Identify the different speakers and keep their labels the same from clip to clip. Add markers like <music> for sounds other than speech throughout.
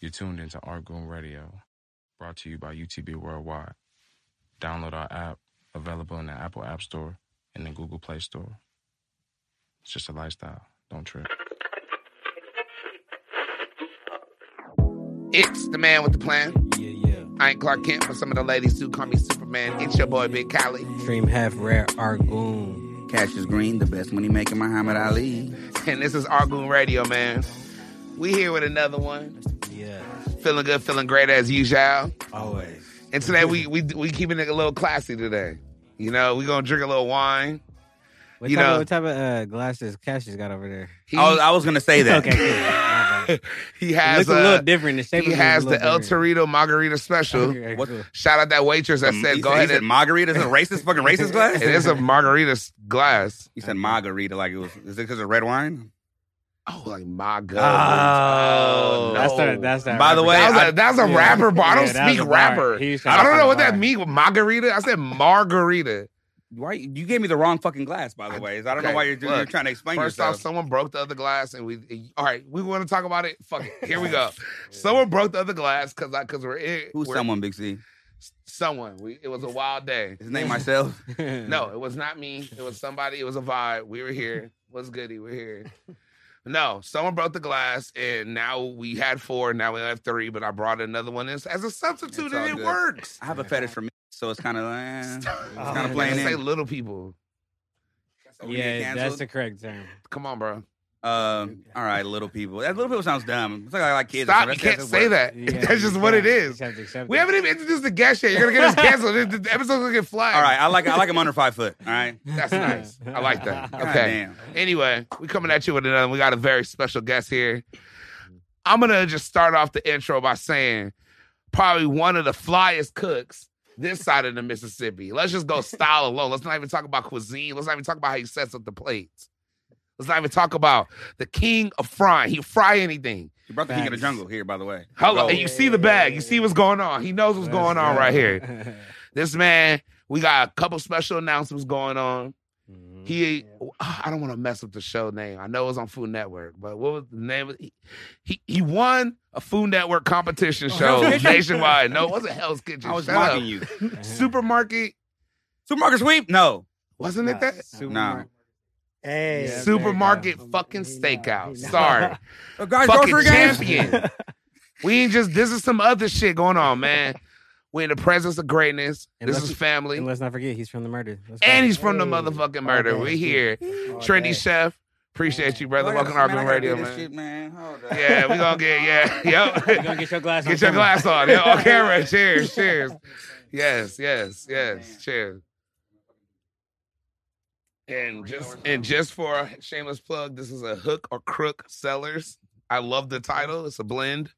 Speaker 1: You tuned into Argoon Radio, brought to you by UTB Worldwide. Download our app, available in the Apple App Store and the Google Play Store. It's just a lifestyle. Don't trip.
Speaker 2: It's the man with the plan. Yeah, yeah. I ain't Clark Kent, but some of the ladies do call me Superman. It's your boy Big Cali.
Speaker 3: Dream half rare Argoon.
Speaker 4: Cassius Green, the best money making Muhammad Ali.
Speaker 2: And this is Argoon Radio, man. We here with another one.
Speaker 3: Yeah,
Speaker 2: Feeling good, feeling great as usual.
Speaker 3: always.
Speaker 2: And today we we we keeping it a little classy today. You know, we gonna drink a little wine.
Speaker 3: What
Speaker 2: You
Speaker 3: type,
Speaker 2: know-
Speaker 3: of, what type of uh, glasses Cassius got over there?
Speaker 2: He,
Speaker 4: I was, I was gonna say that.
Speaker 3: Okay, <laughs> cool. My bad.
Speaker 2: he
Speaker 3: It
Speaker 2: has
Speaker 3: looks
Speaker 2: a,
Speaker 3: a, little different. The shape
Speaker 2: he
Speaker 3: of it
Speaker 2: has
Speaker 3: is a
Speaker 2: the El
Speaker 3: little
Speaker 2: Torito Margarita
Speaker 3: <laughs>
Speaker 2: Special.
Speaker 3: different. Okay,
Speaker 4: What-
Speaker 3: cool.
Speaker 2: Shout out that waitress that
Speaker 4: Um,
Speaker 2: said,
Speaker 4: he
Speaker 2: "Go
Speaker 4: he
Speaker 2: ahead
Speaker 4: said
Speaker 2: and."
Speaker 4: margarita is a racist fucking racist glass.
Speaker 2: <laughs> It is a margarita s- glass.
Speaker 4: He said margarita like it was. Is it because of red wine?
Speaker 2: Oh, like
Speaker 3: <laughs>
Speaker 2: my
Speaker 3: Oh,
Speaker 2: god!
Speaker 3: that's the, that's that.
Speaker 4: By the way,
Speaker 2: That was
Speaker 4: I-
Speaker 2: a, that's a
Speaker 3: yeah.
Speaker 2: rapper, but I
Speaker 3: Yeah,
Speaker 2: don't
Speaker 3: that was
Speaker 2: speak
Speaker 3: a bar.
Speaker 2: rapper.
Speaker 3: He was trying
Speaker 2: I
Speaker 3: to
Speaker 2: don't
Speaker 3: say
Speaker 2: know what that
Speaker 3: bar.
Speaker 2: means. Margarita? I said margarita.
Speaker 4: Why you gave me the wrong fucking glass? By the way, I don't know
Speaker 2: Okay,
Speaker 4: why you're, doing- you're
Speaker 2: look.
Speaker 4: trying to explain
Speaker 2: First off,
Speaker 4: yourself.
Speaker 2: someone broke the other glass, and we. All right, we want to talk about it. Fuck it. Here we
Speaker 4: <laughs>
Speaker 2: go. Someone broke the other glass because I because we're in.
Speaker 4: Who's
Speaker 2: we're-
Speaker 4: someone, Big C?
Speaker 2: Someone. We, it was a wild day. <laughs>
Speaker 4: His name myself.
Speaker 2: No, it was not me. It was somebody. It was a vibe. We were here. What's goody? We're
Speaker 4: <laughs>
Speaker 2: here. No, someone broke the glass, and now we had four. Now we have three, but I brought another one in as a substitute,
Speaker 4: It's all
Speaker 2: and it
Speaker 4: good.
Speaker 2: works.
Speaker 4: I have a fetish for me, so <laughs> it's kind
Speaker 2: <laughs>
Speaker 4: of eh,
Speaker 2: I
Speaker 4: kind of
Speaker 3: yeah.
Speaker 4: playing
Speaker 2: say
Speaker 4: in.
Speaker 2: little people.
Speaker 4: So we get
Speaker 3: yeah, that's
Speaker 4: canceled.
Speaker 3: the correct term.
Speaker 2: Come on, bro.
Speaker 4: <laughs> Um, all right, little people. That little people sounds dumb. It's like I like kids.
Speaker 2: Stop.
Speaker 4: so
Speaker 2: You
Speaker 4: that's-
Speaker 2: can't
Speaker 4: that's
Speaker 2: say
Speaker 4: worse.
Speaker 2: that.
Speaker 3: Yeah,
Speaker 2: <laughs> That's just
Speaker 3: you
Speaker 2: what it
Speaker 3: gotta-
Speaker 2: is.
Speaker 3: you have to accept
Speaker 2: We
Speaker 3: it.
Speaker 2: haven't even introduced the guest yet. You're gonna get us canceled. the, the episode's gonna get flagged.
Speaker 4: All right, I like I like him under five foot. All <laughs> right.
Speaker 3: <laughs>
Speaker 2: That's nice. I like that.
Speaker 4: God
Speaker 2: Okay.
Speaker 4: damn.
Speaker 2: Anyway, we coming at you with another. We got a very special guest here.
Speaker 3: Mm-hmm.
Speaker 2: I'm gonna just start off the intro by saying probably one of the flyest cooks this side of the Mississippi. Let's just
Speaker 3: <laughs>
Speaker 2: go style alone. Let's not even talk about cuisine. Let's not even talk about how he sets up the plates. Let's not even talk about the king of frying. He fry anything.
Speaker 4: You brought the king of the
Speaker 3: Facts.
Speaker 4: jungle here, by the way.
Speaker 2: Hello,
Speaker 4: Go.
Speaker 2: and you see the bag. You see what's going on. He knows what's going on right here. This man, we got a couple special announcements going on.
Speaker 3: Mhm.
Speaker 2: He, oh, I don't want to mess up the show name. I know it was on Food Network, but what was the name? Of, he, he he won a Food Network competition show
Speaker 4: Hell's Kitchen?
Speaker 2: nationwide. No, it wasn't Hell's Kitchen.
Speaker 4: I was
Speaker 2: Shut up.
Speaker 4: mocking you.
Speaker 2: Supermarket,
Speaker 4: Supermarket sweep? No.
Speaker 2: wasn't it that?
Speaker 3: Supermarket-
Speaker 5: Hey,
Speaker 3: Yeah,
Speaker 2: Supermarket
Speaker 5: there you go.
Speaker 2: fucking
Speaker 5: He know,
Speaker 2: steakhouse.
Speaker 5: he
Speaker 3: <laughs>
Speaker 5: know.
Speaker 2: Sorry,
Speaker 4: A Oh, guy's
Speaker 2: fucking
Speaker 4: grocery game?
Speaker 2: champion. we ain't just. This is some other shit going on, man. We in the presence of greatness.
Speaker 3: And
Speaker 2: This
Speaker 3: let's-
Speaker 2: is family,
Speaker 3: And let's not forget, he's from the murder. Let's go.
Speaker 2: and he's
Speaker 3: <laughs>
Speaker 2: from the
Speaker 5: Hey.
Speaker 2: motherfucking murder.
Speaker 5: Okay.
Speaker 2: We here,
Speaker 5: All
Speaker 2: trendy
Speaker 5: day.
Speaker 2: chef. Appreciate you, brother.
Speaker 4: Well, I
Speaker 2: Welcome to
Speaker 4: gotta-
Speaker 2: Urban
Speaker 4: I gotta do
Speaker 2: Radio,
Speaker 4: this
Speaker 2: man.
Speaker 4: shit, man. Hold up.
Speaker 2: Yeah, we gonna get yeah.
Speaker 3: You
Speaker 2: Yep.
Speaker 3: gonna get your glass.
Speaker 2: <laughs> Get your glass
Speaker 3: <laughs>
Speaker 2: on. Yeah, on camera. Cheers, cheers. Yes, yes, yes. Cheers. And just and just for a shameless plug, this is a hook or crook sellers. I love the title. It's a blend.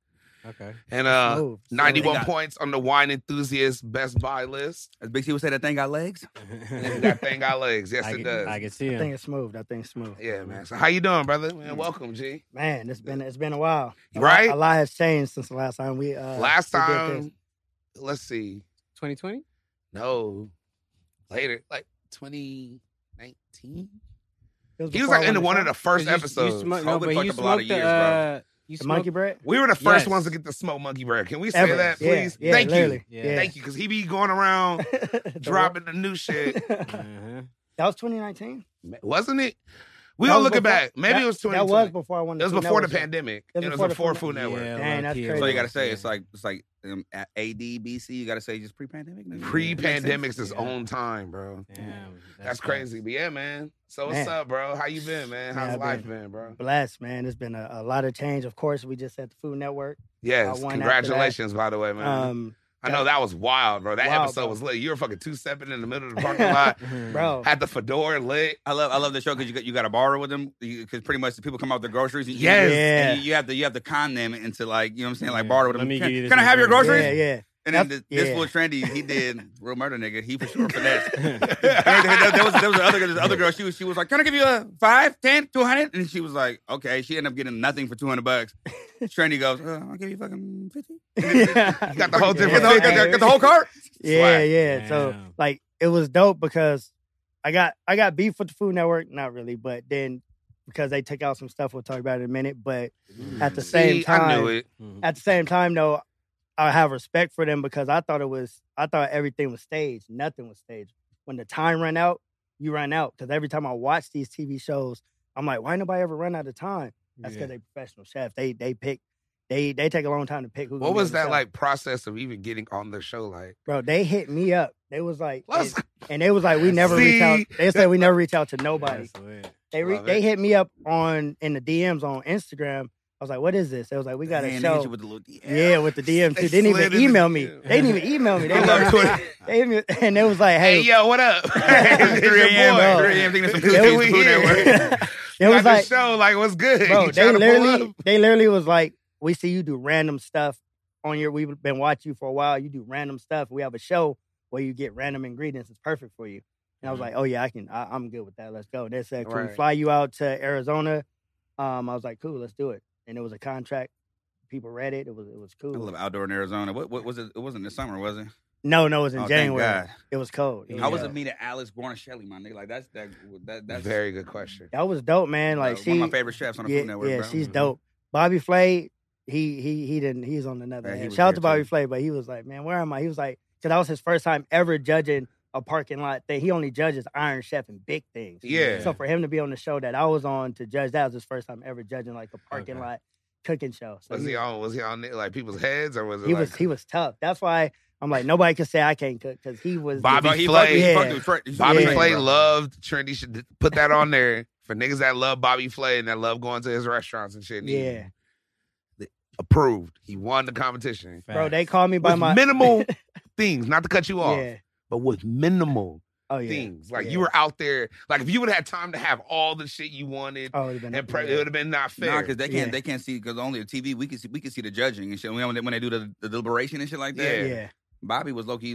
Speaker 3: Okay.
Speaker 2: And uh
Speaker 5: Smooth.
Speaker 2: 91
Speaker 4: got-
Speaker 2: points on the wine enthusiast best buy list.
Speaker 4: As Big C would say, that thing got legs.
Speaker 2: That thing got legs. Yes,
Speaker 3: <laughs> I,
Speaker 2: it
Speaker 3: can, I
Speaker 2: does.
Speaker 3: can see
Speaker 5: That thing
Speaker 3: him.
Speaker 5: is smooth. That thing's smooth.
Speaker 2: Yeah, man. So how you doing, brother? Man, welcome, G.
Speaker 5: Man, it's been it's been a while. A lot-
Speaker 2: Right?
Speaker 5: a lot has changed since the last time we uh
Speaker 2: Last
Speaker 5: we did this.
Speaker 2: time, let's see.
Speaker 3: 2020.
Speaker 2: No. Later, like 2019.
Speaker 5: It
Speaker 2: He was
Speaker 5: before
Speaker 2: like
Speaker 5: I
Speaker 2: in the,
Speaker 5: went
Speaker 2: one
Speaker 5: to
Speaker 2: of the
Speaker 5: South-
Speaker 2: first
Speaker 3: You- you
Speaker 2: episodes.
Speaker 3: smoke-
Speaker 4: COVID
Speaker 3: no, but
Speaker 4: fucked
Speaker 3: you
Speaker 4: up a lot of
Speaker 3: smoked the,
Speaker 4: years, bro.
Speaker 3: uh, you
Speaker 5: the
Speaker 3: smoked
Speaker 5: monkey bread.
Speaker 2: we were the first
Speaker 3: Yes.
Speaker 2: ones to get the smoke monkey bread. Can we say
Speaker 5: Ever.
Speaker 2: that,
Speaker 5: Yeah,
Speaker 2: please?
Speaker 5: yeah,
Speaker 2: Thank you.
Speaker 5: literally.
Speaker 3: Yeah.
Speaker 5: Yeah.
Speaker 2: Thank you, because he be going around
Speaker 5: <laughs> The
Speaker 2: dropping the new
Speaker 5: <laughs>
Speaker 2: shit.
Speaker 5: work-
Speaker 3: Uh-huh.
Speaker 5: that was 2019
Speaker 2: Wasn't it? We
Speaker 5: That
Speaker 2: gonna
Speaker 5: was
Speaker 2: look it
Speaker 5: before-
Speaker 2: back. Maybe
Speaker 5: that,
Speaker 2: it was 2020.
Speaker 5: That was before I won.
Speaker 2: It was
Speaker 5: Food
Speaker 2: before the
Speaker 5: Network.
Speaker 2: pandemic.
Speaker 5: It
Speaker 2: and
Speaker 5: was
Speaker 2: it
Speaker 5: before
Speaker 2: was
Speaker 5: the
Speaker 2: before
Speaker 5: Food
Speaker 2: Food Network.
Speaker 3: Yeah,
Speaker 5: Dang, that's
Speaker 3: low-key,
Speaker 5: crazy.
Speaker 4: So you
Speaker 3: low-key.
Speaker 4: gotta say it's like it's like um, a- ADBC. You gotta say just pre-pandemic. nigga.
Speaker 2: Pre-pandemic's his
Speaker 3: Yeah.
Speaker 2: own time, bro.
Speaker 3: Damn,
Speaker 2: That's crazy. But yeah, man. So what's
Speaker 5: Man.
Speaker 2: up, bro? How you been, man?
Speaker 5: Man,
Speaker 2: How's
Speaker 5: I've
Speaker 2: life
Speaker 5: been-
Speaker 2: been, bro?
Speaker 5: Blessed, man. It's been a, a lot of change. Of course, we just had the Food Network.
Speaker 2: Yes.
Speaker 5: won after that.
Speaker 2: Congratulations, by the way, man.
Speaker 5: Um,
Speaker 2: I know that was wild, bro. That
Speaker 5: Wild,
Speaker 2: episode
Speaker 5: bro.
Speaker 2: was lit. You were fucking two stepping in the middle of
Speaker 5: <laughs>
Speaker 2: the parking lot,
Speaker 3: Mm. <laughs>
Speaker 5: bro.
Speaker 2: had the fedora lit.
Speaker 4: I love I love the show because you got you got to borrow with them because pretty much the people come out with their groceries. And you-
Speaker 2: Yes.
Speaker 4: and you, you have to you have to con them into like you know what I'm saying like
Speaker 3: Yeah.
Speaker 4: borrow with
Speaker 3: Let
Speaker 4: them.
Speaker 3: me
Speaker 4: can,
Speaker 3: give you this
Speaker 4: can I
Speaker 3: much
Speaker 4: have your
Speaker 3: money.
Speaker 4: groceries?
Speaker 5: Yeah, yeah.
Speaker 2: <laughs>
Speaker 4: And then
Speaker 5: That's-
Speaker 4: this
Speaker 5: yeah.
Speaker 4: fool trendy he did real murder nigga. He for sure finessed.
Speaker 5: <laughs>
Speaker 3: crazy.
Speaker 4: there, there- there was there was another girl, this other girl. She was she was like, "Can I give you a five, ten, two hundred? And she was like, "Okay." She ended up getting nothing for two hundred bucks. Trendy goes, uh, "I'll give you fucking 50.
Speaker 5: <laughs> you
Speaker 2: got the whole
Speaker 4: Get
Speaker 2: different
Speaker 4: the, whole- get the- get the whole cart.
Speaker 5: Yeah, yeah. So
Speaker 3: Damn.
Speaker 5: like it was dope because I got I got beef with the Food Network, not really, but then because they took out some stuff. We'll talk about it in a minute. But at the same
Speaker 2: See,
Speaker 5: time,
Speaker 2: I knew it.
Speaker 3: Mhm.
Speaker 5: at the same time though, I have respect for them because I thought it was I thought everything was staged. Nothing was staged. When the time ran out, you ran out. Because every time I watch these TV shows, I'm like, why nobody ever run out of time? That's
Speaker 3: Yeah.
Speaker 5: because they professional chefs. They they pick they they take a long time to pick who. gonna
Speaker 2: What
Speaker 5: be
Speaker 2: was
Speaker 5: on the
Speaker 2: that
Speaker 5: show.
Speaker 2: like process of even getting on the show? Like,
Speaker 5: bro? They hit me up. They was like,
Speaker 2: let's
Speaker 5: and, and they was like,
Speaker 2: <laughs>
Speaker 5: we never reach out.
Speaker 2: See?
Speaker 5: They said we never
Speaker 2: <laughs>
Speaker 5: reach out to nobody.
Speaker 3: That's lit.
Speaker 5: They re-
Speaker 4: Love it.
Speaker 5: they hit me up on in the DMs on Instagram. I was like, "What is this?" They was like, "We got
Speaker 4: Man,
Speaker 5: a
Speaker 4: they hit
Speaker 5: show."
Speaker 4: you with the little
Speaker 5: yeah, with the DM
Speaker 2: They
Speaker 5: too. didn't
Speaker 2: slid
Speaker 5: even
Speaker 2: in the
Speaker 5: email me.
Speaker 2: DM.
Speaker 5: They didn't even
Speaker 4: <laughs>
Speaker 5: email <laughs> me. They,
Speaker 2: I love Twitter.
Speaker 3: <laughs>
Speaker 5: they hit me- and they was like,
Speaker 2: Hey,
Speaker 5: "Hey,
Speaker 2: yo, what
Speaker 5: <laughs>
Speaker 2: up? <laughs> 3
Speaker 4: 3 a.m. 3 a.m. thinking of some
Speaker 5: Yeah,
Speaker 4: Tuesdays,
Speaker 5: we
Speaker 4: Food
Speaker 2: here.
Speaker 4: Network.
Speaker 5: <laughs> it was like,
Speaker 2: the show, like, what's
Speaker 4: <laughs>
Speaker 2: good?
Speaker 5: bro,
Speaker 2: You
Speaker 5: they
Speaker 2: tryna pull
Speaker 5: literally
Speaker 2: up?
Speaker 5: they literally was like, we see you do random stuff on your. We've been watching you for a while. You do random stuff. We have a show where you get random ingredients. It's perfect for you." And I was
Speaker 4: Mhm.
Speaker 5: like, "Oh yeah, I can. I, I'm good with that. Let's go." They said, "Can we
Speaker 2: Right.
Speaker 5: fly you out to Arizona?" Um, I was like, "Cool, let's do it." And it was a contract. People read it. It was it was cool.
Speaker 4: I love outdoor in Arizona. What, what was it? It wasn't this summer, was it?
Speaker 5: No, no, it was in
Speaker 4: Oh, thank
Speaker 5: January.
Speaker 4: God.
Speaker 5: It was cold. It
Speaker 4: How was
Speaker 5: cold.
Speaker 4: it meeting Alice Guarnaschelli, my nigga? Like that's that. that that's
Speaker 2: Very good question.
Speaker 5: That was dope, man. Like
Speaker 4: uh,
Speaker 5: she,
Speaker 4: one of my favorite chefs on the
Speaker 5: yeah,
Speaker 4: Food Network.
Speaker 5: yeah,
Speaker 4: bro.
Speaker 5: she's
Speaker 3: Mhm.
Speaker 5: dope. Bobby Flay, he he he didn't. He's on another.
Speaker 4: Yeah, he
Speaker 5: end.
Speaker 4: was
Speaker 5: Shout out
Speaker 4: there,
Speaker 5: to Bobby
Speaker 4: too.
Speaker 5: Flay, but he was like, man, where am I? He was like, because that was his first time ever judging a parking lot thing. He only judges Iron Chef and big things.
Speaker 2: Yeah.
Speaker 5: So for him to be on the show that I was on to judge, that was his first time ever judging like a parking
Speaker 3: Okay.
Speaker 5: lot cooking show. So
Speaker 2: Was he on? Was he on like people's heads, or was it
Speaker 5: he
Speaker 2: like
Speaker 5: was he was tough. That's why I'm like nobody could say I can't cook because he was
Speaker 4: He
Speaker 2: Bobby
Speaker 4: fucked- he
Speaker 2: Flay.
Speaker 4: fucked- he
Speaker 5: Yeah.
Speaker 4: fucked with Fred- he
Speaker 2: Bobby
Speaker 4: fucked
Speaker 2: Flay
Speaker 4: with Fred, bro.
Speaker 2: loved Trendy. Should put that on there for niggas that love Bobby Flay and that love going to his restaurants and shit. He
Speaker 5: yeah.
Speaker 2: approved. He won the competition
Speaker 5: Bro, they
Speaker 3: Facts.
Speaker 5: called me by
Speaker 2: with
Speaker 5: my <laughs>
Speaker 2: minimal things. Not to cut you off,
Speaker 5: yeah.
Speaker 2: but with minimal
Speaker 5: Oh yeah.
Speaker 2: things. Like
Speaker 5: Yeah.
Speaker 2: you were out there. Like if you would have had time to have all the shit you wanted,
Speaker 5: Oh, it would've been
Speaker 2: and pre-
Speaker 5: yeah.
Speaker 2: it would have been not fair.
Speaker 4: Nah, because they can't
Speaker 5: Yeah.
Speaker 4: they can't see because only the TV we can see we can see the judging and shit. When they, when they do the, the deliberation and shit like that,
Speaker 2: Yeah.
Speaker 5: yeah.
Speaker 4: Bobby was low key.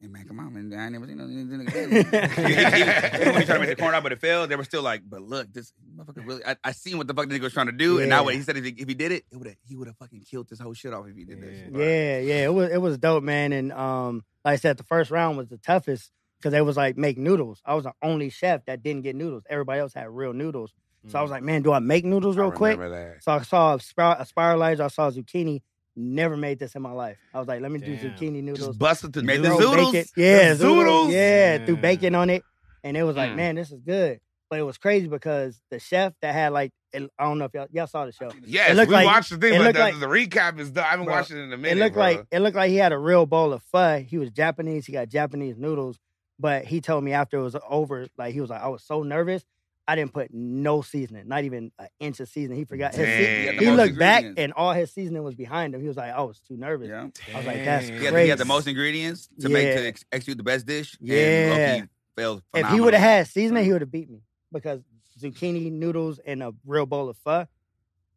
Speaker 4: Hey man, come on, man! I ain't never seen no.
Speaker 2: <laughs>
Speaker 5: <laughs>
Speaker 4: Even when he tried to make the corn out, but it failed. They were still like, "But look, this motherfucker really." I, I seen what the fuck the nigga was trying to do, and now what
Speaker 5: Yeah.
Speaker 4: he said, if he, if he did it, it would he would have fucking killed this whole shit off if he did this.
Speaker 3: Yeah.
Speaker 5: Yeah, yeah, it was it was dope, man. And um, like I said, the first round was the toughest because they was like make noodles. I was the only chef that didn't get noodles. Everybody else had real noodles,
Speaker 3: Mm.
Speaker 5: so I was like, man, do I make noodles real quick? So I saw a, spir- a spiralizer, I saw zucchini. Never made this in my life. I was like, let me do
Speaker 3: Damn.
Speaker 5: zucchini noodles.
Speaker 2: Just busted the
Speaker 4: Made the
Speaker 5: Throw
Speaker 2: noodles.
Speaker 4: zoodles?
Speaker 5: bacon- yeah,
Speaker 2: The zoodles?
Speaker 5: zoodles, yeah, threw
Speaker 3: Yeah.
Speaker 5: bacon on it, and it was like,
Speaker 2: Mm.
Speaker 5: man, this is good. But it was crazy because the chef that had like, it, I don't know if y'all, y'all saw the show.
Speaker 2: Yes,
Speaker 5: It looked
Speaker 2: we
Speaker 5: like-
Speaker 2: watched the thing,
Speaker 5: it
Speaker 2: but
Speaker 5: looked
Speaker 2: the,
Speaker 5: like-
Speaker 2: the recap is done. I haven't
Speaker 5: Bro,
Speaker 2: watched it in a minute.
Speaker 5: it looked
Speaker 2: bro.
Speaker 5: like it looked like he had a real bowl of pho. He was Japanese. He got Japanese noodles, but he told me after it was over, like he was like, I was so nervous, I didn't put no seasoning, not even an inch of seasoning. He forgot. His se-
Speaker 2: Damn.
Speaker 4: had the
Speaker 5: he
Speaker 4: most
Speaker 5: looked back,
Speaker 4: ingredients.
Speaker 5: and all his seasoning was behind him. He was like, I was too nervous.
Speaker 4: Yeah.
Speaker 5: I was like, that's
Speaker 4: He
Speaker 3: Damn.
Speaker 4: had, the- he had the
Speaker 5: Crazy.
Speaker 4: most ingredients to make to
Speaker 5: Yeah.
Speaker 4: ex- execute the best dish.
Speaker 5: Yeah.
Speaker 4: and low-key failed.
Speaker 5: If he
Speaker 4: phenomenal.
Speaker 5: would have had seasoning, he would have beat me because zucchini noodles and a real bowl of pho.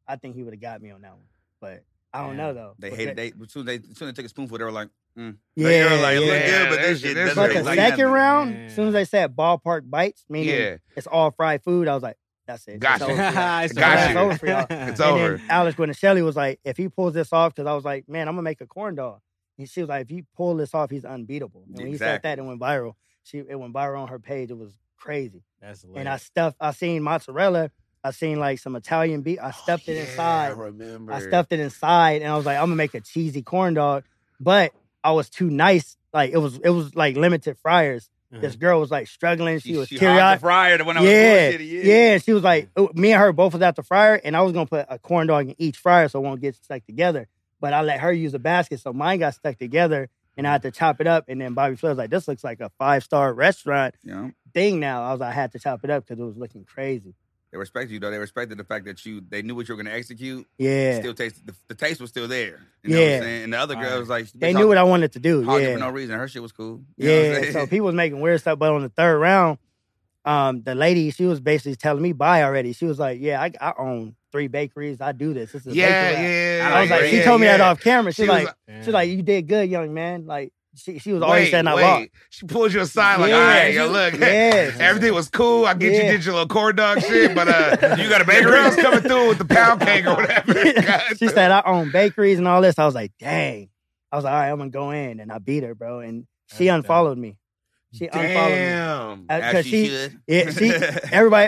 Speaker 5: I think he would have got me on that one, but I don't
Speaker 3: Yeah.
Speaker 5: know though.
Speaker 4: they
Speaker 5: But
Speaker 4: hated.
Speaker 5: that-
Speaker 4: They as soon as they, as soon as they took a spoonful, they were like, mm. they
Speaker 5: Yeah,
Speaker 4: were like, it
Speaker 5: yeah.
Speaker 4: looked good, but
Speaker 2: Yeah,
Speaker 4: this
Speaker 2: that's-
Speaker 4: shit doesn't
Speaker 5: But
Speaker 2: that's
Speaker 5: the
Speaker 4: look like
Speaker 5: second
Speaker 4: nothing."
Speaker 5: round, as soon as they said ballpark bites, meaning
Speaker 2: yeah,
Speaker 5: it's all fried food. I was like, that's it. It's
Speaker 2: Gotcha.
Speaker 5: over for
Speaker 3: <laughs>
Speaker 5: y'all.
Speaker 3: It's
Speaker 2: Gotcha.
Speaker 3: over.
Speaker 5: <laughs> It's over for y'all.
Speaker 2: <laughs> it's
Speaker 5: and
Speaker 2: over.
Speaker 5: then Alex Guinnesshelli was like, if he pulls this off, because I was like, man, I'm gonna make a corn dog. And she was like, if you pull this off, he's unbeatable. And when he said
Speaker 4: Exactly.
Speaker 5: that, it went viral. She it went viral on her page. It was crazy.
Speaker 3: That's lit.
Speaker 5: And I stuffed. I seen mozzarella. I seen like some Italian beef. I stuffed it
Speaker 2: Oh, Yeah,
Speaker 5: inside.
Speaker 2: I remember.
Speaker 5: I stuffed it inside, and I was like, I'm gonna make a cheesy corn dog. But I was too nice. Like it was, it was like limited fryers. This girl was like struggling. She, was
Speaker 4: she
Speaker 5: teary
Speaker 4: hogged
Speaker 5: eyed.
Speaker 4: the fryer the one I was
Speaker 5: Yeah,
Speaker 4: bullshitting,
Speaker 5: yeah. She was like, oh, me and her both was at the fryer, and I was gonna put a corn dog in each fryer so it won't get stuck together. But I let her use a basket, so mine got stuck together, and I had to chop it up. And then Bobby Flay was like, "This looks like a five star restaurant
Speaker 4: You know,
Speaker 5: thing now." I was like, "I had to chop it up because it was looking crazy."
Speaker 4: they respected you though. They respected the fact that you they knew what you were going to execute.
Speaker 5: Yeah,
Speaker 4: Still taste the, the taste was still there. You know what
Speaker 5: Yeah.
Speaker 4: I'm saying? And the other girl was like,
Speaker 5: they knew what I wanted to do.
Speaker 4: Hogged
Speaker 5: Yeah,
Speaker 4: it for no reason. Her shit was cool. You know what I'm
Speaker 5: Yeah,
Speaker 4: saying?
Speaker 5: so people was making weird stuff, but on the third round, um, the lady she was basically telling me buy already. She was like, "Yeah, I, I own three bakeries. I do this. This is
Speaker 2: yeah,
Speaker 5: bakery.
Speaker 2: yeah.
Speaker 5: I was like,
Speaker 2: yeah,
Speaker 5: she told me that
Speaker 2: yeah.
Speaker 5: off camera. She's
Speaker 2: She was
Speaker 5: like,
Speaker 3: Damn.
Speaker 5: she's like, you did good, young man. Like she, she was always
Speaker 2: wait,
Speaker 5: saying I
Speaker 2: wait.
Speaker 5: lost.
Speaker 2: She pulled you aside like,
Speaker 5: Yeah,
Speaker 2: all right,
Speaker 5: she-
Speaker 2: yo, look, <laughs>
Speaker 5: yes.
Speaker 2: everything was cool. I get you
Speaker 5: Yeah.
Speaker 2: did your little corn dog shit, but uh,
Speaker 4: You got a
Speaker 2: baby
Speaker 4: bakery?
Speaker 2: girl's coming through with the
Speaker 5: <laughs>
Speaker 2: pound cake or whatever. <laughs>
Speaker 5: she said I own bakeries and all this. I was like, dang. I was like, all right, I'm gonna go in, and I beat her, bro. And she
Speaker 3: That's dope.
Speaker 5: unfollowed me. She unfollowed me.
Speaker 2: Damn. Oh
Speaker 5: Uh,
Speaker 4: <laughs> As
Speaker 5: Cause
Speaker 4: she
Speaker 5: she,
Speaker 4: should.
Speaker 5: yeah, she, everybody,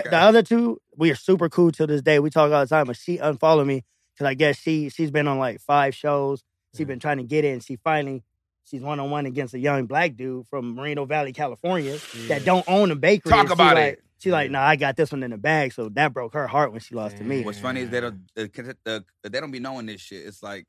Speaker 4: <laughs> Okay.
Speaker 5: the other two, we are super cool till this day. We talk all the time, but she unfollowed me because I guess she she's been on like five shows.
Speaker 2: Mm.
Speaker 5: She's been trying to get in. She finally she's one on one against a young black dude from Moreno Valley, California, that don't own a bakery.
Speaker 2: Talk
Speaker 5: And she
Speaker 2: about
Speaker 5: like-
Speaker 2: it.
Speaker 5: She like, nah, I got this one in the bag. So that broke her heart when she lost to me.
Speaker 4: What's funny is they don't uh, con- uh, they don't be knowing this shit. It's like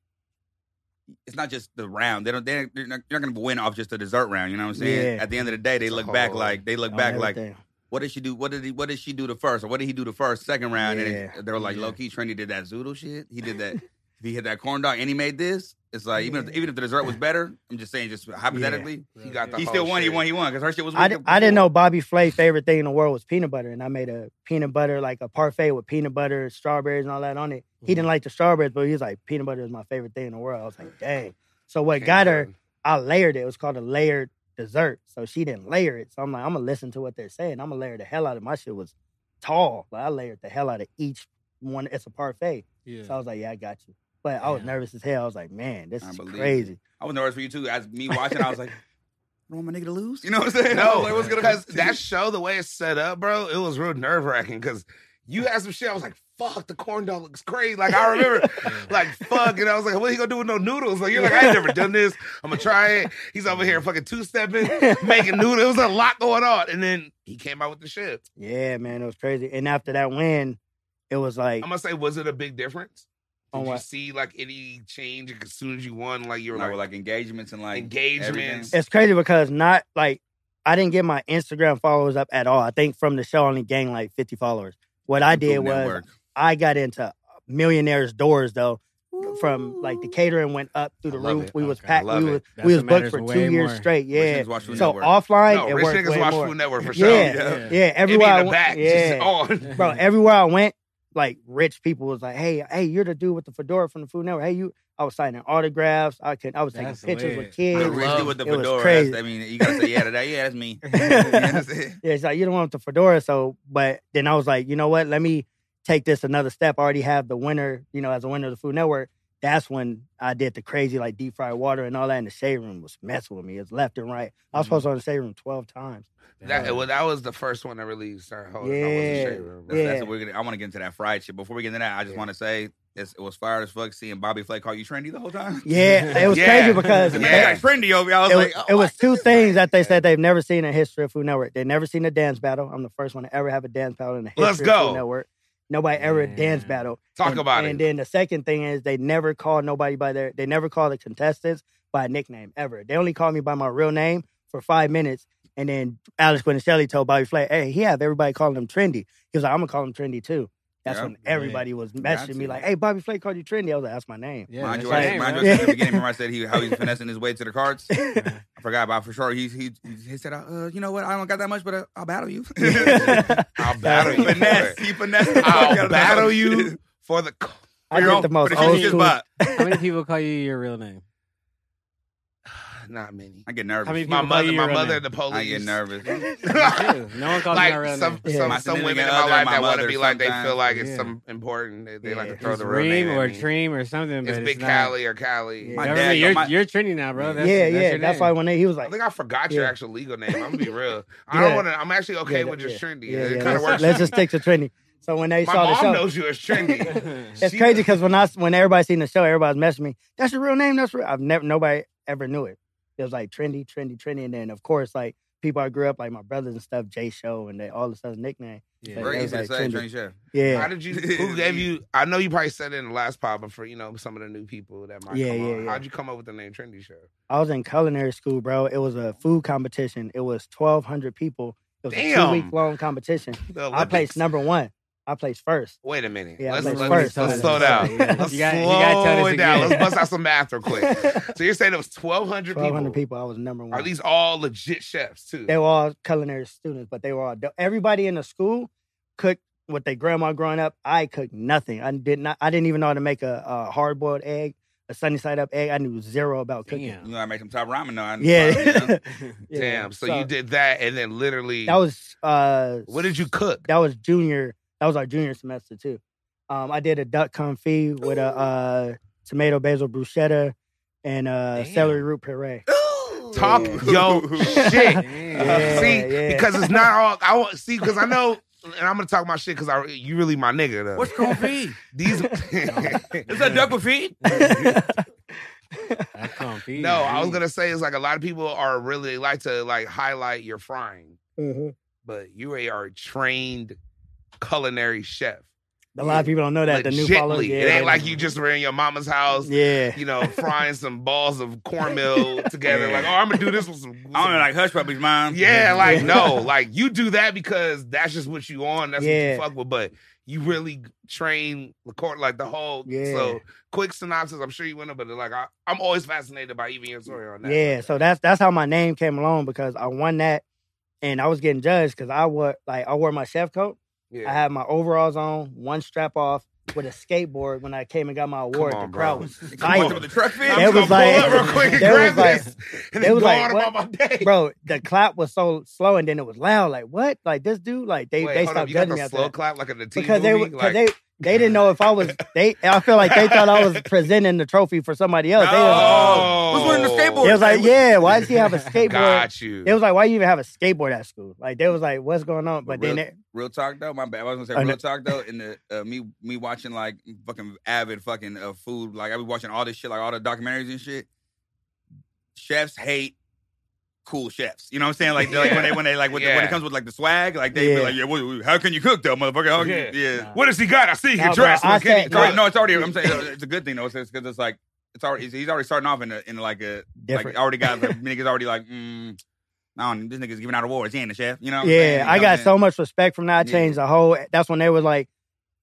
Speaker 4: it's not just the round. They don't. They, they're not, you're not gonna win off just the dessert round. You know what I'm saying?
Speaker 5: Yeah.
Speaker 4: At the end of the day, they
Speaker 2: It's a
Speaker 4: look back
Speaker 2: whole-
Speaker 4: like they look
Speaker 5: On
Speaker 4: back like
Speaker 5: Oh, everything.
Speaker 4: what did she do? What did he? What did she do the first? Or what did he do the first, second round? And
Speaker 5: Yeah.
Speaker 4: it- they were like,
Speaker 3: Yeah.
Speaker 4: low key, Trinity did that zoodle shit. He did <laughs> that. if he hit that corn dog and he made this, it's like even if, even if the dessert was better, I'm just saying, just hypothetically,
Speaker 2: He got the
Speaker 4: he still
Speaker 2: whole
Speaker 4: won. He
Speaker 2: shit.
Speaker 4: won. He won because her shit was.
Speaker 5: I,
Speaker 4: weak
Speaker 5: di- I didn't
Speaker 4: before.
Speaker 5: know Bobby Flay's favorite thing in the world was peanut butter, and I made a peanut butter like a parfait with peanut butter, strawberries, and all that on it. He didn't like the strawberries, but he was like, "Peanut butter is my favorite thing in the world." I was like, "Dang!" So what
Speaker 2: Can't
Speaker 5: got
Speaker 2: do
Speaker 5: her?
Speaker 2: it.
Speaker 5: I layered it. It was called a layered dessert. So she didn't layer it. So I'm like, I'm gonna listen to what they're saying. I'm gonna layer the hell out of it. my shit was tall. Like I layered the hell out of each one. It's a parfait.
Speaker 3: Yeah.
Speaker 5: So I was like, "Yeah, I got you." But I was
Speaker 3: Damn.
Speaker 5: nervous as hell. I was like, "Man, this
Speaker 4: I
Speaker 5: is
Speaker 4: believe
Speaker 2: <laughs>
Speaker 4: it.
Speaker 5: crazy." <laughs>
Speaker 4: I was nervous for you too. As <laughs> me watching, I was like, I don't want my nigga to lose. You know what I'm <laughs> saying? I
Speaker 2: No,
Speaker 4: was like, what's gonna
Speaker 2: because that show, the way it's set up, bro, it was real nerve wracking. Because you had some shit, I was like, "Fuck, the corn dog looks crazy." Like I <laughs> remember,
Speaker 5: <laughs>
Speaker 2: like fuck, and I was like, "What he gonna do with no noodles?" Like you're like, "I ain't never done this. I'm gonna try it." He's over here fucking two stepping,
Speaker 5: <laughs>
Speaker 2: making noodles. It was a lot going on, and then he came out with the shit.
Speaker 5: Yeah, man, it was crazy. And after that win, it was like
Speaker 2: I'm gonna say, was it a big difference? Did
Speaker 5: On
Speaker 2: you
Speaker 5: what?
Speaker 2: see like any change like, as soon as you won? Like you were
Speaker 4: No,
Speaker 2: like,
Speaker 4: with, like engagements and like
Speaker 2: engagements.
Speaker 5: it's crazy because not like I didn't get my Instagram followers up at all. I think from the show I only gained like 50 followers. What I did
Speaker 4: Food
Speaker 5: was
Speaker 4: Network.
Speaker 5: I got into millionaires' doors though. From like the catering went up through the
Speaker 2: I love
Speaker 5: roof.
Speaker 2: it.
Speaker 5: We was
Speaker 3: Okay.
Speaker 5: packed.
Speaker 2: Love
Speaker 5: We was,
Speaker 2: it.
Speaker 3: That's
Speaker 5: we
Speaker 3: what
Speaker 5: was booked
Speaker 3: matters
Speaker 5: for
Speaker 3: way
Speaker 5: two years
Speaker 3: more.
Speaker 5: straight.
Speaker 4: Rich
Speaker 5: Yeah.
Speaker 4: niggas watch Food
Speaker 5: So
Speaker 4: Network.
Speaker 5: offline,
Speaker 2: No,
Speaker 5: it
Speaker 2: rich
Speaker 5: worked
Speaker 2: niggas
Speaker 5: way
Speaker 2: watch
Speaker 5: more.
Speaker 2: Food Network for
Speaker 5: Yeah.
Speaker 2: sure.
Speaker 5: Yeah. Yeah,
Speaker 2: It be
Speaker 5: everywhere
Speaker 2: in
Speaker 5: I
Speaker 2: the
Speaker 5: went,
Speaker 2: back,
Speaker 5: yeah,
Speaker 2: just on.
Speaker 3: <laughs>
Speaker 4: <laughs>
Speaker 5: bro, everywhere I went, like rich people was like, "Hey, hey, you're the dude with the fedora from the Food Network. Hey, you." I was signing autographs. I could. I was taking
Speaker 3: That's
Speaker 5: pictures
Speaker 3: lit.
Speaker 5: with kids. <laughs>
Speaker 4: The <laughs> rich dude with the
Speaker 5: it was
Speaker 4: fedora.
Speaker 5: crazy.
Speaker 4: That's- I mean, you gotta say yeah to that. Yeah, that's <laughs>
Speaker 5: <laughs>
Speaker 4: me.
Speaker 5: Yeah, it's like you don't want the fedora. So, but then I was like, you know what? Let me take this another step. I already have the winner, you know, as a winner of the Food Network. That's when I did the crazy like deep fried water and all that. And the shade room was messing with me. It's left and right. I was supposed to go in the shade room twelve times.
Speaker 2: That, well, that was the first one that released. Sir, hold on, I wasn't
Speaker 5: Yeah.
Speaker 2: sure, bro.
Speaker 4: That's,
Speaker 5: Yeah.
Speaker 4: that's what we're gonna. I want to get into that fried shit. Before we get into that, I just
Speaker 2: Yeah.
Speaker 4: want to say it's, it was fire as fuck seeing Bobby Flay call you trendy the whole time.
Speaker 5: Yeah, it was
Speaker 2: Yeah.
Speaker 5: crazy because
Speaker 4: The
Speaker 2: Yeah.
Speaker 4: <laughs> man got trendy over. here. I was
Speaker 5: it,
Speaker 4: like,
Speaker 5: was,
Speaker 4: oh,
Speaker 5: it was
Speaker 4: my
Speaker 5: two
Speaker 4: goodness.
Speaker 5: things that they said they've never seen in the history of Food Network. They've never seen a dance battle. I'm the first one to ever have a dance battle in the history
Speaker 2: Let's
Speaker 5: of
Speaker 2: go.
Speaker 5: Food Network. Nobody ever dance
Speaker 3: Yeah.
Speaker 5: battle.
Speaker 2: Talk
Speaker 5: and,
Speaker 2: about
Speaker 5: And
Speaker 2: it.
Speaker 5: then the second thing is they never called nobody by their they never called the contestants by a nickname ever. They only called me by my real name for five minutes. And then Alex Quinicelli told Bobby Flay, hey, he have everybody calling him trendy. He was like, I'm gonna call him trendy too. That's
Speaker 4: Yeah.
Speaker 5: when everybody was
Speaker 4: Got
Speaker 5: messaging me
Speaker 4: you.
Speaker 5: like, hey, Bobby Flay called you trendy. I was like, that's my name.
Speaker 4: <laughs>
Speaker 3: Yeah,
Speaker 4: mind
Speaker 3: that's
Speaker 4: you,
Speaker 5: right,
Speaker 4: I, mind
Speaker 5: right?
Speaker 4: you, I said
Speaker 5: Yeah. <laughs>
Speaker 4: at the beginning, remember I said he, how he's finessing his way to the cards. I forgot, but for sure he he, he said, uh, you know what? I don't got that much, but uh, I'll battle you. <laughs>
Speaker 2: I'll battle you. For
Speaker 4: finesse.
Speaker 2: it.
Speaker 4: <laughs> He finessed. the fuck
Speaker 2: <laughs>
Speaker 4: out
Speaker 2: I'll
Speaker 4: of
Speaker 2: battle
Speaker 4: that. <laughs>
Speaker 2: you for the. c-
Speaker 5: <laughs> I
Speaker 4: Your own-
Speaker 5: did the most
Speaker 4: but if you
Speaker 5: old
Speaker 4: just
Speaker 5: school.
Speaker 4: bought-
Speaker 3: How many people call you your real name?
Speaker 5: <laughs>
Speaker 2: Not many.
Speaker 4: I get
Speaker 3: How many
Speaker 4: nervous.
Speaker 3: people
Speaker 2: My
Speaker 3: call
Speaker 2: mother,
Speaker 3: you
Speaker 2: my
Speaker 3: your real
Speaker 2: mother,
Speaker 3: name?
Speaker 2: and the police.
Speaker 4: I get
Speaker 5: <laughs>
Speaker 4: nervous.
Speaker 3: Me too. No one calls me my
Speaker 2: <laughs>
Speaker 3: real
Speaker 2: like some
Speaker 5: Yeah.
Speaker 2: some,
Speaker 5: My
Speaker 2: some
Speaker 4: significant
Speaker 2: women in my
Speaker 4: other,
Speaker 2: life
Speaker 4: my
Speaker 2: that want to
Speaker 4: mother
Speaker 2: be like they feel
Speaker 4: sometimes.
Speaker 2: like it's
Speaker 3: Yeah.
Speaker 2: some important. They, they like to
Speaker 5: Yeah.
Speaker 2: throw
Speaker 3: name.
Speaker 2: the real
Speaker 3: Dream
Speaker 2: name. at
Speaker 3: or
Speaker 2: me.
Speaker 3: Dream or something.
Speaker 2: It's
Speaker 3: But
Speaker 2: Big
Speaker 3: not-
Speaker 2: Cali or Cali.
Speaker 5: Yeah.
Speaker 4: My
Speaker 3: Never
Speaker 4: dad
Speaker 3: mind,
Speaker 4: go,
Speaker 3: you're,
Speaker 4: my-
Speaker 3: you're trendy now, bro. That's,
Speaker 5: yeah,
Speaker 3: that's
Speaker 5: yeah.
Speaker 3: Your
Speaker 5: That's
Speaker 3: name.
Speaker 5: why when they, he was
Speaker 2: I
Speaker 5: like,
Speaker 2: think I forgot your
Speaker 5: Yeah.
Speaker 2: actual legal name. I'm gonna be
Speaker 5: <laughs>
Speaker 2: real. I don't
Speaker 5: Yeah.
Speaker 2: want to. I'm actually okay
Speaker 5: Yeah,
Speaker 2: with just
Speaker 5: yeah.
Speaker 2: trendy.
Speaker 5: Yeah,
Speaker 2: it
Speaker 5: yeah,
Speaker 2: kind of
Speaker 5: let's,
Speaker 2: works.
Speaker 5: let's just stick to trendy. So when they
Speaker 2: my
Speaker 5: saw the
Speaker 2: mom
Speaker 5: show,
Speaker 2: knows you as
Speaker 3: <laughs>
Speaker 2: trendy.
Speaker 5: <laughs>
Speaker 2: <laughs>
Speaker 5: it's
Speaker 2: She-
Speaker 5: crazy because when I when everybody seen the show, everybody's messaging me. That's your real name. That's real. I've never nobody ever knew it. It was like trendy, trendy, trendy, and then of course like people I grew up like my brothers and stuff, Jay Show, and they all this other nickname. <laughs>
Speaker 3: Yeah.
Speaker 5: Like,
Speaker 4: Very
Speaker 5: it
Speaker 4: easy to
Speaker 5: was like
Speaker 4: say,
Speaker 5: trendy.
Speaker 4: Johnny Chef.
Speaker 2: How
Speaker 5: Yeah,
Speaker 2: did you?
Speaker 5: <laughs>
Speaker 2: Who gave you? I know you probably said it in the last pod, but for you know some of the new people that might
Speaker 5: Yeah,
Speaker 2: come
Speaker 5: yeah,
Speaker 2: on,
Speaker 5: yeah.
Speaker 2: how'd you come up with the name Trendy Show?
Speaker 5: I was in culinary school, bro. It was a food competition. It was twelve hundred people. It was
Speaker 2: Damn.
Speaker 5: a two week long competition.
Speaker 2: The
Speaker 5: I
Speaker 2: Olympics.
Speaker 5: placed number one. I placed first.
Speaker 2: Wait a minute.
Speaker 5: Yeah, I
Speaker 2: let's
Speaker 5: placed
Speaker 2: let's,
Speaker 5: first.
Speaker 2: let's
Speaker 5: I
Speaker 2: slow down.
Speaker 5: placed
Speaker 2: Let's
Speaker 3: You got- you
Speaker 2: slow
Speaker 3: gotta tell this
Speaker 2: it down.
Speaker 3: again.
Speaker 2: Let's bust out some math real
Speaker 5: <laughs>
Speaker 2: quick. so you're saying it was 1,200
Speaker 5: Twelve
Speaker 2: people.
Speaker 5: hundred people. I was number one.
Speaker 2: Are these all legit chefs too?
Speaker 5: they were all culinary students, but they were all everybody in the school cooked with their grandma growing up. I cooked nothing. I did not. I didn't even know how to make a, a hard boiled egg, a sunny side up egg. I knew zero about cooking.
Speaker 4: You
Speaker 3: Damn.
Speaker 4: know, I make some top ramen though. I-
Speaker 5: <laughs> Yeah. Yeah.
Speaker 2: Damn. So, you did that, and then literally,
Speaker 5: That was uh.
Speaker 2: what did you cook?
Speaker 5: That was junior. That was our junior semester too. Um, I did a duck confit with a uh, tomato basil bruschetta and uh,
Speaker 3: Damn.
Speaker 5: celery root puree. <laughs>
Speaker 4: Ooh,
Speaker 2: Talk
Speaker 5: Yeah.
Speaker 2: yo
Speaker 3: <laughs>
Speaker 4: <laughs>
Speaker 5: <laughs>
Speaker 2: shit.
Speaker 5: Yeah,
Speaker 2: Uh, see,
Speaker 5: yeah.
Speaker 2: because it's not all. I want see because I know, and I'm gonna talk my shit because I you really my nigga though.
Speaker 4: What's cold feed?
Speaker 5: <laughs>
Speaker 2: These
Speaker 4: Is that duck with feet?
Speaker 3: <laughs>
Speaker 5: Mm-hmm.
Speaker 3: That's comfy.
Speaker 2: no, I was gonna say it's like a lot of people are really like to like highlight your frying,
Speaker 5: Mhm.
Speaker 2: but you are a trained culinary chef.
Speaker 5: A lot of people don't know that. The new followers.
Speaker 2: Legitly.
Speaker 5: Yeah,
Speaker 2: it ain't
Speaker 5: they
Speaker 2: like
Speaker 5: don't-
Speaker 2: you just were in your mama's house.
Speaker 5: Yeah.
Speaker 2: <laughs> You know, frying some balls of cornmeal
Speaker 5: <laughs>
Speaker 2: together. Like, oh, I'm gonna do this with some.
Speaker 4: I don't know, like hush puppies, mom.
Speaker 2: Yeah, like
Speaker 5: Yeah. <laughs>
Speaker 2: no, like you do that because that's just what you on. That's
Speaker 5: Yeah.
Speaker 2: what you fuck with. But you really train the court like the whole.
Speaker 5: Yeah.
Speaker 2: So quick synopsis. I'm sure you went up, but like I, I'm always fascinated by even your story on that.
Speaker 5: Yeah, so that's that's how my name came along because I won that, and I was getting judged because I wore like I wore my chef coat.
Speaker 2: yeah.
Speaker 5: I had my overalls on, one strap off, with a skateboard when I came and got my award.
Speaker 2: on,
Speaker 5: the
Speaker 2: bro.
Speaker 5: crowd
Speaker 2: <laughs>
Speaker 5: was
Speaker 4: Come
Speaker 5: tight,
Speaker 4: on, with the truck feed.
Speaker 2: I'm
Speaker 5: That
Speaker 2: just
Speaker 5: was
Speaker 2: gonna
Speaker 5: like-
Speaker 2: pull up real quick and
Speaker 5: that
Speaker 2: grab
Speaker 5: was like-
Speaker 2: this <laughs> and
Speaker 5: that
Speaker 2: then
Speaker 5: was
Speaker 2: go
Speaker 5: like,
Speaker 2: on
Speaker 5: what?
Speaker 2: about my day.
Speaker 5: bro. The clap was so slow, and then it was loud. Like what? Like this dude? Like they
Speaker 2: Wait,
Speaker 5: they
Speaker 2: hold up,
Speaker 5: stopped
Speaker 2: you got
Speaker 5: judging
Speaker 2: the
Speaker 5: me after
Speaker 2: slow
Speaker 5: that.
Speaker 2: clap like in the TV
Speaker 5: because they were
Speaker 2: movie. like,
Speaker 5: because they they didn't know if
Speaker 2: <laughs>
Speaker 5: I was they. I feel like they thought I was presenting the trophy for somebody else. They was,
Speaker 2: Oh.
Speaker 4: Who's wearing the skateboard?
Speaker 5: it was
Speaker 2: <laughs>
Speaker 5: like, yeah, why does he have a skateboard?
Speaker 2: got you.
Speaker 5: It was like, why you even have a skateboard at school? Like they was like, what's going on?
Speaker 4: But
Speaker 5: But
Speaker 4: real-
Speaker 5: then it,
Speaker 4: Real talk though, my bad. I was gonna say
Speaker 5: Oh,
Speaker 4: real
Speaker 5: no.
Speaker 4: talk though. In the uh, me me watching like fucking avid fucking uh, food, like I be watching all this shit, like all the documentaries and shit. Chefs hate cool chefs. You know what I'm saying? Like, they're, like when they when they like with the, when
Speaker 2: Yeah.
Speaker 4: it comes with like the swag, like they be
Speaker 5: Yeah.
Speaker 4: like, yeah, what, how can you cook though, motherfucker? How can you- yeah.
Speaker 2: what does he got? I see
Speaker 5: Nah,
Speaker 2: your
Speaker 5: bro,
Speaker 2: dress.
Speaker 5: I
Speaker 2: Look at
Speaker 5: said-
Speaker 2: it.
Speaker 4: It's already-
Speaker 2: Go-
Speaker 4: no, it's already. I'm saying it's it's a good thing though, because it's, like it's already he's already starting off in a, in like a
Speaker 5: different.
Speaker 4: like already got like, niggas already like. Mm, I don't, this nigga's giving out awards. He ain't a chef, you know. what I'm saying?
Speaker 5: yeah,
Speaker 4: You know
Speaker 5: I
Speaker 4: what I'm
Speaker 5: got
Speaker 4: saying?
Speaker 5: so much respect from that. I
Speaker 4: Yeah.
Speaker 5: changed the whole. That's when they was like,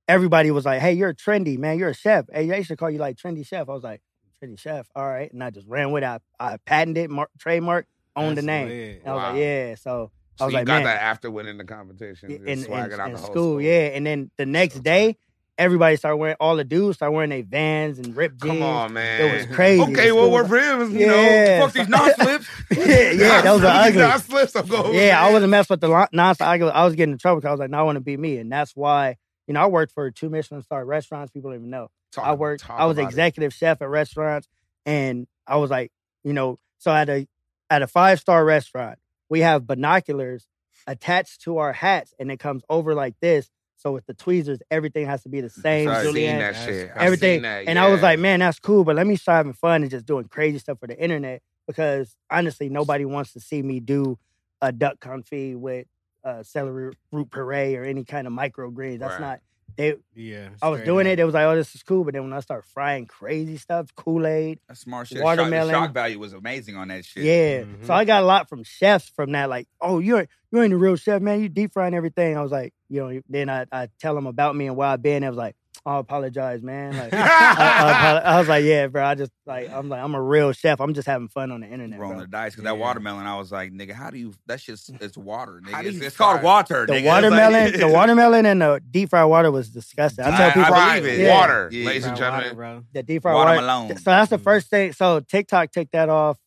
Speaker 5: everybody was like, hey, you're trendy, man. You're a chef. Hey, they should call you like trendy chef. I was like, trendy chef. All right, and I just ran with it. I, I patented, mar- trademark, owned the name. And I was
Speaker 2: Wow.
Speaker 5: like, yeah. So I
Speaker 2: So
Speaker 5: was
Speaker 2: you
Speaker 5: like,
Speaker 2: got
Speaker 5: man.
Speaker 2: that after winning the competition,
Speaker 5: in,
Speaker 2: just
Speaker 5: in,
Speaker 2: swagging out
Speaker 5: in
Speaker 2: the
Speaker 5: school,
Speaker 2: whole
Speaker 5: yeah. And then the next day, everybody started wearing all the dudes started wearing their vans and ripped jeans.
Speaker 2: Come on, man.
Speaker 5: It was crazy.
Speaker 2: Okay,
Speaker 5: The
Speaker 2: well,
Speaker 5: school-
Speaker 2: we're friends, you know.
Speaker 5: Yeah.
Speaker 4: Fuck these non slips.
Speaker 5: <laughs> yeah, <laughs>
Speaker 2: <laughs>
Speaker 5: yeah, that was an ugly.
Speaker 2: I slips. I'm going.
Speaker 5: Yeah, I wasn't messing with the li- nonstop. I was, I was getting in trouble because I was like, no, I want to be me. And that's why, you know, I worked for two Michelin star restaurants. People don't even know.
Speaker 2: Talk-
Speaker 5: I worked,
Speaker 2: Oh, talk
Speaker 5: I was
Speaker 2: about it.
Speaker 5: executive chef at restaurants. And I was like, you know, so at a, at a five star restaurant, we have binoculars attached to our hats and it comes over like this. So with the tweezers, everything has to be the same.
Speaker 4: Sorry.
Speaker 2: I've seen
Speaker 5: Julianne,
Speaker 2: that shit. I've seen
Speaker 5: everything.
Speaker 2: that,
Speaker 5: and I was
Speaker 2: yeah. <laughs>
Speaker 5: like, man, that's cool, but let me start having fun and just doing crazy stuff for the internet because honestly, nobody wants to see me do a duck confit with uh, celery root puree or any kind of microgreens. That's
Speaker 2: Right.
Speaker 5: not. They,
Speaker 3: Yeah.
Speaker 5: I was doing it. It was like, oh, this is cool. But then when I start frying crazy stuff, Kool Aid,
Speaker 4: That's smart shit. Watermelon.
Speaker 5: Watermelon.
Speaker 4: Shock, the shock value was amazing on that shit.
Speaker 5: yeah.
Speaker 2: mm-hmm.
Speaker 3: Mhm.
Speaker 5: So I got a lot from chefs from that. Like, oh, you're you ain't a real chef, man. You deep frying everything. I was like, you know. Then I, I tell them about me and where I've been. I was like, I apologize, man. Like, I, I, apo- I was like, yeah, bro. I just like I'm like I'm a real chef. I'm just having fun on the internet,
Speaker 4: Rolling
Speaker 5: bro.
Speaker 4: the dice because that
Speaker 3: Yeah.
Speaker 4: watermelon, I was like, nigga, how do you? That shit's it's water,
Speaker 2: How
Speaker 4: nigga.
Speaker 2: do
Speaker 4: It's,
Speaker 2: you
Speaker 4: it's called
Speaker 2: fry-
Speaker 4: water.
Speaker 5: The
Speaker 4: nigga. It's
Speaker 5: watermelon,
Speaker 4: like- <laughs>
Speaker 5: the watermelon, and the deep fried water was disgusting. I tell
Speaker 4: I- I
Speaker 5: people
Speaker 2: Fried
Speaker 4: believe it.
Speaker 5: Yeah.
Speaker 2: water,
Speaker 4: Yeah.
Speaker 2: ladies and gentlemen.
Speaker 3: bro.
Speaker 5: the deep fried water.
Speaker 4: watermelon.
Speaker 5: So that's the
Speaker 3: Mhm.
Speaker 5: first thing. So TikTok took that off.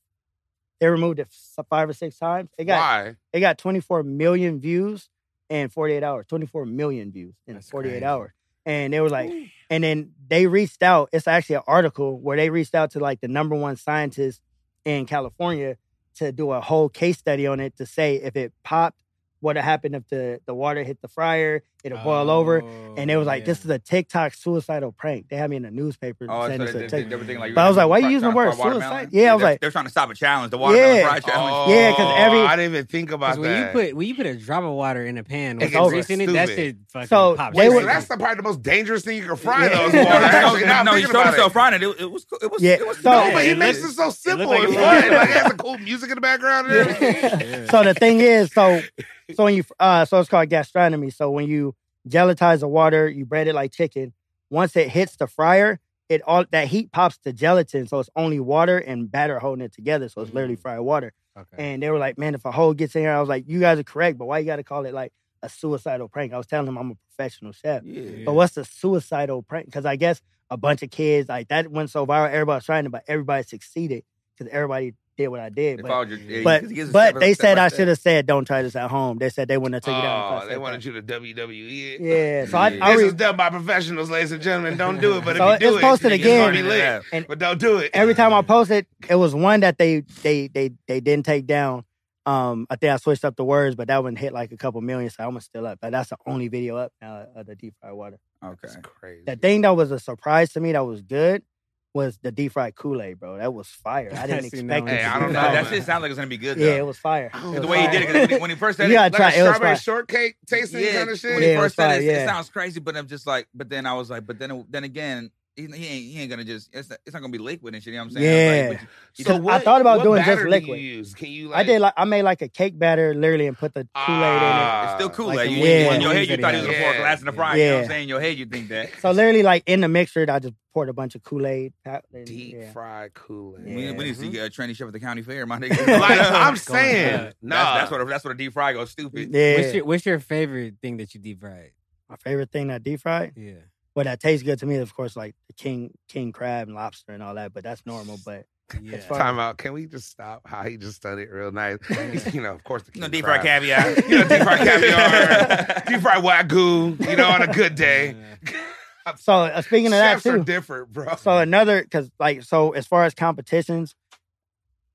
Speaker 5: They removed it f- five or six times. It got
Speaker 2: Why?
Speaker 5: It got 24 million views in 48 hours. 24 million views in
Speaker 3: That's
Speaker 5: 48
Speaker 3: crazy.
Speaker 5: hours. And they were like, and then they reached out. It's actually an article where they reached out to like the number one scientist in California to do a whole case study on it to say if it popped, what happened if the, the water hit the fryer, it'll boil
Speaker 4: Oh,
Speaker 5: over. And they was
Speaker 3: Oh,
Speaker 5: like, this is a TikTok suicidal prank. They had me in the newspaper
Speaker 4: Oh,
Speaker 5: saying
Speaker 4: so they,
Speaker 5: it's a
Speaker 4: they,
Speaker 5: TikTok.
Speaker 4: they, they were thinking like,
Speaker 5: But I was like, why you
Speaker 4: trying to
Speaker 5: using the
Speaker 4: fry
Speaker 5: word
Speaker 4: watermelon?
Speaker 5: suicide? Yeah, I was
Speaker 4: they're,
Speaker 5: like-
Speaker 4: they're trying to stop a challenge. The watermelon
Speaker 5: Yeah.
Speaker 4: fry challenge.
Speaker 5: Yeah, 'cause every-
Speaker 2: Oh, I didn't even think about
Speaker 3: Because
Speaker 2: that.
Speaker 3: when you put when you put a drop of water in a pan with
Speaker 2: It's over.
Speaker 3: grease in it, that
Speaker 2: Stupid.
Speaker 3: shit fucking
Speaker 5: So,
Speaker 3: pops.
Speaker 5: they
Speaker 2: Wait, so
Speaker 5: were-
Speaker 2: that's the probably the most dangerous thing you can fry
Speaker 5: Yeah.
Speaker 2: those
Speaker 5: No,
Speaker 2: water.
Speaker 5: <laughs> no,
Speaker 2: Actually, now I'm
Speaker 4: no, he
Speaker 2: thinking
Speaker 4: showed
Speaker 2: about it.
Speaker 4: himself frying it. It, it was, it was,
Speaker 5: Yeah.
Speaker 4: it was.
Speaker 5: So-
Speaker 2: No,
Speaker 5: Yeah,
Speaker 2: but he
Speaker 3: it
Speaker 2: makes
Speaker 3: looked-
Speaker 2: it so simple.
Speaker 3: looked like
Speaker 2: it's
Speaker 3: it
Speaker 2: fun.
Speaker 3: was-
Speaker 2: Like, it has the cool music in the background. And
Speaker 5: <laughs>
Speaker 2: everything. <laughs>
Speaker 3: Yeah.
Speaker 5: so the thing is, so so when you uh, so it's called gastronomy. So when you gelatize the water, you bread it like chicken. Once it hits the fryer, it all that heat pops the gelatin, so it's only water and batter holding it together. So it's literally
Speaker 3: Mm.
Speaker 5: fried water.
Speaker 3: Okay.
Speaker 5: And they were like, "Man, if a hole gets in here," I was like, "You guys are correct, but why you got to call it like a suicidal prank?" I was telling them I'm a professional chef,
Speaker 4: Yeah.
Speaker 3: Yeah.
Speaker 5: but what's a suicidal prank? Because I guess a bunch of kids like that went so viral, everybody was trying it, but everybody succeeded because everybody did what I did.
Speaker 4: If
Speaker 5: But
Speaker 4: I was your- yeah, he
Speaker 5: but,
Speaker 4: gives- he gives a
Speaker 5: but
Speaker 4: step-
Speaker 5: they
Speaker 4: step
Speaker 5: said
Speaker 4: like
Speaker 5: I
Speaker 4: that.
Speaker 5: should have said don't try this at home. They said they wouldn't have took it down. if
Speaker 2: Oh,
Speaker 5: I
Speaker 2: they
Speaker 5: said
Speaker 2: wanted
Speaker 5: that.
Speaker 2: you to WWE it.
Speaker 5: Yeah, so I,
Speaker 4: Yeah.
Speaker 5: I
Speaker 2: This
Speaker 5: re-
Speaker 2: is done by professionals, ladies and gentlemen. Don't do it, but
Speaker 5: So
Speaker 2: if you do
Speaker 5: it's
Speaker 2: it,
Speaker 5: posted
Speaker 2: it's
Speaker 5: again.
Speaker 2: already lit.
Speaker 5: And-
Speaker 2: But don't do it.
Speaker 5: every time
Speaker 4: <laughs>
Speaker 5: I posted, it was one that they they they they didn't take down. Um, I think I switched up the words, but that one hit like a couple million, so I was still up. But that's the only video up now of the deep fried water.
Speaker 4: Okay.
Speaker 2: That's crazy.
Speaker 5: The thing that was a surprise to me that was good was the deep fried Kool Aid, bro. That was fire. <laughs> I didn't
Speaker 3: I seen
Speaker 5: expect
Speaker 3: that
Speaker 5: it.
Speaker 2: one. Hey,
Speaker 5: to
Speaker 2: I
Speaker 5: be
Speaker 2: don't
Speaker 5: that
Speaker 2: know,
Speaker 4: <laughs> Nah,
Speaker 5: good.
Speaker 4: that
Speaker 2: man.
Speaker 4: shit sounded like it's gonna be good.
Speaker 5: Yeah,
Speaker 4: though.
Speaker 5: it was fire.
Speaker 4: Cause the way he did it, 'cause when he- when he
Speaker 5: <laughs>
Speaker 4: first said
Speaker 5: You
Speaker 4: it,
Speaker 5: gotta
Speaker 2: like
Speaker 5: try-
Speaker 2: a
Speaker 5: it was
Speaker 2: strawberry
Speaker 5: fire.
Speaker 2: shortcake tasting
Speaker 4: yeah,
Speaker 2: kind of
Speaker 4: when
Speaker 2: shit.
Speaker 5: Yeah,
Speaker 4: he
Speaker 5: it was
Speaker 4: first said
Speaker 5: fire,
Speaker 4: it,
Speaker 5: yeah.
Speaker 4: it sounds crazy, but I'm just like, but then I was like, but then then again, he, he ain't he ain't gonna just it's not, it's not gonna be liquid and shit. You know what I'm saying?
Speaker 5: Yeah.
Speaker 4: Like, but
Speaker 5: So I thought about
Speaker 2: what
Speaker 5: doing just
Speaker 2: batter do
Speaker 5: liquid.
Speaker 2: you use? Can you like?
Speaker 5: I did like I made like a cake batter literally and put the Kool Aid in it.
Speaker 2: Ah.
Speaker 4: it's still cool. Like,
Speaker 5: Like
Speaker 4: you,
Speaker 5: the
Speaker 4: you- in your
Speaker 3: wings
Speaker 4: head, you
Speaker 3: that
Speaker 4: thought
Speaker 3: he
Speaker 4: he was a
Speaker 2: had.
Speaker 4: fork,
Speaker 2: Yeah.
Speaker 4: glass in the fry. You know what
Speaker 5: Yeah.
Speaker 4: I'm saying? In your head, you think
Speaker 5: <laughs>
Speaker 4: that.
Speaker 5: So literally, like in the mixer, I just poured a bunch of Kool Aid.
Speaker 2: Deep
Speaker 5: Yeah. Mm-hmm.
Speaker 2: fried Kool Aid.
Speaker 4: We,
Speaker 5: Yeah.
Speaker 4: we need to see a training chef at the county fair, my nigga.
Speaker 5: <laughs>
Speaker 2: like I'm
Speaker 3: Going
Speaker 2: saying,
Speaker 3: up.
Speaker 2: nah.
Speaker 4: that's, that's what a, that's what a deep fry goes stupid.
Speaker 5: Yeah.
Speaker 3: What's your What's your favorite thing that you deep fried?
Speaker 5: My favorite thing that deep fried.
Speaker 3: Yeah.
Speaker 5: Well, that tastes good to me, is, of course, like the king king crab and lobster and all that, but that's normal. But
Speaker 3: Yeah.
Speaker 5: fine.
Speaker 2: Time out. Can we just stop? How he just done it real nice. <laughs> you know, of course, the
Speaker 4: You know,
Speaker 2: king
Speaker 4: deep fry
Speaker 2: crab.
Speaker 4: caviar.
Speaker 2: You know, deep
Speaker 5: <laughs>
Speaker 2: fried caviar. deep fried wagyu. You know, on a good day.
Speaker 5: so uh, speaking of that
Speaker 2: Chefs are
Speaker 5: too,
Speaker 2: different, bro.
Speaker 5: so another because like so as far as competitions,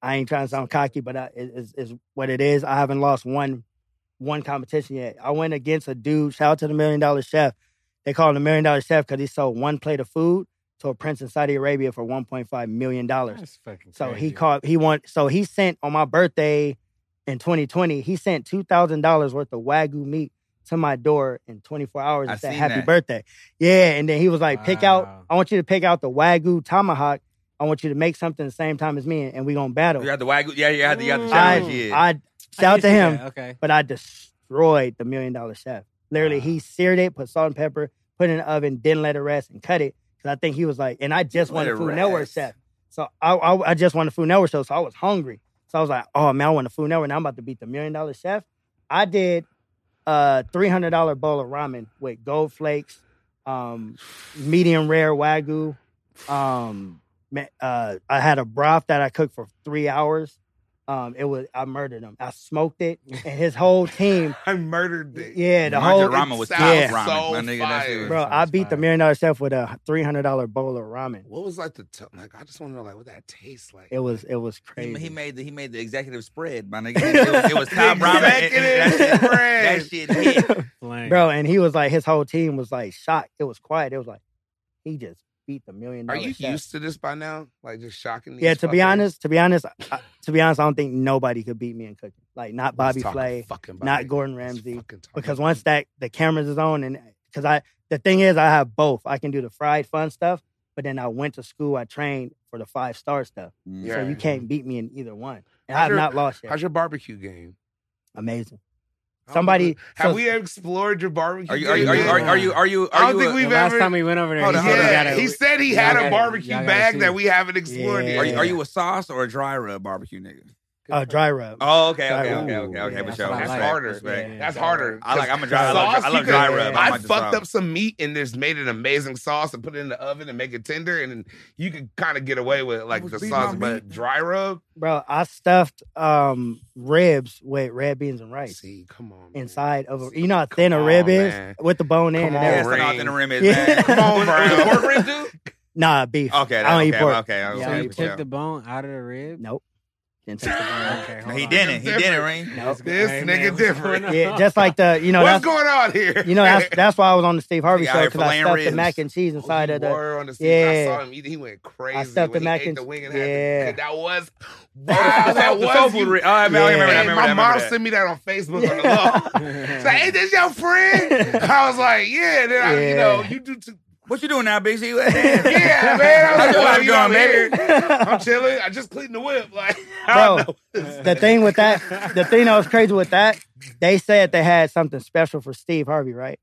Speaker 5: I ain't trying to sound cocky, but I, it, it's, it's what it is. I haven't lost one one competition yet. I went against a dude. Shout out to the million dollar chef. They call him the million dollar chef because he sold one plate of food to a prince in Saudi Arabia for one point five million dollars.
Speaker 3: That's fucking
Speaker 5: So he
Speaker 3: crazy.
Speaker 5: called. He want. So he sent on my birthday in 2020. He sent two thousand dollars worth of wagyu meat to my door in 24 hours
Speaker 4: I
Speaker 5: and said,
Speaker 4: seen
Speaker 5: "Happy
Speaker 4: that.
Speaker 5: birthday." Yeah, and then he was like, "Pick out.
Speaker 3: Wow.
Speaker 5: I want you to pick out the wagyu tomahawk. I want you to make something the same time as me, and, and we gonna battle."
Speaker 4: You had the wagyu. Yeah, you had the, you had the
Speaker 3: Mm.
Speaker 5: I,
Speaker 4: challenge. Yeah.
Speaker 5: I shout out
Speaker 3: did
Speaker 5: to
Speaker 3: see
Speaker 5: him,
Speaker 3: that. Okay.
Speaker 5: <laughs> but I destroyed the million dollar chef. Literally,
Speaker 3: Wow.
Speaker 5: he seared it, put salt and pepper, put it in the oven, didn't let it rest, and cut it. Cause I think he was like, and I just won
Speaker 4: Let
Speaker 5: the
Speaker 4: it
Speaker 5: Food Network
Speaker 4: rest.
Speaker 5: chef. So I, I I just won the Food Network show, so I was hungry. So I was like, oh man, I won the Food Network, now I'm about to beat the million dollar chef. I did a three hundred dollar bowl of ramen with gold flakes, um, medium rare wagyu. Um, ma- uh, I had a broth that I cooked for three hours. Um, it was I murdered him. I smoked it, and his
Speaker 2: <laughs>
Speaker 5: whole team.
Speaker 2: I murdered it.
Speaker 5: Yeah, the
Speaker 4: Mind
Speaker 5: whole
Speaker 4: your ramen was
Speaker 2: South
Speaker 4: top
Speaker 5: Yeah.
Speaker 4: ramen,
Speaker 2: so
Speaker 4: my nigga. That shit
Speaker 2: fire.
Speaker 4: was-
Speaker 5: Bro,
Speaker 3: Sounds
Speaker 5: I beat the
Speaker 3: fire.
Speaker 5: million dollar chef with a three hundred dollar bowl of ramen.
Speaker 2: What was like the t- like? I just want to know like what that tastes like. <laughs>
Speaker 5: It was it was
Speaker 4: He,
Speaker 5: crazy.
Speaker 4: he made the he made the executive spread, my nigga. It was, it
Speaker 2: <laughs>
Speaker 4: was top ramen. It-
Speaker 2: Executive
Speaker 4: it- that
Speaker 2: spread.
Speaker 4: shit- That shit hit.
Speaker 3: Flame.
Speaker 5: <laughs> Bro, and he was like his whole team was like shocked. It was quiet. It was like he just beat the million
Speaker 2: Are
Speaker 5: dollar.
Speaker 2: you
Speaker 5: chef.
Speaker 2: used to this by now? Like just shocking. These
Speaker 5: Yeah, to be
Speaker 2: fuckers?
Speaker 5: honest, to be honest, I, to be honest, I don't think nobody could beat me in cooking. Like not
Speaker 2: Let's
Speaker 5: Bobby
Speaker 2: talk
Speaker 5: Flay,
Speaker 2: fucking Bobby.
Speaker 5: not Gordon
Speaker 2: Let's
Speaker 5: Ramsay.
Speaker 2: fucking talk
Speaker 5: Because
Speaker 2: about
Speaker 5: once that the cameras is on and because I the thing is I have both. I can do the fried fun stuff, but then I went to school, I trained for the five star stuff.
Speaker 4: Mm.
Speaker 2: Yeah.
Speaker 5: So you can't beat me in either one. And
Speaker 2: How's
Speaker 5: I've
Speaker 2: your-
Speaker 5: not lost
Speaker 2: it.
Speaker 5: yet.
Speaker 2: How's your barbecue game?
Speaker 5: Amazing.
Speaker 2: I don't
Speaker 5: Somebody-
Speaker 2: think we- have
Speaker 5: so-
Speaker 2: we explored your barbecue?
Speaker 4: Are you are you are you
Speaker 2: game?
Speaker 4: are you are you? Are you,
Speaker 2: I don't think
Speaker 4: a-
Speaker 2: we've
Speaker 3: the last
Speaker 2: ever-
Speaker 3: time we went over there,
Speaker 4: Hold
Speaker 3: he
Speaker 4: on,
Speaker 3: said
Speaker 4: hold
Speaker 3: we
Speaker 4: on.
Speaker 2: yeah,
Speaker 3: gotta-
Speaker 2: he said he had
Speaker 3: y'all
Speaker 2: a
Speaker 3: gotta-
Speaker 2: barbecue
Speaker 3: y'all gotta
Speaker 2: bag
Speaker 3: see.
Speaker 2: that we haven't explored
Speaker 5: Yeah.
Speaker 4: Are
Speaker 2: yet.
Speaker 4: you, are you a sauce or a dry rub barbecue nigga?
Speaker 5: Oh, dry rub.
Speaker 4: Oh, okay, okay,
Speaker 5: Dry rub.
Speaker 4: okay, okay, okay.
Speaker 3: Yeah,
Speaker 4: but
Speaker 3: that's
Speaker 4: sure.
Speaker 3: what I
Speaker 4: Respect,
Speaker 3: like.
Speaker 2: Harder.
Speaker 4: respect.
Speaker 3: Yeah.
Speaker 2: That's harder.
Speaker 4: I like. I'm a dry. I love,
Speaker 2: Sauce,
Speaker 4: I
Speaker 2: you
Speaker 4: love
Speaker 2: could-
Speaker 4: dry rub.
Speaker 2: I
Speaker 4: I'm like the
Speaker 2: fucked
Speaker 4: sauce.
Speaker 2: up some meat and just made an amazing sauce and put it in the oven and make it tender, and you could kind of get away with like
Speaker 4: was
Speaker 2: the
Speaker 4: beating
Speaker 2: sauce,
Speaker 4: my
Speaker 2: but
Speaker 4: meat.
Speaker 2: dry rub.
Speaker 5: Bro, I stuffed um ribs with red beans and rice
Speaker 2: See, come on, man.
Speaker 5: inside of a you know how
Speaker 2: Come
Speaker 5: thin a rib
Speaker 2: on,
Speaker 5: is
Speaker 2: man.
Speaker 5: with the bone
Speaker 2: Come
Speaker 5: in and
Speaker 2: on,
Speaker 4: Yeah,
Speaker 5: everything.
Speaker 4: it's
Speaker 2: Ring.
Speaker 4: not in the rim is
Speaker 5: Yeah.
Speaker 4: man.
Speaker 5: Come
Speaker 2: on,
Speaker 4: Was
Speaker 2: bro.
Speaker 4: it pork ribs, dude?
Speaker 5: Nah, beef.
Speaker 4: Okay,
Speaker 5: I don't
Speaker 4: okay,
Speaker 5: eat <laughs> pork.
Speaker 4: Okay, okay.
Speaker 5: Yeah,
Speaker 3: So
Speaker 5: I
Speaker 3: you
Speaker 5: eat
Speaker 3: took the bone out of the rib.
Speaker 5: Nope. Didn't
Speaker 2: <laughs>
Speaker 5: take the bone.
Speaker 3: Okay,
Speaker 4: No,
Speaker 3: hold
Speaker 4: he
Speaker 3: on.
Speaker 4: didn't.
Speaker 3: <laughs>
Speaker 4: He didn't ring.
Speaker 5: Nope.
Speaker 2: This
Speaker 3: Hey,
Speaker 2: nigga
Speaker 3: man, what's
Speaker 2: different.
Speaker 3: going on? <laughs>
Speaker 5: Yeah, just like the you know
Speaker 2: What's
Speaker 5: that's
Speaker 2: going on here?
Speaker 5: you know
Speaker 2: <laughs>
Speaker 5: that's that's why I was on the Steve Harvey
Speaker 4: See,
Speaker 5: show
Speaker 4: I
Speaker 5: because I
Speaker 4: fillet
Speaker 5: stuffed the
Speaker 4: ribs.
Speaker 5: mack and cheese
Speaker 2: Oh, he
Speaker 5: inside of the.
Speaker 2: wore on the yeah. I
Speaker 5: Yeah.
Speaker 2: saw him. He, he went crazy.
Speaker 5: stuffed
Speaker 2: when
Speaker 5: the
Speaker 2: he
Speaker 5: mac
Speaker 2: ate
Speaker 5: and-
Speaker 2: the wing and
Speaker 5: yeah.
Speaker 2: had the, that
Speaker 5: <laughs>
Speaker 2: was wow.
Speaker 4: Oh,
Speaker 2: that
Speaker 4: the soul
Speaker 2: was
Speaker 4: food
Speaker 2: you.
Speaker 4: rib. Oh, I remember, I remember, that, I
Speaker 2: Hey,
Speaker 4: remember,
Speaker 2: my
Speaker 4: that, I
Speaker 2: mom
Speaker 4: remember that.
Speaker 2: sent me that on Facebook on the
Speaker 5: <laughs>
Speaker 2: low. It's like, ain't this your friend? I was like, yeah. Then I, you
Speaker 5: Yeah.
Speaker 2: know, you do too.
Speaker 4: What you doing now, Big C?
Speaker 2: <laughs> Yeah, man. I was
Speaker 4: That's what
Speaker 2: like,
Speaker 4: I'm
Speaker 2: you know,
Speaker 4: doing,
Speaker 2: man.
Speaker 4: baby.
Speaker 2: I'm chilling. I just cleaned the whip. Like, <laughs> I don't
Speaker 5: <laughs> Bro, the thing with that, the thing that was crazy with that, they said they had something special for Steve Harvey, right?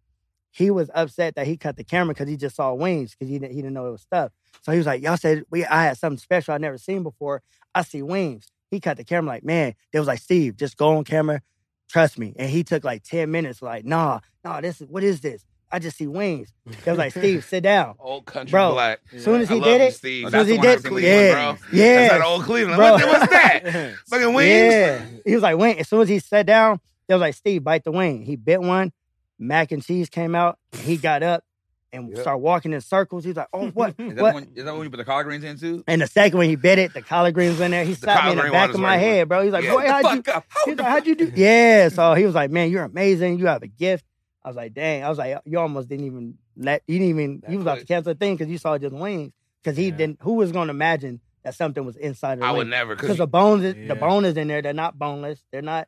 Speaker 5: He was upset that he cut the camera because he just saw wings because he didn't, he didn't know it was stuffed. So he was like, "Y'all said we I had something special I never seen before. I see wings." He cut the camera like, "Man," they was like, "Steve, just go on camera, trust me." And he took like ten minutes, like, "Nah, nah, this is what is this? I I just see wings. They was like, Steve, sit down.
Speaker 2: Old country
Speaker 5: Bro,
Speaker 2: black.
Speaker 5: soon as
Speaker 2: I
Speaker 5: he
Speaker 2: love
Speaker 5: did
Speaker 2: you,
Speaker 5: it,
Speaker 2: Steve.
Speaker 4: Oh,
Speaker 5: soon
Speaker 4: that's
Speaker 5: as he
Speaker 4: the one
Speaker 5: did,
Speaker 4: that's in Cleveland,
Speaker 5: yeah,
Speaker 2: bro.
Speaker 5: yeah,
Speaker 2: That's that old Cleveland.
Speaker 5: Bro.
Speaker 2: What the- what's <laughs> that? Fucking wings.
Speaker 5: Yeah. He was like, wing. As soon as he sat down, they was like, Steve, bite the wing. He bit one. Mac and cheese came out. And he got up and
Speaker 2: Yep.
Speaker 5: started walking in circles. He was like, oh,
Speaker 2: <laughs>
Speaker 5: what?
Speaker 4: Is that,
Speaker 5: what?
Speaker 4: When, is that when you put the collard greens in too?
Speaker 5: And the second one, he bit it. The collard greens in there. He slapped
Speaker 2: collard
Speaker 5: me in the
Speaker 2: green
Speaker 5: back
Speaker 2: one
Speaker 5: of
Speaker 2: is
Speaker 5: my
Speaker 2: right.
Speaker 5: head, bro. He's like,
Speaker 2: Yeah.
Speaker 5: boy, how'd
Speaker 2: <laughs>
Speaker 5: you,
Speaker 4: Fuck up. How
Speaker 5: He's
Speaker 4: the
Speaker 5: like, how'd you do? Yeah. So he was like, man, you're amazing. You have a gift. I was like, dang. I was like, you almost didn't even let, you didn't even,
Speaker 2: That
Speaker 5: you was about to
Speaker 2: quick.
Speaker 5: cancel the thing because you saw just wings. Because he
Speaker 1: Yeah.
Speaker 5: didn't, who was going to imagine that something was inside of the
Speaker 2: I would
Speaker 5: wing?
Speaker 2: never.
Speaker 5: Because
Speaker 2: Cause
Speaker 5: the bones, is,
Speaker 3: Yeah.
Speaker 5: the bone is in there. They're not boneless. They're not,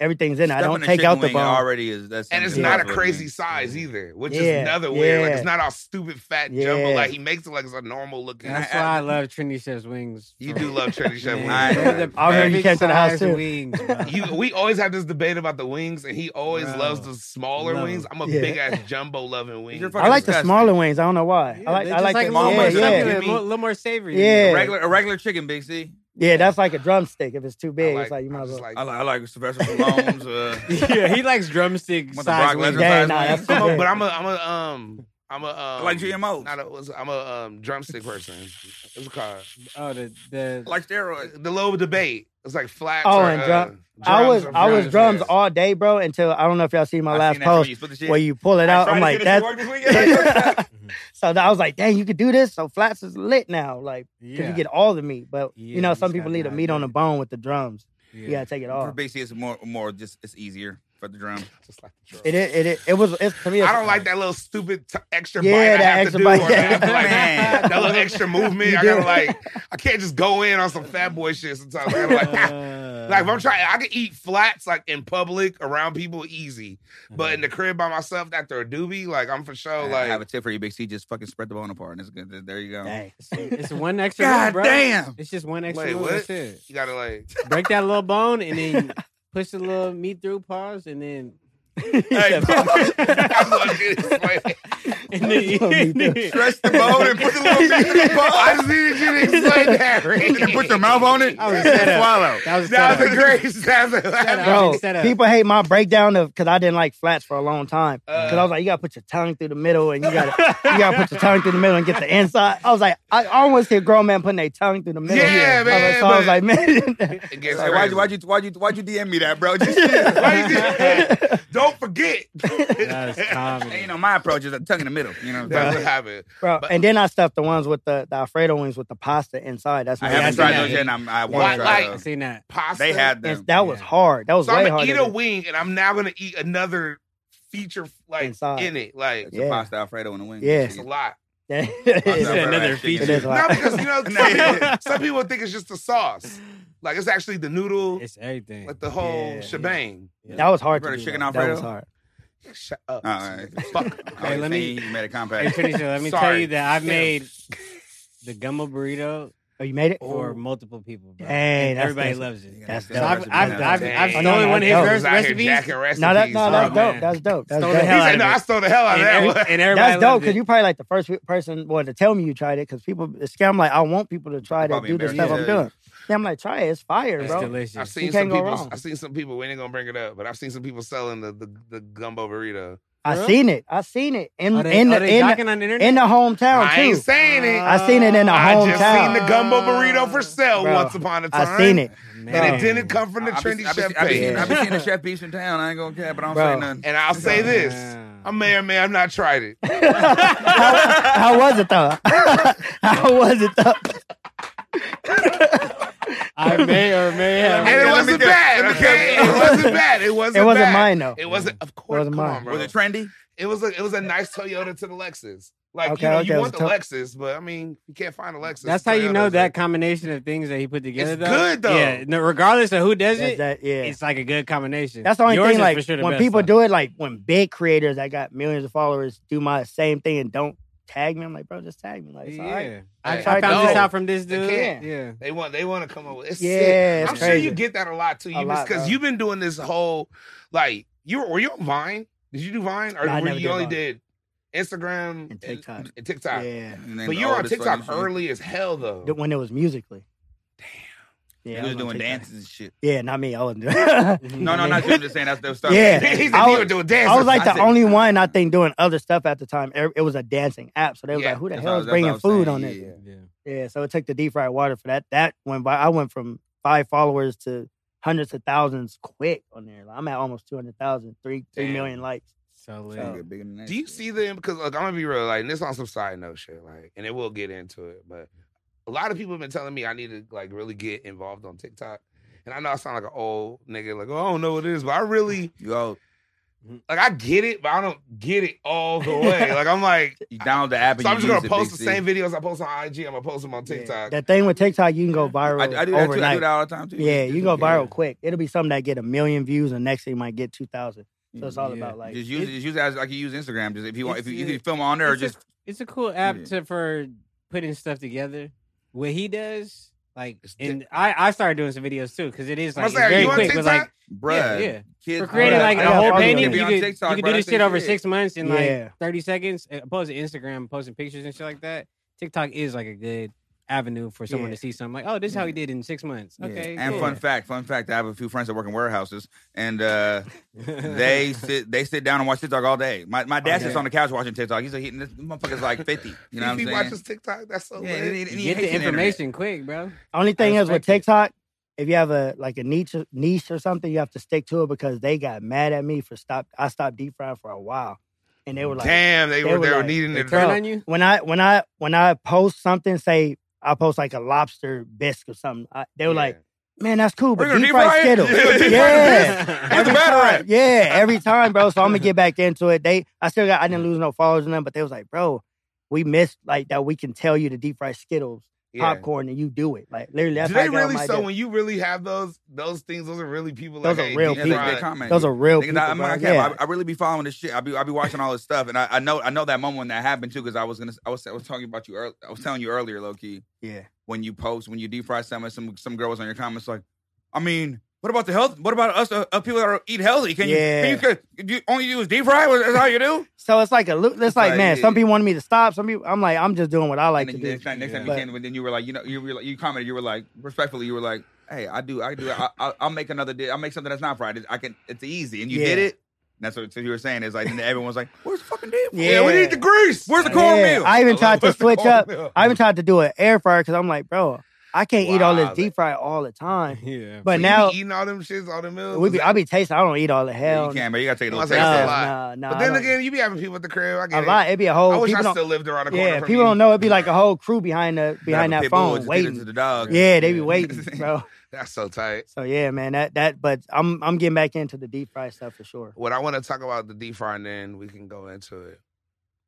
Speaker 5: everything's in there. I
Speaker 4: Stuffing
Speaker 5: don't
Speaker 4: a
Speaker 5: take
Speaker 4: chicken
Speaker 5: out the
Speaker 4: wing, it
Speaker 5: bone.
Speaker 4: Already is that's
Speaker 2: and it's
Speaker 4: something
Speaker 2: not a
Speaker 4: else, man.
Speaker 2: crazy size either, which is
Speaker 5: Yeah,
Speaker 2: another weird. Like
Speaker 5: yeah.
Speaker 2: it's not all stupid fat jumbo.
Speaker 5: Yeah.
Speaker 2: Like he makes it like it's a normal looking.
Speaker 3: <laughs> That's why I love Trinity Chef's wings.
Speaker 2: You
Speaker 3: bro.
Speaker 2: do love Trinity Chef
Speaker 3: Man,
Speaker 2: wings.
Speaker 4: I-
Speaker 3: they're the
Speaker 5: I heard you
Speaker 3: perfect
Speaker 5: came to the house
Speaker 3: size
Speaker 5: too.
Speaker 3: Wings, bro.
Speaker 2: You, we always have this debate about the wings, and he always
Speaker 3: Bro.
Speaker 2: loves the smaller
Speaker 3: Love
Speaker 2: wings.
Speaker 3: them.
Speaker 2: I'm a
Speaker 5: Yeah.
Speaker 2: big ass jumbo loving wings.
Speaker 4: You're
Speaker 5: I like the
Speaker 4: disgusting.
Speaker 5: smaller wings. I don't know why. I like,
Speaker 3: they're
Speaker 5: I
Speaker 3: just
Speaker 5: like,
Speaker 3: like a
Speaker 5: the,
Speaker 3: little
Speaker 5: yeah,
Speaker 3: more
Speaker 5: yeah,
Speaker 3: savory, a
Speaker 5: yeah.
Speaker 3: little, little more savory.
Speaker 5: Yeah.
Speaker 3: <laughs>
Speaker 4: A regular, a regular chicken, Big C.
Speaker 5: that's like a drumstick. If it's too
Speaker 2: I
Speaker 5: big, it's like you
Speaker 2: I'm
Speaker 5: might as
Speaker 2: just
Speaker 5: well.
Speaker 2: like,
Speaker 4: I like, I like Sylvester
Speaker 5: <laughs>
Speaker 4: Stallone's. Uh,
Speaker 3: yeah, he likes drumstick
Speaker 4: With the
Speaker 3: size
Speaker 4: Brock
Speaker 3: wings.
Speaker 4: Lesnar
Speaker 5: Yeah,
Speaker 4: size
Speaker 5: nah,
Speaker 4: wings.
Speaker 5: that's-
Speaker 2: I'm a- but I'm a, I'm a, um, I'm a, um,
Speaker 4: I like GMOs.
Speaker 2: Not a, what's- I'm a um, drumstick person. What's it called?
Speaker 3: Oh, the the
Speaker 4: I <laughs> <laughs> like steroids.
Speaker 2: The little debate. It's like flat.
Speaker 5: Oh,
Speaker 2: or,
Speaker 5: and
Speaker 2: uh,
Speaker 5: drum- I
Speaker 2: drums
Speaker 5: was
Speaker 2: or
Speaker 5: I was drums
Speaker 2: yeah.
Speaker 5: all day, bro. Until I don't know if y'all see my
Speaker 4: I
Speaker 5: last
Speaker 4: seen that shit where
Speaker 5: post
Speaker 4: you split the shit.
Speaker 5: where you pull it out. I'm like, that's <laughs>
Speaker 4: that.
Speaker 3: Mm-hmm.
Speaker 5: so. that- I was like, dang, you could do this. So flats is lit now, like because
Speaker 3: yeah.
Speaker 5: you get all the meat. But
Speaker 3: Yeah,
Speaker 5: you know,
Speaker 3: you
Speaker 5: some
Speaker 3: just
Speaker 5: people
Speaker 3: gotta
Speaker 5: leave the
Speaker 3: have
Speaker 5: meat on
Speaker 3: it.
Speaker 5: the bone with the drums.
Speaker 3: yeah.
Speaker 5: You uh, gotta take it
Speaker 4: For
Speaker 5: off.
Speaker 4: basically, it's more, more just it's easier for the drum.
Speaker 2: Just like the drum.
Speaker 5: It is. It, it, it was. It's to me.
Speaker 2: I
Speaker 5: it's-
Speaker 2: don't like that little stupid t- extra
Speaker 5: Yeah,
Speaker 2: bite I
Speaker 5: that
Speaker 2: have to
Speaker 5: extra
Speaker 2: do.
Speaker 5: bite.
Speaker 2: Or I
Speaker 4: <laughs>
Speaker 2: have to, like,
Speaker 4: Man.
Speaker 2: that little
Speaker 4: <laughs>
Speaker 2: extra movement.
Speaker 5: You
Speaker 2: I gotta
Speaker 5: do.
Speaker 2: like, I can't just go in on some fat boy shit sometimes. I gotta, <laughs> like,
Speaker 3: Uh,
Speaker 2: Like if I'm trying, I can eat flats like in public around people easy, but in the crib by myself after a doobie, like I'm for sure
Speaker 4: I Mm-hmm. have a
Speaker 2: like
Speaker 4: tip for you, Big C. Just fucking spread the bone apart, and it's good. There you go.
Speaker 5: Dang.
Speaker 3: <laughs> it's one extra. move,
Speaker 4: God
Speaker 3: bro.
Speaker 4: damn!
Speaker 3: It's just one extra.
Speaker 2: Wait,
Speaker 3: move,
Speaker 2: what?
Speaker 3: That's it.
Speaker 2: you gotta
Speaker 4: <laughs>
Speaker 2: like.
Speaker 3: Break that little bone and then push the little meat through, pause, and then
Speaker 4: Hey,
Speaker 2: <laughs>
Speaker 5: <laughs>
Speaker 2: I'm gonna get it,
Speaker 4: <laughs>
Speaker 2: like,
Speaker 3: and then,
Speaker 5: Meat <laughs> through.
Speaker 4: Stretch the bone and put the
Speaker 5: <laughs>
Speaker 4: little bit in the bone.
Speaker 2: I just needed you to explain
Speaker 4: <laughs>
Speaker 2: that. Rick.
Speaker 4: and put your mouth on it
Speaker 3: I was
Speaker 4: and
Speaker 3: set up.
Speaker 4: swallow.
Speaker 3: that was,
Speaker 2: That was a
Speaker 3: setup.
Speaker 2: great. That was a,
Speaker 3: Shut up.
Speaker 5: Bro,
Speaker 3: Set up.
Speaker 5: people hate my breakdown of because I didn't like flats for a long time. Because I
Speaker 2: Uh.
Speaker 5: was like, you gotta put your tongue through the middle and you gotta you gotta put your tongue through the middle and get the inside. I was like, I almost hear grown man putting their tongue through the middle.
Speaker 2: Yeah,
Speaker 5: I was like-
Speaker 2: man,
Speaker 5: So I
Speaker 2: but-
Speaker 5: was like, <laughs> man,
Speaker 2: it gets
Speaker 4: Hey, why'd, you, why'd,
Speaker 2: crazy.
Speaker 4: you, why'd, you, why'd you DM me that, bro?
Speaker 5: <laughs>
Speaker 4: Just
Speaker 2: Why'd you do that? <laughs> Don't forget.
Speaker 3: That was comedy.
Speaker 4: Hey, you know, my approach is a tongue in the middle. You know,
Speaker 2: That's what happened.
Speaker 5: bro.
Speaker 2: But-
Speaker 5: and then I stuffed the ones with the, the Alfredo wings with the pasta inside. That's
Speaker 4: I
Speaker 5: my
Speaker 4: haven't
Speaker 3: that's
Speaker 4: tried
Speaker 3: not
Speaker 4: those
Speaker 3: it.
Speaker 4: yet, and I'm, I
Speaker 2: Why-
Speaker 4: want to
Speaker 2: like-
Speaker 4: try
Speaker 3: I
Speaker 4: those.
Speaker 3: seen that.
Speaker 2: Pasta.
Speaker 4: They had
Speaker 5: That's-
Speaker 4: them.
Speaker 5: that was
Speaker 3: Yeah.
Speaker 5: hard. That was
Speaker 2: So
Speaker 5: way
Speaker 2: I'm gonna
Speaker 5: harder.
Speaker 2: eat a
Speaker 5: than-
Speaker 2: wing, and I'm now gonna eat another feature like
Speaker 5: Inside.
Speaker 2: in it. Like
Speaker 4: It's a
Speaker 5: Yeah.
Speaker 4: pasta Alfredo and a wing.
Speaker 5: Yeah.
Speaker 2: it's a lot.
Speaker 5: <laughs> That-
Speaker 4: Pasta
Speaker 3: It's
Speaker 4: Alfredo
Speaker 3: another
Speaker 4: and chicken.
Speaker 5: it is
Speaker 2: No,
Speaker 5: hard.
Speaker 2: because
Speaker 3: <laughs>
Speaker 2: you know some people, some people think it's just the sauce. Like it's actually the noodle,
Speaker 3: It's everything.
Speaker 2: like the whole
Speaker 5: Yeah.
Speaker 2: shebang.
Speaker 5: That was hard.
Speaker 4: You
Speaker 5: To
Speaker 4: prefer
Speaker 5: do,
Speaker 4: chicken
Speaker 5: bro. That
Speaker 4: Alfredo?
Speaker 5: was hard.
Speaker 2: Shut up.
Speaker 4: All right.
Speaker 2: Fuck.
Speaker 4: <laughs> Oh,
Speaker 3: Hey, let me-
Speaker 4: You made a
Speaker 3: Hey,
Speaker 4: compact.
Speaker 3: Trinity, so let me tell
Speaker 2: Sorry.
Speaker 3: you that I've
Speaker 2: Yeah.
Speaker 3: made the gumbo burrito
Speaker 5: Oh, you made it.
Speaker 3: for multiple people, bro.
Speaker 5: Dang,
Speaker 3: And
Speaker 5: that's
Speaker 3: everybody
Speaker 5: dope.
Speaker 3: loves it.
Speaker 5: That's
Speaker 3: So I've, I've, I've, I've,
Speaker 2: Dang.
Speaker 3: stolen one of his
Speaker 2: Niggas
Speaker 5: That was
Speaker 3: rest-
Speaker 2: out here
Speaker 3: recipes.
Speaker 2: jacking recipes.
Speaker 5: No, that, no, that's
Speaker 3: Oh,
Speaker 5: dope.
Speaker 3: man.
Speaker 5: That's dope. That's
Speaker 3: Stole
Speaker 5: dope.
Speaker 3: the hell
Speaker 2: He
Speaker 3: out
Speaker 2: said, no, I stole the hell out
Speaker 3: and,
Speaker 2: of that
Speaker 3: every,
Speaker 2: one.
Speaker 3: and everybody
Speaker 5: That's dope
Speaker 3: loves
Speaker 5: because
Speaker 3: it.
Speaker 5: you probably like the first person boy to tell me you tried it because people it's I'm like I want people to try to
Speaker 4: Probably
Speaker 5: do the
Speaker 4: embarrassed
Speaker 5: stuff I'm
Speaker 4: themselves.
Speaker 5: doing. Yeah, I'm like try it, it's fire,
Speaker 3: It's
Speaker 5: bro.
Speaker 3: delicious.
Speaker 2: I've seen
Speaker 5: You
Speaker 2: some
Speaker 5: can't go
Speaker 2: people.
Speaker 5: wrong.
Speaker 2: I've seen some people. We ain't gonna bring it up, but I've seen some people selling the the, the gumbo burrito.
Speaker 5: I seen it, I seen it in
Speaker 3: Are they,
Speaker 5: in
Speaker 3: are
Speaker 5: the
Speaker 3: they
Speaker 5: in
Speaker 3: jocking
Speaker 5: the,
Speaker 3: on the internet?
Speaker 5: in the hometown
Speaker 2: I ain't
Speaker 5: too. Uh,
Speaker 2: saying it.
Speaker 5: I seen it in the
Speaker 2: I just
Speaker 5: hometown.
Speaker 2: seen the gumbo burrito for sale
Speaker 5: Bro,
Speaker 2: once upon a time.
Speaker 5: I seen it,
Speaker 2: and
Speaker 5: bro.
Speaker 2: it didn't come from the
Speaker 4: I- I be-
Speaker 2: trendy
Speaker 4: I be-
Speaker 2: chef
Speaker 4: I be
Speaker 2: page.
Speaker 4: seeing- I be
Speaker 3: Yeah.
Speaker 4: seeing the chef beast in town. I ain't gonna care, but I don't
Speaker 5: Bro.
Speaker 4: say nothing.
Speaker 2: <laughs> And I'll say this:
Speaker 3: Man.
Speaker 2: I may or may have not tried it.
Speaker 5: <laughs> how, how was it though? <laughs> how was it though?
Speaker 3: I
Speaker 2: <laughs>
Speaker 3: may or may have.
Speaker 2: And it
Speaker 4: Yeah, let me
Speaker 2: wasn't
Speaker 4: get-
Speaker 2: bad,
Speaker 4: let me
Speaker 2: okay?
Speaker 4: get-
Speaker 2: It wasn't bad. It wasn't.
Speaker 5: It wasn't
Speaker 2: bad.
Speaker 5: mine, though.
Speaker 2: It wasn't. Of course,
Speaker 5: wasn't
Speaker 2: come
Speaker 5: mine.
Speaker 2: on, bro.
Speaker 4: Was it trendy?
Speaker 2: It was. A, it was a nice Toyota to the Lexus. Like
Speaker 5: Okay,
Speaker 2: you know,
Speaker 5: okay,
Speaker 2: you
Speaker 5: it
Speaker 2: want the
Speaker 5: was a
Speaker 2: Lexus, but I mean, you can't find a Lexus.
Speaker 3: That's how you know
Speaker 2: Toyotas
Speaker 3: that
Speaker 2: are-
Speaker 3: combination of things that he put together.
Speaker 2: It's
Speaker 3: though.
Speaker 2: good, though.
Speaker 3: Yeah, no, regardless of who does
Speaker 5: That's
Speaker 3: it,
Speaker 5: that, yeah.
Speaker 3: it's like a good combination.
Speaker 5: That's the only
Speaker 3: Yours
Speaker 5: thing.
Speaker 3: is
Speaker 5: Like
Speaker 3: for sure the
Speaker 5: when
Speaker 3: best,
Speaker 5: people
Speaker 3: though.
Speaker 5: do it, like when big creators that got millions of followers do my same thing and don't tag me, I'm like, bro, just tag me. Like, it's all
Speaker 3: yeah.
Speaker 5: right.
Speaker 3: I,
Speaker 2: Hey,
Speaker 3: I
Speaker 5: I
Speaker 3: found this
Speaker 5: know.
Speaker 3: out from this
Speaker 2: They
Speaker 3: dude.
Speaker 2: can't.
Speaker 3: Yeah,
Speaker 2: They want. They want to come over. It's
Speaker 5: Yeah,
Speaker 2: sick.
Speaker 5: it's
Speaker 2: I'm sure
Speaker 5: crazy.
Speaker 2: you get that a lot too. You
Speaker 5: A lot,
Speaker 2: because
Speaker 5: bro.
Speaker 2: you've been doing this whole like you were. Were you on Vine? Did you do Vine or
Speaker 5: No, I
Speaker 2: were
Speaker 5: never
Speaker 2: you
Speaker 5: did
Speaker 2: only
Speaker 5: Vine.
Speaker 2: did Instagram
Speaker 5: And TikTok.
Speaker 2: And, and TikTok.
Speaker 5: Yeah,
Speaker 4: And then
Speaker 2: But you
Speaker 4: all
Speaker 2: were on
Speaker 4: this fucking
Speaker 2: TikTok <laughs>
Speaker 4: shit.
Speaker 2: early as hell though.
Speaker 5: when it was musically. Yeah,
Speaker 4: he
Speaker 5: I
Speaker 4: was
Speaker 5: gonna
Speaker 4: doing
Speaker 5: take that.
Speaker 4: dances and shit.
Speaker 5: Yeah, not me. I wasn't doing. <laughs> no,
Speaker 3: <laughs>
Speaker 4: No, no, not you. I'm just saying that's the stuff.
Speaker 5: Yeah.
Speaker 2: <laughs> he
Speaker 5: I
Speaker 2: said you
Speaker 5: was-
Speaker 2: were doing dances.
Speaker 5: I was like
Speaker 4: I
Speaker 5: the
Speaker 4: said-
Speaker 5: only one I think doing other stuff at the time. Ev- It was a dancing app, so they was
Speaker 2: Yeah,
Speaker 5: like, "Who the
Speaker 4: that's
Speaker 5: hell
Speaker 4: what-
Speaker 5: is
Speaker 4: that's what I
Speaker 5: bringing
Speaker 4: was
Speaker 5: food
Speaker 4: saying,
Speaker 5: on
Speaker 4: yeah.
Speaker 5: it?"
Speaker 3: yeah.
Speaker 5: Yeah, so it took the deep fried water for that. That went by. I went from five followers to hundreds of thousands quick on there. Like, I'm at almost 200,000, three, three
Speaker 2: Damn.
Speaker 5: million likes.
Speaker 3: Solid.
Speaker 4: Trying to get bigger than that
Speaker 2: Do you
Speaker 4: shit.
Speaker 2: see them? Because like I'm gonna be real, like and this on some side note shit, like, and it will get into it, but a lot of people have been telling me I need to like really get involved on TikTok, and I know I sound like an old nigga, like oh, I don't know what it is, but I really
Speaker 4: You all
Speaker 2: like I get it, but I don't get it all the
Speaker 4: <laughs>
Speaker 2: way. like I'm like,
Speaker 4: you download the app. And
Speaker 2: so I'm
Speaker 4: you
Speaker 2: just gonna
Speaker 4: use it,
Speaker 2: post the
Speaker 4: Big C.
Speaker 2: same videos I post on IG. I'm gonna post them on
Speaker 5: Yeah.
Speaker 2: TikTok.
Speaker 5: That thing with TikTok, you can go viral
Speaker 4: I, I do that too. I
Speaker 5: overnight.
Speaker 4: do that all the time too.
Speaker 5: yeah, you can go viral
Speaker 4: Yeah.
Speaker 5: quick. It'll be something that get a million views, and next thing you might get 2,000. So it's all
Speaker 3: Yeah.
Speaker 5: about like.
Speaker 4: just use it, just use it as like you use Instagram. Just if you want, if
Speaker 3: It's-
Speaker 4: you, you
Speaker 3: yeah.
Speaker 4: can film on there or
Speaker 3: It's a-
Speaker 4: just
Speaker 3: It's a cool app
Speaker 4: Yeah.
Speaker 3: to, for putting stuff together. What he does, like,
Speaker 2: It's di-
Speaker 3: and I, I started doing some videos too because it is
Speaker 2: I'm
Speaker 3: like it's
Speaker 2: saying,
Speaker 3: very
Speaker 2: you on
Speaker 3: quick. But like,
Speaker 2: TikTok?
Speaker 4: bruh.
Speaker 3: yeah,
Speaker 4: Kids,
Speaker 3: for creating
Speaker 5: I
Speaker 3: like
Speaker 5: got-
Speaker 3: a
Speaker 5: I
Speaker 3: whole
Speaker 5: got
Speaker 3: painting,
Speaker 5: videos.
Speaker 3: you
Speaker 5: Be
Speaker 4: on
Speaker 3: could,
Speaker 4: TikTok,
Speaker 3: you could
Speaker 4: bro,
Speaker 3: do
Speaker 4: that
Speaker 3: this
Speaker 4: shit
Speaker 3: shit over
Speaker 4: shit.
Speaker 3: six months in
Speaker 5: Yeah.
Speaker 3: like thirty seconds. uh, Posting Instagram, posting pictures and shit like that. TikTok is like a good avenue for someone
Speaker 5: Yeah.
Speaker 3: to see something like, oh, this is how he did in six months.
Speaker 4: Yeah.
Speaker 3: Okay,
Speaker 4: And
Speaker 3: cool. <laughs>
Speaker 4: fun fact, fun fact, I have a few friends that work in warehouses, and uh,
Speaker 3: <laughs>
Speaker 4: they sit they sit down and watch TikTok all day. My my dad
Speaker 3: Okay.
Speaker 4: sits on the couch watching TikTok. He's like, he- this motherfucker's like fifty. You know what I'm
Speaker 2: he
Speaker 4: saying?
Speaker 2: watches TikTok. That's so
Speaker 4: yeah,
Speaker 2: lit.
Speaker 4: and he- and he
Speaker 3: get
Speaker 4: hates
Speaker 3: the
Speaker 4: internet.
Speaker 3: information quick, bro.
Speaker 5: Only thing is with
Speaker 3: respect it.
Speaker 5: TikTok, if you have a like a niche niche or something, you have to stick to it because they got mad at me for stop. I stopped deep frying for a while, and they were like,
Speaker 2: Damn, they,
Speaker 5: they
Speaker 2: were
Speaker 5: were
Speaker 2: they were
Speaker 5: like-
Speaker 2: needing
Speaker 5: they
Speaker 2: it.
Speaker 3: Turn
Speaker 5: Bro.
Speaker 3: on you.
Speaker 5: when I when I when I post something, say I post like a lobster bisque or something, I, they were like, "Man, that's cool,
Speaker 4: We're
Speaker 5: but
Speaker 4: gonna
Speaker 5: deep
Speaker 4: deep fry
Speaker 5: fried
Speaker 4: it?
Speaker 5: Skittles."
Speaker 3: <laughs>
Speaker 4: <laughs> Yeah, <laughs> deep fry the
Speaker 5: yeah,
Speaker 4: Put the
Speaker 5: Every
Speaker 4: batter
Speaker 5: time-
Speaker 4: at.
Speaker 5: yeah, every time, bro. So I'm gonna get back into it. They, I still got, I didn't lose no followers in them, but they was like, "Bro, we missed like that. We can tell you to deep fry Skittles."
Speaker 2: Yeah.
Speaker 5: popcorn and you do it. Like literally, that's
Speaker 2: Do
Speaker 5: how I
Speaker 2: they
Speaker 5: got all
Speaker 2: really?
Speaker 5: my
Speaker 2: So
Speaker 5: ideas.
Speaker 2: when you really have those those things, those are really people.
Speaker 5: Those
Speaker 2: like,
Speaker 5: are
Speaker 2: hey,
Speaker 5: real
Speaker 2: deep
Speaker 4: Yeah,
Speaker 5: people.
Speaker 2: fried.
Speaker 4: they, they comment.
Speaker 5: those are real
Speaker 4: Niggas,
Speaker 5: people.
Speaker 4: I, I'm
Speaker 5: bro.
Speaker 4: not cap.
Speaker 5: yeah.
Speaker 4: I, I really be following this shit. I be I be watching all this stuff, and I, I know I know that moment when that happened too. Because I was gonna I was I was talking about you earlier. I was telling you earlier, low key.
Speaker 5: yeah,
Speaker 4: when you post when you deep fry something. Some some girl was on your comments like, I mean, what about the health? What about us uh, uh, people that are, eat healthy? Can you, can you, can you only do is deep fry? That's all you do?
Speaker 5: So it's like a loop. It's like
Speaker 4: like,
Speaker 5: man, some
Speaker 4: yeah.
Speaker 5: people wanted me to stop. Some people, I'm like, I'm just doing what I <laughs> like to
Speaker 4: and then
Speaker 5: do.
Speaker 4: you, next time, next time
Speaker 5: But-
Speaker 4: you came, and then you were like, you know, you were like, you commented, you were like, respectfully, you were like, hey, I do, I do, I, I, I'll make another, di- I'll make something that's not fried. I can, it's easy, and you
Speaker 5: Yeah.
Speaker 4: did it. And that's what so you were saying is like, and everyone's like, where's the fucking deep? fry?
Speaker 5: Yeah.
Speaker 4: we need the grease. Where's the cornmeal?
Speaker 5: Yeah, I even tried to
Speaker 4: Where's the
Speaker 5: switch up.
Speaker 4: cornmeal?
Speaker 5: I even tried to do an air fryer because I'm like, bro, I can't eat all
Speaker 2: Wow.
Speaker 5: this deep fry all
Speaker 4: <laughs>
Speaker 5: the time.
Speaker 3: Yeah.
Speaker 5: But
Speaker 2: So you
Speaker 5: now
Speaker 2: be eating all them shits, all them meals.
Speaker 5: we be, I be tasting. I don't eat all the
Speaker 4: Yeah,
Speaker 5: hell.
Speaker 4: you can, but you gotta take a little
Speaker 2: That's
Speaker 4: taste
Speaker 2: a
Speaker 4: test.
Speaker 2: lot.
Speaker 5: nah, nah,
Speaker 2: but
Speaker 5: I
Speaker 2: then
Speaker 5: don't-
Speaker 2: again, you be having people at the crib. I
Speaker 5: a
Speaker 2: get it.
Speaker 5: lot. It'd be a whole.
Speaker 2: I wish
Speaker 5: people
Speaker 2: I
Speaker 5: don't-
Speaker 2: still lived around the corner.
Speaker 5: yeah,
Speaker 2: from
Speaker 5: people
Speaker 2: you.
Speaker 5: don't know. It'd be like a whole crew behind the behind
Speaker 4: Not the
Speaker 5: that
Speaker 4: pit bull,
Speaker 5: phone
Speaker 4: just feed it to
Speaker 5: waiting.
Speaker 4: the dog.
Speaker 5: Yeah, they be
Speaker 3: Yeah.
Speaker 5: waiting, bro.
Speaker 2: That's so tight.
Speaker 5: So yeah, man, that that but I'm I'm getting back into the deep fry stuff for sure.
Speaker 2: What I want to talk about the deep frying, then we can go into it.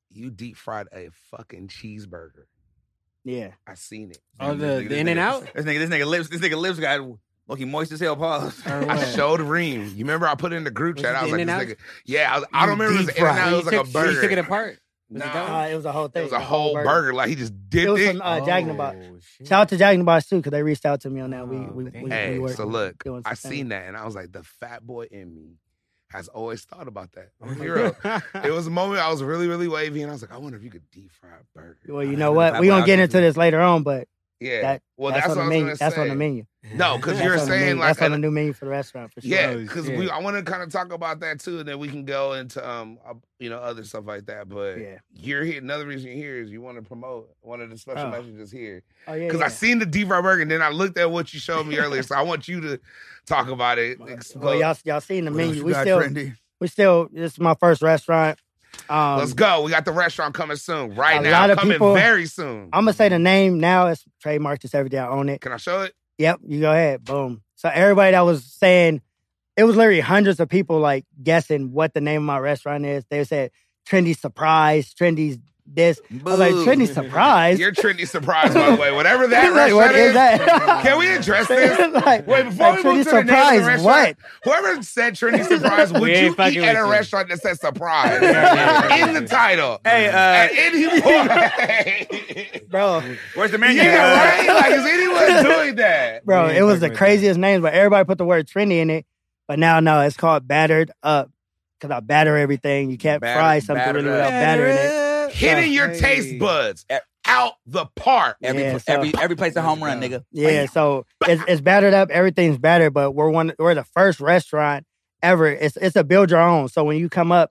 Speaker 2: You deep fried a fucking cheeseburger.
Speaker 5: Yeah.
Speaker 2: I seen it.
Speaker 3: Oh,
Speaker 4: This
Speaker 3: the-
Speaker 4: nigga-
Speaker 3: the
Speaker 4: this
Speaker 3: In-N-Out?
Speaker 4: nigga- This nigga, this nigga lips, this nigga lips got looking moist as hell. <laughs> Pause.
Speaker 3: Or
Speaker 2: I
Speaker 3: what?
Speaker 2: showed Reem. You remember I put it in the group
Speaker 3: Was
Speaker 2: chat.
Speaker 3: it
Speaker 2: I was
Speaker 3: the
Speaker 2: like, this
Speaker 3: In-N-Out?
Speaker 2: nigga. Yeah, I, was, I don't
Speaker 5: You
Speaker 2: remember it was
Speaker 5: deep
Speaker 2: an In-N-Out.
Speaker 5: fried.
Speaker 2: It was like a
Speaker 3: took,
Speaker 2: burger.
Speaker 3: He took it apart. Was it
Speaker 2: Nah.
Speaker 3: that one?
Speaker 5: Uh, it was a whole
Speaker 2: It
Speaker 5: thing.
Speaker 2: was a whole burger. Like he just
Speaker 5: It
Speaker 2: dipped
Speaker 5: was
Speaker 2: it.
Speaker 5: from uh, Jack in the Box.
Speaker 3: Oh, shit.
Speaker 5: Shout out to Jack in the Box too, because they reached out to me on that. We
Speaker 3: Oh,
Speaker 5: we, we,
Speaker 3: damn.
Speaker 5: we
Speaker 2: hey,
Speaker 5: working,
Speaker 2: so look,
Speaker 5: doing some
Speaker 2: I
Speaker 5: things.
Speaker 2: seen that and I was like, the fat boy in me has always thought about that.
Speaker 3: <laughs>
Speaker 2: I'm gonna be real. it was Oh, a moment I was really, really wavy, and I was like, I wonder if you could deep fry a burger.
Speaker 5: Well, you
Speaker 4: I
Speaker 5: know
Speaker 4: had
Speaker 5: what?
Speaker 4: that
Speaker 5: We
Speaker 4: when I
Speaker 5: gonna
Speaker 4: was
Speaker 5: get
Speaker 4: in
Speaker 5: into this later on, but
Speaker 2: yeah.
Speaker 5: that-
Speaker 2: well,
Speaker 5: that's,
Speaker 2: that's, what I
Speaker 5: on the
Speaker 2: was
Speaker 5: menu.
Speaker 2: gonna
Speaker 5: That's
Speaker 2: say.
Speaker 5: on the menu.
Speaker 2: No, 'cause
Speaker 5: That's
Speaker 2: you're
Speaker 5: on the
Speaker 2: saying,
Speaker 5: menu.
Speaker 2: like,
Speaker 5: that's on
Speaker 2: an-
Speaker 5: the new menu for the restaurant for sure.
Speaker 2: Yeah,
Speaker 3: Oh,
Speaker 2: because
Speaker 3: shit.
Speaker 2: we I want to kind of talk about that too, and then we can go into um uh, you know other stuff like that. But
Speaker 5: Yeah.
Speaker 2: you're here. Another reason you're here is you want to promote one of the special
Speaker 5: Oh.
Speaker 2: messages here
Speaker 5: Oh yeah.
Speaker 2: because
Speaker 5: yeah.
Speaker 2: I seen the deep fry burger, and then I looked at what you showed me earlier. so I want you to talk about it.
Speaker 5: well,
Speaker 2: Explode.
Speaker 5: y'all y'all seen the
Speaker 4: What else
Speaker 5: menu.
Speaker 4: you
Speaker 5: We
Speaker 4: got,
Speaker 5: still
Speaker 4: Trendy?
Speaker 5: we still. This is my first restaurant. Um,
Speaker 2: Let's go. We got the restaurant coming soon. Right
Speaker 5: a
Speaker 2: now,
Speaker 5: lot of
Speaker 2: coming
Speaker 5: people-
Speaker 2: very soon.
Speaker 5: I'm gonna say the name now. It's trademarked. It's every day I own it.
Speaker 2: can I show it?
Speaker 5: Yep, you go ahead. Boom. So everybody that was saying, it was literally hundreds of people like guessing what the name of my restaurant is. They said trendy surprise, trendy this. I was like,
Speaker 4: Boo.
Speaker 5: trendy
Speaker 2: <laughs>
Speaker 5: surprise.
Speaker 2: You're trendy surprise, by the way. Whatever that
Speaker 5: Like,
Speaker 2: restaurant
Speaker 5: <laughs> what is
Speaker 2: is,
Speaker 5: that?
Speaker 2: can we address this?
Speaker 5: <laughs> like,
Speaker 2: Wait, before
Speaker 5: like,
Speaker 2: we move to
Speaker 5: trendy
Speaker 2: the name of the
Speaker 5: surprise,
Speaker 2: restaurant,
Speaker 5: what?
Speaker 2: Whoever said
Speaker 5: <laughs>
Speaker 2: Trinity Surprise, would
Speaker 3: We ain't
Speaker 2: you eat
Speaker 3: fucking
Speaker 2: at
Speaker 3: with
Speaker 2: a
Speaker 3: you.
Speaker 2: restaurant that says surprise
Speaker 3: <laughs> Yeah.
Speaker 2: in the title?
Speaker 4: Hey,
Speaker 2: At
Speaker 4: uh,
Speaker 2: any
Speaker 5: <laughs>
Speaker 2: point.
Speaker 5: Bro,
Speaker 4: where's the menu?
Speaker 2: yeah, right? Like, is
Speaker 5: <laughs>
Speaker 2: anyone doing that?
Speaker 5: bro,
Speaker 3: We ain't
Speaker 5: it was
Speaker 3: fucking
Speaker 5: the
Speaker 3: with that.
Speaker 5: craziest names, but everybody put the word trendy in it. But now, no, it's called battered up because I batter everything. You can't
Speaker 4: Batter-
Speaker 5: fry something
Speaker 4: batter
Speaker 5: really
Speaker 4: up.
Speaker 5: without battering it.
Speaker 2: Hitting your
Speaker 3: Hey.
Speaker 2: taste buds. out the park.
Speaker 4: Every
Speaker 5: Yeah,
Speaker 4: pl-
Speaker 5: so-
Speaker 4: every every place a home run, nigga.
Speaker 5: Yeah, so it's, it's battered up. Everything's battered, but we're one. We're the first restaurant ever. It's it's a build your own. So when you come up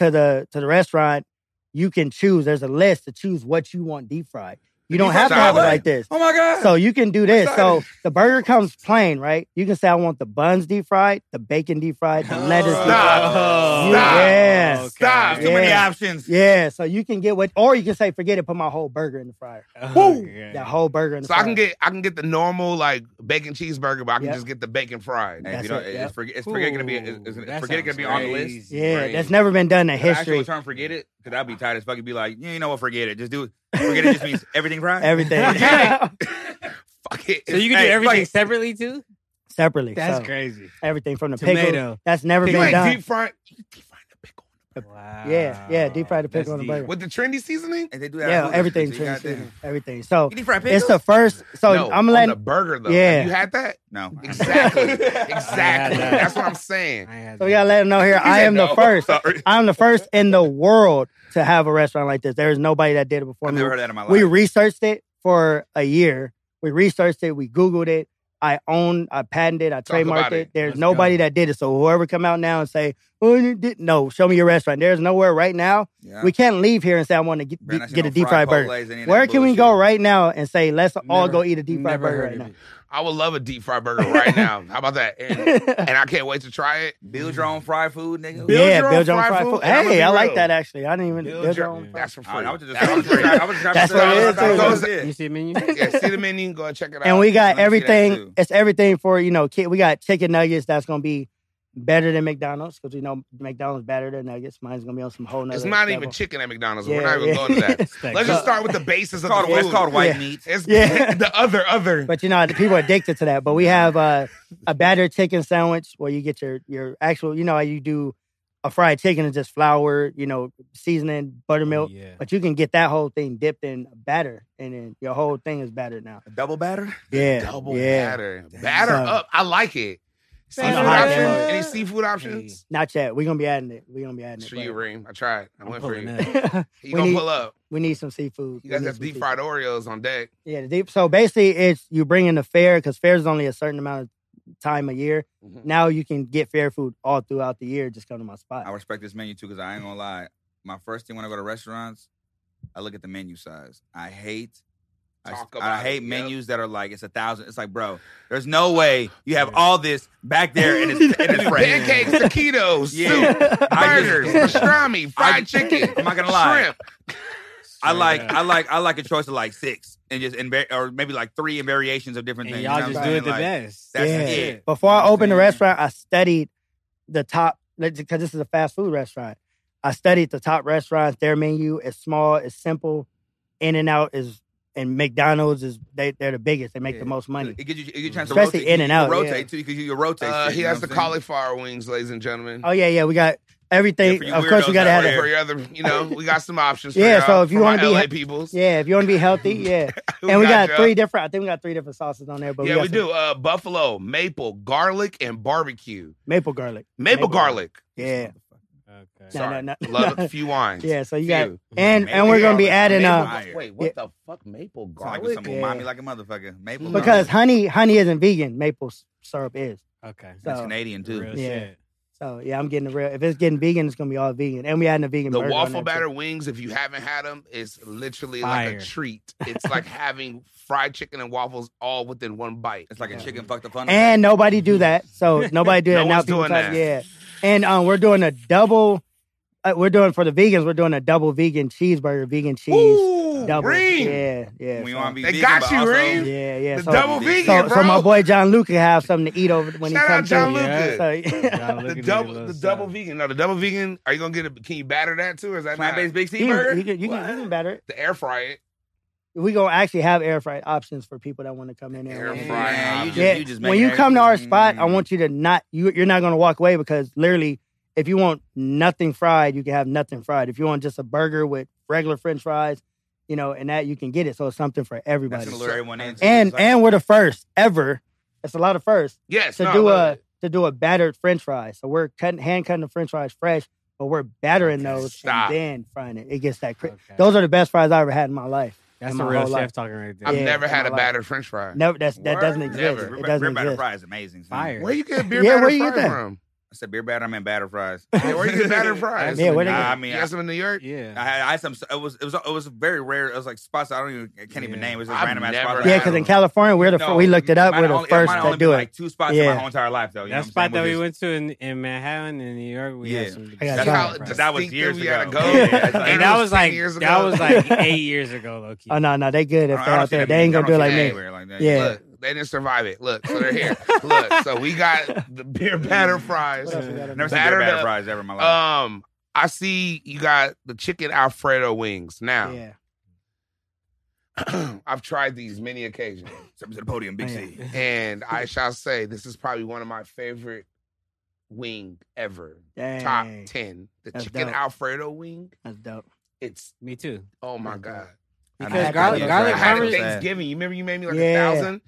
Speaker 5: to the to the restaurant, you can choose. There's a list to choose what you want deep fried. You don't
Speaker 4: Deep
Speaker 5: have to
Speaker 4: fried
Speaker 5: have it
Speaker 4: what?
Speaker 5: like this.
Speaker 4: Oh my god.
Speaker 5: So you can do this. So
Speaker 4: excited.
Speaker 5: the burger comes plain, right? You can say I want the buns deep fried, the bacon deep fried,
Speaker 3: Oh,
Speaker 5: the
Speaker 3: <gasps>
Speaker 5: lettuce deep fried.
Speaker 2: Stop.
Speaker 5: You- Yeah.
Speaker 3: Okay.
Speaker 2: Stop.
Speaker 4: There's too many
Speaker 5: Yeah.
Speaker 4: options.
Speaker 5: Yeah, so you can get what, or you can say, forget it, put my whole burger in the fryer.
Speaker 3: Okay.
Speaker 5: That whole burger in the
Speaker 2: Oh, So
Speaker 5: fryer.
Speaker 2: I can get I can get the normal like bacon cheeseburger, but I can
Speaker 5: Yep.
Speaker 2: just get the bacon fried.
Speaker 4: Hey, if
Speaker 5: That's
Speaker 4: you don't,
Speaker 5: it,
Speaker 4: it's,
Speaker 5: yeah.
Speaker 4: forget, it's forget gonna be it's, it's,
Speaker 3: Ooh, that
Speaker 4: forget gonna
Speaker 3: sounds
Speaker 4: be
Speaker 2: <laughs>
Speaker 4: on the
Speaker 3: crazy.
Speaker 4: list.
Speaker 5: Yeah,
Speaker 4: Great.
Speaker 5: that's never been done in
Speaker 4: The actual
Speaker 5: history.
Speaker 4: term forget it because I'd be tired as fuck. and Be like, yeah, you know what? Forget it. Just do it. Forget it. Just
Speaker 5: <laughs>
Speaker 4: means everything fried.
Speaker 2: <laughs>
Speaker 5: Everything
Speaker 2: Yeah. Fuck it.
Speaker 3: So you can
Speaker 4: Hey,
Speaker 3: do everything
Speaker 4: like-
Speaker 3: separately too?
Speaker 5: separately.
Speaker 3: That's
Speaker 5: so
Speaker 3: crazy.
Speaker 5: Everything from the pickle.
Speaker 3: Tomato.
Speaker 5: That's never
Speaker 3: Pickle.
Speaker 2: Like
Speaker 5: been done.
Speaker 2: deep fried, you deep fried the pickle
Speaker 3: Wow.
Speaker 5: Yeah, yeah, deep fried the pickle on the burger.
Speaker 2: with the trendy seasoning.
Speaker 4: And they do that.
Speaker 5: yeah,
Speaker 4: on Hooters,
Speaker 5: everything.
Speaker 4: so you got
Speaker 5: Trinity,
Speaker 4: that.
Speaker 5: everything. So
Speaker 4: You need fried
Speaker 5: it's
Speaker 4: pickles?
Speaker 5: the first. So
Speaker 2: no,
Speaker 5: I'm
Speaker 2: on
Speaker 5: letting.
Speaker 2: the burger though.
Speaker 5: Yeah.
Speaker 2: you had that
Speaker 4: no.
Speaker 5: <laughs>
Speaker 2: exactly, exactly.
Speaker 3: that.
Speaker 2: That's what I'm saying.
Speaker 5: so we gotta let them know
Speaker 2: <laughs>
Speaker 5: here. I am the
Speaker 4: No,
Speaker 5: first.
Speaker 4: Sorry.
Speaker 5: I'm the first in the world to have a restaurant like this. There is nobody that did it before
Speaker 4: I've
Speaker 5: me.
Speaker 4: never heard that in my life.
Speaker 5: We researched it for a year. We researched it. We Googled it. I own, I patented, I
Speaker 2: Talk about
Speaker 5: trademarked it.
Speaker 2: it.
Speaker 5: There's
Speaker 3: Let's
Speaker 5: nobody
Speaker 3: go.
Speaker 5: that did it. So whoever come out now and say, "Oh, you did no," show me your restaurant. There's nowhere right now.
Speaker 4: yeah.
Speaker 5: We can't leave here and say I want to get,
Speaker 4: Man, I see
Speaker 5: get
Speaker 4: no
Speaker 5: a deep fried burger.
Speaker 4: Poles, any of that
Speaker 5: Where can we
Speaker 4: bullshit.
Speaker 5: go right now and say let's all
Speaker 3: Never-
Speaker 5: go eat a deep fried burger right now?
Speaker 2: I would love a deep fried burger right
Speaker 5: <laughs>
Speaker 2: now. How about that? And, and I can't wait to try it.
Speaker 4: Build your own fried food, nigga.
Speaker 2: Build
Speaker 5: yeah,
Speaker 2: your own
Speaker 5: build your own
Speaker 2: fried
Speaker 5: fried
Speaker 2: food,
Speaker 5: food.
Speaker 2: and I'ma
Speaker 5: Hey,
Speaker 2: be
Speaker 5: I
Speaker 2: real.
Speaker 5: like that actually. I didn't even
Speaker 3: Build
Speaker 5: build,
Speaker 3: your
Speaker 5: your
Speaker 3: own
Speaker 5: own.
Speaker 2: That's for free.
Speaker 4: I was just,
Speaker 2: That's
Speaker 4: I was just, I was just
Speaker 5: That's what it is,
Speaker 4: I was
Speaker 2: too.
Speaker 4: just-
Speaker 3: You see a
Speaker 5: <laughs>
Speaker 3: menu?
Speaker 2: <laughs> yeah, see the menu, go and check it out.
Speaker 5: And we got
Speaker 4: Let me see that
Speaker 5: everything.
Speaker 4: too.
Speaker 5: It's everything for you know. Kid, we got chicken nuggets. That's gonna be better than McDonald's because you know McDonald's better than nuggets. Mine's gonna be on some whole nother.
Speaker 2: it's not even
Speaker 5: level.
Speaker 2: chicken at McDonald's. We're
Speaker 5: Yeah,
Speaker 2: not even
Speaker 5: yeah.
Speaker 2: going to
Speaker 5: <laughs>
Speaker 2: that.
Speaker 3: Steak.
Speaker 2: Let's just start with the basis of
Speaker 4: It's
Speaker 2: the
Speaker 4: called,
Speaker 2: food.
Speaker 4: it's called white
Speaker 5: Yeah.
Speaker 4: meat.
Speaker 2: It's
Speaker 5: Yeah.
Speaker 2: <laughs> the other other.
Speaker 5: But you know, the people are addicted to that. But we have uh, a battered chicken sandwich where you get your your actual. You know how you do a fried chicken is just flour, you know, seasoning, buttermilk.
Speaker 3: Yeah.
Speaker 5: But you can get that whole thing dipped in batter, and then your whole thing is battered now.
Speaker 4: Double batter?
Speaker 5: Yeah,
Speaker 2: double
Speaker 5: yeah.
Speaker 2: batter. Batter
Speaker 5: So-
Speaker 2: up. I like it. Seafood
Speaker 5: Batter
Speaker 2: options?
Speaker 5: up.
Speaker 2: Any seafood options?
Speaker 5: Not yet. We're gonna be adding it. We're gonna be adding
Speaker 2: It's
Speaker 5: it.
Speaker 2: for you,
Speaker 5: <laughs> but-
Speaker 2: Reem. I tried. I
Speaker 3: I'm
Speaker 2: went for
Speaker 3: pulling
Speaker 2: you.
Speaker 3: up.
Speaker 2: You
Speaker 5: We
Speaker 2: gonna
Speaker 5: need-
Speaker 2: pull up.
Speaker 5: we need some seafood.
Speaker 2: You
Speaker 5: We
Speaker 2: guys
Speaker 5: need
Speaker 2: have
Speaker 5: some
Speaker 2: deep
Speaker 5: seafood.
Speaker 2: fried Oreos on deck.
Speaker 5: Yeah, the deep. So basically, it's you bring in the fare because fares is only a certain amount of time a year.
Speaker 2: Mhm. <laughs>
Speaker 5: Now you can get fair food all throughout the year. Just come to my
Speaker 4: I
Speaker 5: <laughs> spot.
Speaker 4: respect this menu too, because I ain't gonna lie. My first thing when I go to restaurants, I look at the menu size. I hate I,
Speaker 2: Talk
Speaker 4: I
Speaker 2: about it, yep.
Speaker 4: hate menus that are like it's a thousand. It's like, bro, there's no way you have
Speaker 3: Yeah.
Speaker 4: all this back there
Speaker 5: <laughs>
Speaker 4: and it's, and it's fresh.
Speaker 2: Pancakes, taquitos,
Speaker 4: Yeah.
Speaker 2: soup,
Speaker 4: I just-
Speaker 2: burgers,
Speaker 5: <laughs>
Speaker 2: pastrami, fried chicken.
Speaker 4: I'm not gonna lie.
Speaker 2: Shrimp.
Speaker 4: I
Speaker 3: <laughs>
Speaker 4: like I like I like a choice of like six and just and var- or maybe like three and variations of different
Speaker 3: And
Speaker 4: things.
Speaker 3: y'all
Speaker 4: you know
Speaker 3: just
Speaker 4: what
Speaker 3: do
Speaker 4: I'm
Speaker 3: it the
Speaker 4: saying? Like,
Speaker 3: best.
Speaker 4: That's
Speaker 5: Yeah.
Speaker 4: it.
Speaker 5: Before I
Speaker 4: I'm
Speaker 5: opened the
Speaker 4: saying.
Speaker 5: restaurant, I studied the top because this is a fast food restaurant. I studied the top restaurants. Their menu is small. It's simple. In and out is and McDonald's is they they're the biggest. They make
Speaker 4: Yeah.
Speaker 5: the most money.
Speaker 4: It gives you, it gives you a chance
Speaker 5: Especially
Speaker 4: to rotate.
Speaker 5: in and out,
Speaker 4: You can
Speaker 5: yeah.
Speaker 4: rotate too. You can, you can rotate.
Speaker 2: Uh,
Speaker 4: shit,
Speaker 2: he
Speaker 4: you know
Speaker 2: has the
Speaker 4: what I'm saying?
Speaker 2: cauliflower wings, ladies and gentlemen.
Speaker 5: Oh yeah, yeah. We got
Speaker 4: Yeah,
Speaker 5: everything.
Speaker 4: for you
Speaker 5: of course,
Speaker 4: weirdos
Speaker 5: we gotta
Speaker 4: out
Speaker 5: have
Speaker 4: there.
Speaker 5: it.
Speaker 2: For your other, you know, we got some options. For
Speaker 5: Yeah,
Speaker 2: y'all,
Speaker 5: so if you
Speaker 2: for
Speaker 5: wanna
Speaker 2: my
Speaker 5: be-
Speaker 2: LA peoples, <laughs>
Speaker 5: Yeah, if you want to be healthy, yeah. and we got,
Speaker 2: y'all?
Speaker 5: three different. I think we got three different sauces on there. But
Speaker 2: yeah,
Speaker 5: got
Speaker 2: we
Speaker 5: some
Speaker 2: do. Uh, buffalo, maple, garlic, and barbecue.
Speaker 5: maple garlic.
Speaker 2: Maple,
Speaker 5: Maple
Speaker 2: garlic.
Speaker 5: Yeah,
Speaker 3: Okay.
Speaker 5: No,
Speaker 2: Sorry,
Speaker 5: no, no.
Speaker 2: love
Speaker 5: <laughs>
Speaker 2: a few wines.
Speaker 5: yeah. So you got
Speaker 2: Few.
Speaker 5: and and we're gonna be adding
Speaker 4: Maple
Speaker 5: uh
Speaker 4: garlic.
Speaker 2: Wait, what the fuck? Maple
Speaker 4: Sound like
Speaker 2: garlic.
Speaker 4: it's some
Speaker 5: Yeah.
Speaker 4: mommy like a motherfucker. Maple
Speaker 5: because
Speaker 4: no.
Speaker 5: honey honey isn't vegan. Maple s- syrup is.
Speaker 3: Okay.
Speaker 4: that's
Speaker 5: so-
Speaker 4: Canadian too.
Speaker 3: Real
Speaker 5: Yeah.
Speaker 3: shit.
Speaker 5: So yeah, I'm getting the real. If it's getting vegan, it's gonna be all vegan, and we adding a vegan.
Speaker 2: The
Speaker 5: burger on
Speaker 2: waffle
Speaker 5: there,
Speaker 2: batter
Speaker 5: too.
Speaker 2: wings, if you haven't had them, is literally like
Speaker 3: Fire.
Speaker 2: a
Speaker 5: <laughs>
Speaker 2: treat. It's like having fried chicken and waffles all within one bite.
Speaker 4: It's like a
Speaker 5: Yeah.
Speaker 4: chicken fucked up on
Speaker 5: And nobody do that.
Speaker 2: <laughs>
Speaker 5: So nobody do
Speaker 2: No
Speaker 5: that. now
Speaker 2: one's
Speaker 5: people
Speaker 2: doing
Speaker 5: try-
Speaker 2: that.
Speaker 5: Yeah, and um, we're doing a double. Uh, we're doing for the vegans. We're doing a double vegan cheeseburger, vegan cheese.
Speaker 2: Ooh,
Speaker 5: double.
Speaker 2: ring.
Speaker 5: Yeah, yeah.
Speaker 4: we
Speaker 5: so-
Speaker 4: want to be
Speaker 2: They
Speaker 4: vegan,
Speaker 2: got
Speaker 4: but
Speaker 2: you,
Speaker 4: also,
Speaker 2: Reem.
Speaker 5: Yeah, yeah.
Speaker 2: The
Speaker 5: so,
Speaker 2: double
Speaker 5: so-
Speaker 2: vegan,
Speaker 5: so,
Speaker 2: bro.
Speaker 5: my boy John Luke can have something to eat over when
Speaker 2: Shout
Speaker 5: he
Speaker 2: out
Speaker 5: comes
Speaker 2: John
Speaker 5: through.
Speaker 2: Luke.
Speaker 3: Yeah.
Speaker 5: So, <laughs>
Speaker 3: <laughs> Y'all
Speaker 2: The
Speaker 3: looking at
Speaker 2: double,
Speaker 3: your
Speaker 2: the
Speaker 3: little
Speaker 2: double
Speaker 3: side.
Speaker 2: vegan. No, the double vegan. Are you gonna get a? Can you batter that too? Or is that
Speaker 4: Plant
Speaker 2: not?
Speaker 4: based Big C
Speaker 5: you,
Speaker 4: burger.
Speaker 5: can, you, can, you, can, you can batter it.
Speaker 2: The air fry it.
Speaker 5: We gonna actually have air fried options for people that want to come in there.
Speaker 2: Air
Speaker 5: and-
Speaker 2: fried.
Speaker 4: Man, you
Speaker 5: Yeah,
Speaker 4: just, you just make
Speaker 5: when you
Speaker 4: every-
Speaker 5: come to our spot, I
Speaker 4: Mm.
Speaker 5: want you to not you. You're not gonna walk away because literally, if you want nothing fried, you can have nothing fried. If you want just a burger with regular French fries, you know, and that you can get it. So it's something for
Speaker 4: That's
Speaker 5: everybody.
Speaker 4: gonna lure everyone in.
Speaker 5: And
Speaker 4: It's like-
Speaker 5: and we're the first ever. That's a lot of firsts.
Speaker 2: Yes.
Speaker 5: to
Speaker 2: no, I
Speaker 5: do
Speaker 2: love
Speaker 5: a
Speaker 2: it.
Speaker 5: to do a battered French fry. So we're cutting hand cutting the French fries fresh, but we're battering
Speaker 3: Okay,
Speaker 5: those
Speaker 2: stop.
Speaker 5: and then frying it. It gets that cri-
Speaker 3: Okay.
Speaker 5: Those are the best fries I ever had in my life.
Speaker 3: That's
Speaker 5: in
Speaker 3: the
Speaker 5: my
Speaker 3: real
Speaker 5: whole life.
Speaker 3: chef talking right there.
Speaker 2: I've
Speaker 5: Yeah,
Speaker 2: never
Speaker 5: in
Speaker 2: had
Speaker 5: my
Speaker 2: a
Speaker 5: life.
Speaker 2: battered French fry.
Speaker 5: Never. That's that
Speaker 4: Word?
Speaker 5: doesn't exist.
Speaker 4: Beer,
Speaker 5: It doesn't
Speaker 4: beer batter
Speaker 5: exist.
Speaker 4: fries, amazing. son.
Speaker 3: Fire.
Speaker 2: Where you get beer
Speaker 5: Yeah,
Speaker 2: batter
Speaker 5: where you
Speaker 2: fry
Speaker 5: get that?
Speaker 2: from?
Speaker 4: I said beer batter. I meant batter fries.
Speaker 2: Yeah, where you get
Speaker 4: <laughs>
Speaker 5: <laughs>
Speaker 2: batter fries?
Speaker 5: Yeah, where they
Speaker 4: Nah,
Speaker 5: get-
Speaker 4: I
Speaker 2: You
Speaker 4: mean, I,
Speaker 2: got some in New York?
Speaker 4: I
Speaker 3: Yeah.
Speaker 4: had, I had some. It was it was it was very rare. It was like spots I don't even I can't even
Speaker 3: Yeah.
Speaker 4: name. It was just
Speaker 2: I've
Speaker 4: random ass
Speaker 2: never
Speaker 4: spots.
Speaker 2: had
Speaker 5: Yeah, because in
Speaker 2: Right.
Speaker 5: California, we're the
Speaker 4: No,
Speaker 5: we looked it up.
Speaker 4: mine
Speaker 5: We're the
Speaker 4: only-
Speaker 5: first
Speaker 4: mine only
Speaker 5: that
Speaker 4: been
Speaker 5: do it.
Speaker 4: Like two spots
Speaker 5: Yeah.
Speaker 4: in my whole entire life, though. You know
Speaker 3: That
Speaker 4: what I'm
Speaker 3: spot
Speaker 4: saying?
Speaker 3: that
Speaker 4: Was
Speaker 3: we
Speaker 4: just-
Speaker 3: went to in, in Manhattan in New York, we
Speaker 4: Yeah.
Speaker 3: had some.
Speaker 5: I got
Speaker 2: That's
Speaker 5: Yeah.
Speaker 2: how
Speaker 5: Right.
Speaker 4: That was
Speaker 2: distinctive
Speaker 4: years
Speaker 2: we gotta
Speaker 4: ago.
Speaker 2: go.
Speaker 4: Yeah, that's like-
Speaker 3: and
Speaker 2: That
Speaker 3: that
Speaker 2: was
Speaker 3: was like
Speaker 2: 10 years
Speaker 3: that
Speaker 2: ago.
Speaker 3: was
Speaker 4: <laughs>
Speaker 3: like eight years ago, Loki.
Speaker 5: Oh no, no, they good if
Speaker 4: I
Speaker 5: they're
Speaker 4: don't
Speaker 5: out
Speaker 4: see
Speaker 5: there.
Speaker 4: them-
Speaker 5: They ain't
Speaker 4: I don't
Speaker 5: gonna do it
Speaker 4: see
Speaker 5: like
Speaker 4: them
Speaker 5: me.
Speaker 4: anywhere like that.
Speaker 5: Yeah.
Speaker 2: Look, they didn't survive it. Look, so they're here. Look, so we got the beer
Speaker 4: <laughs>
Speaker 2: batter fries.
Speaker 5: What else we got
Speaker 4: I've
Speaker 5: in
Speaker 4: Never
Speaker 5: there?
Speaker 4: seen beer
Speaker 2: Battered
Speaker 4: batter
Speaker 2: up.
Speaker 4: fries ever in my life.
Speaker 2: Um, I see you got the chicken Alfredo wings. Now,
Speaker 5: Yeah.
Speaker 2: <clears throat> I've tried these many occasions,
Speaker 4: Step to the podium, Big
Speaker 5: Oh,
Speaker 4: C.
Speaker 5: yeah.
Speaker 2: and I shall say this is probably one of my favorite wing ever. Top
Speaker 5: Dang.
Speaker 2: ten, the
Speaker 5: That's
Speaker 2: chicken
Speaker 5: dope.
Speaker 2: Alfredo wing.
Speaker 5: That's dope.
Speaker 2: It's
Speaker 3: Me too.
Speaker 2: oh my
Speaker 5: That's dope.
Speaker 2: god!
Speaker 4: I
Speaker 3: Because
Speaker 4: know.
Speaker 3: garlic,
Speaker 4: Yeah,
Speaker 2: I
Speaker 3: garlic,
Speaker 4: right. <laughs>
Speaker 2: had it
Speaker 4: Parmesan-
Speaker 2: Thanksgiving. You remember you made me like
Speaker 5: Yeah.
Speaker 2: a thousand.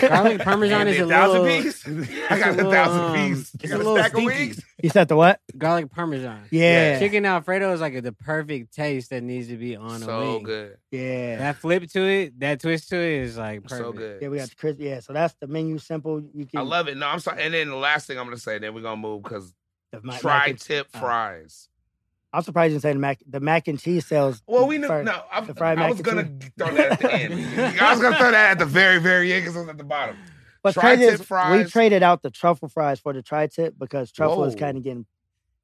Speaker 2: <laughs>
Speaker 3: Garlic parmesan
Speaker 4: And
Speaker 3: is
Speaker 4: the
Speaker 3: a
Speaker 4: thousand
Speaker 3: little.
Speaker 4: piece.
Speaker 2: I
Speaker 3: it's
Speaker 2: got a
Speaker 3: little,
Speaker 2: thousand
Speaker 3: um,
Speaker 2: piece.
Speaker 3: It's
Speaker 4: You
Speaker 3: a
Speaker 4: got
Speaker 3: little
Speaker 4: stack of
Speaker 3: stinky.
Speaker 4: wings?
Speaker 5: You said the what?
Speaker 3: Garlic parmesan.
Speaker 5: Yeah. Yeah.
Speaker 3: Chicken alfredo is like the perfect taste that needs to be on a
Speaker 2: So
Speaker 3: wing.
Speaker 2: good,
Speaker 5: Yeah.
Speaker 3: That flip to it, that twist to it is like perfect.
Speaker 2: so good.
Speaker 5: we got the crisp. Yeah. So that's the menu. Simple. You can.
Speaker 2: I love it. No, I'm sorry. And then the last thing I'm gonna say, then we're gonna move because
Speaker 5: the mac- mac
Speaker 2: tri
Speaker 5: and-
Speaker 2: tip
Speaker 5: uh,
Speaker 2: fries.
Speaker 5: I'm surprised you didn't say the mac. The mac and cheese sales.
Speaker 2: Well, we knew.
Speaker 5: first.
Speaker 2: No, I,
Speaker 5: the fried
Speaker 2: I
Speaker 5: mac
Speaker 2: was
Speaker 5: and
Speaker 2: gonna throw that at the end. I was gonna throw that at the very, very end because I was at the bottom.
Speaker 5: What's
Speaker 2: Tri-tip
Speaker 5: crazy is we
Speaker 2: fries.
Speaker 5: traded out the truffle fries for the tri-tip because truffle is
Speaker 2: Whoa.
Speaker 5: kind of getting,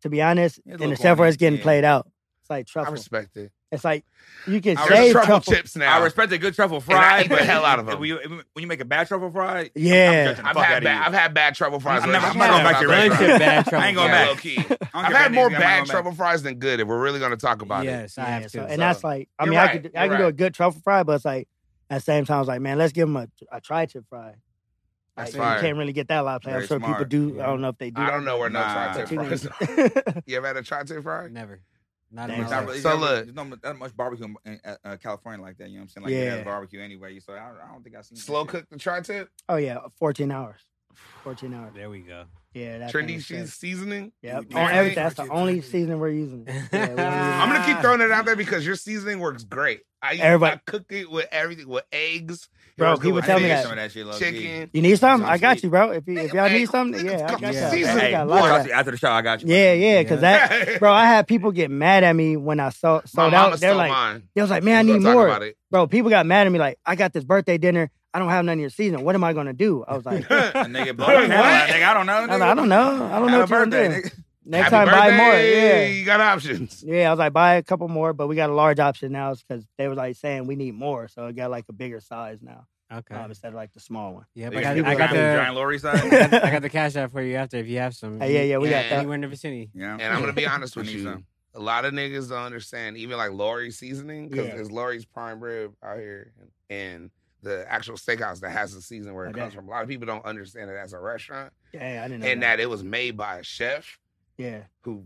Speaker 5: to be honest,
Speaker 4: a
Speaker 5: in
Speaker 4: little
Speaker 5: the Chef
Speaker 4: corny,
Speaker 5: it's getting
Speaker 4: yeah.
Speaker 5: played out. It's like
Speaker 2: I
Speaker 5: truffle.
Speaker 2: respect it.
Speaker 5: it's like you can
Speaker 2: I
Speaker 5: save
Speaker 2: respect
Speaker 5: truffle.
Speaker 2: truffle, chips now.
Speaker 4: I respect a good truffle
Speaker 2: And I
Speaker 4: fry,
Speaker 2: eat the
Speaker 4: but
Speaker 2: hell out of 'em.
Speaker 4: When you, when you make a bad truffle fry,
Speaker 5: Yeah.
Speaker 4: judging.
Speaker 2: I've
Speaker 4: Fuck
Speaker 2: had
Speaker 4: outta
Speaker 2: bad,
Speaker 4: here.
Speaker 2: I've had bad trouble fries.
Speaker 4: I'm
Speaker 2: but
Speaker 4: never-
Speaker 2: it's
Speaker 4: I'm not going
Speaker 2: not
Speaker 4: back to your
Speaker 2: about
Speaker 3: Bunch
Speaker 2: that.
Speaker 3: of
Speaker 4: restaurant.
Speaker 2: <laughs>
Speaker 3: bad trouble.
Speaker 4: I ain't going
Speaker 2: Yeah,
Speaker 4: back.
Speaker 2: low key.
Speaker 4: I don't
Speaker 2: I've
Speaker 4: care
Speaker 2: had
Speaker 4: about
Speaker 2: more
Speaker 4: these, I'm not
Speaker 2: bad
Speaker 4: going back.
Speaker 2: trouble fries than good. If we're really gonna talk about it,
Speaker 3: Yes, I
Speaker 5: Yeah,
Speaker 3: have to.
Speaker 5: so- and that's like, I
Speaker 2: You're
Speaker 5: mean, I
Speaker 2: right,
Speaker 5: could, I
Speaker 2: you're
Speaker 5: can do a
Speaker 2: right.
Speaker 5: good truffle fry, but it's like at the same time, it's like, man, let's give them a, a tri-tip fry. Like,
Speaker 2: That's
Speaker 5: you
Speaker 2: fire.
Speaker 5: can't really get that a lot of play. I'm
Speaker 4: Very
Speaker 5: sure people
Speaker 4: smart.
Speaker 5: do. I
Speaker 3: Yeah.
Speaker 5: don't know if they do.
Speaker 2: I
Speaker 5: that.
Speaker 2: don't know where no
Speaker 4: Nah.
Speaker 2: tri tip
Speaker 5: But you
Speaker 2: fries. are.
Speaker 5: need-
Speaker 2: You ever had a tri tip fry?
Speaker 3: Never. Not
Speaker 5: Dang,
Speaker 3: in my
Speaker 5: it's
Speaker 4: Not
Speaker 3: life.
Speaker 5: Right.
Speaker 4: really-
Speaker 2: So
Speaker 4: there's not-
Speaker 2: look.
Speaker 4: there's not that much barbecue in uh, uh, California like that. You know what I'm saying? Like yeah.
Speaker 5: Yeah.
Speaker 4: barbecue anyway. So I, don't- I don't think I seen that
Speaker 2: Slow
Speaker 4: shit.
Speaker 2: cook the tri tip.
Speaker 5: <laughs> oh yeah, 14 hours. 14 hours.
Speaker 3: There we go.
Speaker 5: Yeah, that thing
Speaker 2: Trendy
Speaker 5: is
Speaker 2: cheese
Speaker 5: sick.
Speaker 2: seasoning.
Speaker 5: Yep.
Speaker 4: You
Speaker 5: On
Speaker 2: do
Speaker 5: everything.
Speaker 2: that?
Speaker 5: That's the only seasoning
Speaker 2: <laughs>
Speaker 5: we're using. Yeah, we don't use-
Speaker 2: I'm gonna keep throwing it out there because your seasoning works great. I,
Speaker 5: Ah. Everybody-
Speaker 2: I cook it with everything with eggs. It
Speaker 5: Bro,
Speaker 2: works good
Speaker 5: people
Speaker 2: with
Speaker 5: tell
Speaker 4: I
Speaker 5: me
Speaker 4: need
Speaker 2: fish,
Speaker 5: that.
Speaker 4: some of that shit. low-key.
Speaker 2: Chicken.
Speaker 5: You need something? I
Speaker 4: Sounds
Speaker 5: got
Speaker 4: sweet.
Speaker 5: you, bro. If, you, if y'all
Speaker 2: Hey,
Speaker 5: need something,
Speaker 2: niggas
Speaker 5: yeah, I
Speaker 2: got
Speaker 5: got
Speaker 2: the
Speaker 5: that.
Speaker 2: season.
Speaker 5: I
Speaker 4: Hey,
Speaker 5: got a
Speaker 4: we'll
Speaker 5: lot
Speaker 4: talk
Speaker 5: of
Speaker 4: to
Speaker 5: that.
Speaker 4: you after the show, I got you.
Speaker 5: Yeah, yeah, because
Speaker 2: <laughs>
Speaker 5: that, bro, I had people get mad at me when I sold,
Speaker 2: My
Speaker 5: sold
Speaker 2: mama
Speaker 5: out. They're
Speaker 2: stole
Speaker 5: like,
Speaker 2: mine.
Speaker 5: they was like, man, I
Speaker 2: We're
Speaker 5: need
Speaker 2: gonna talk
Speaker 5: more.
Speaker 2: about it.
Speaker 5: Bro, people got mad at me like, I got this birthday dinner. I don't have none of your seasoning. What am I going to do? I was like,
Speaker 2: <laughs>
Speaker 4: A nigga blow
Speaker 2: Wait,
Speaker 4: my camera out,
Speaker 2: what?
Speaker 4: nigga. I don't know.
Speaker 5: I
Speaker 4: Nigga.
Speaker 5: don't- I don't know. I don't know what
Speaker 4: Happy
Speaker 5: you're going
Speaker 4: birthday,
Speaker 5: to do.
Speaker 4: nigga.
Speaker 5: <laughs> Next
Speaker 2: Happy
Speaker 5: time, buy more.
Speaker 2: birthday.
Speaker 5: Yeah.
Speaker 2: You got options.
Speaker 5: Yeah, I was like, buy a couple more, but we got a large option now because they was like saying we need more. So I got like a bigger size now
Speaker 3: Okay.
Speaker 5: um, instead of like the
Speaker 2: <laughs>
Speaker 5: small one. <laughs>
Speaker 3: yeah,
Speaker 4: Nigga,
Speaker 3: but I
Speaker 4: you
Speaker 3: got, I got
Speaker 4: giant-
Speaker 3: the
Speaker 4: giant lorry
Speaker 3: I
Speaker 4: side.
Speaker 3: got, I got the cash app for you after if you have some.
Speaker 5: Hey, Uh, yeah, yeah, we
Speaker 2: Yeah.
Speaker 5: got that.
Speaker 3: Anywhere in the vicinity.
Speaker 4: Yeah.
Speaker 2: And I'm gonna be
Speaker 5: <laughs>
Speaker 2: honest
Speaker 4: I
Speaker 2: with
Speaker 4: need
Speaker 2: you.
Speaker 4: some.
Speaker 2: A lot of niggas don't understand, even like Lori's seasoning, because
Speaker 5: Yeah.
Speaker 2: there's Lori's prime rib out here and the actual steakhouse that has the season where it
Speaker 5: I
Speaker 2: comes
Speaker 5: bet.
Speaker 2: from. A lot of people don't understand it as a restaurant
Speaker 5: Yeah, I didn't know.
Speaker 2: and that it was made by a chef
Speaker 5: <laughs> Yeah,
Speaker 2: who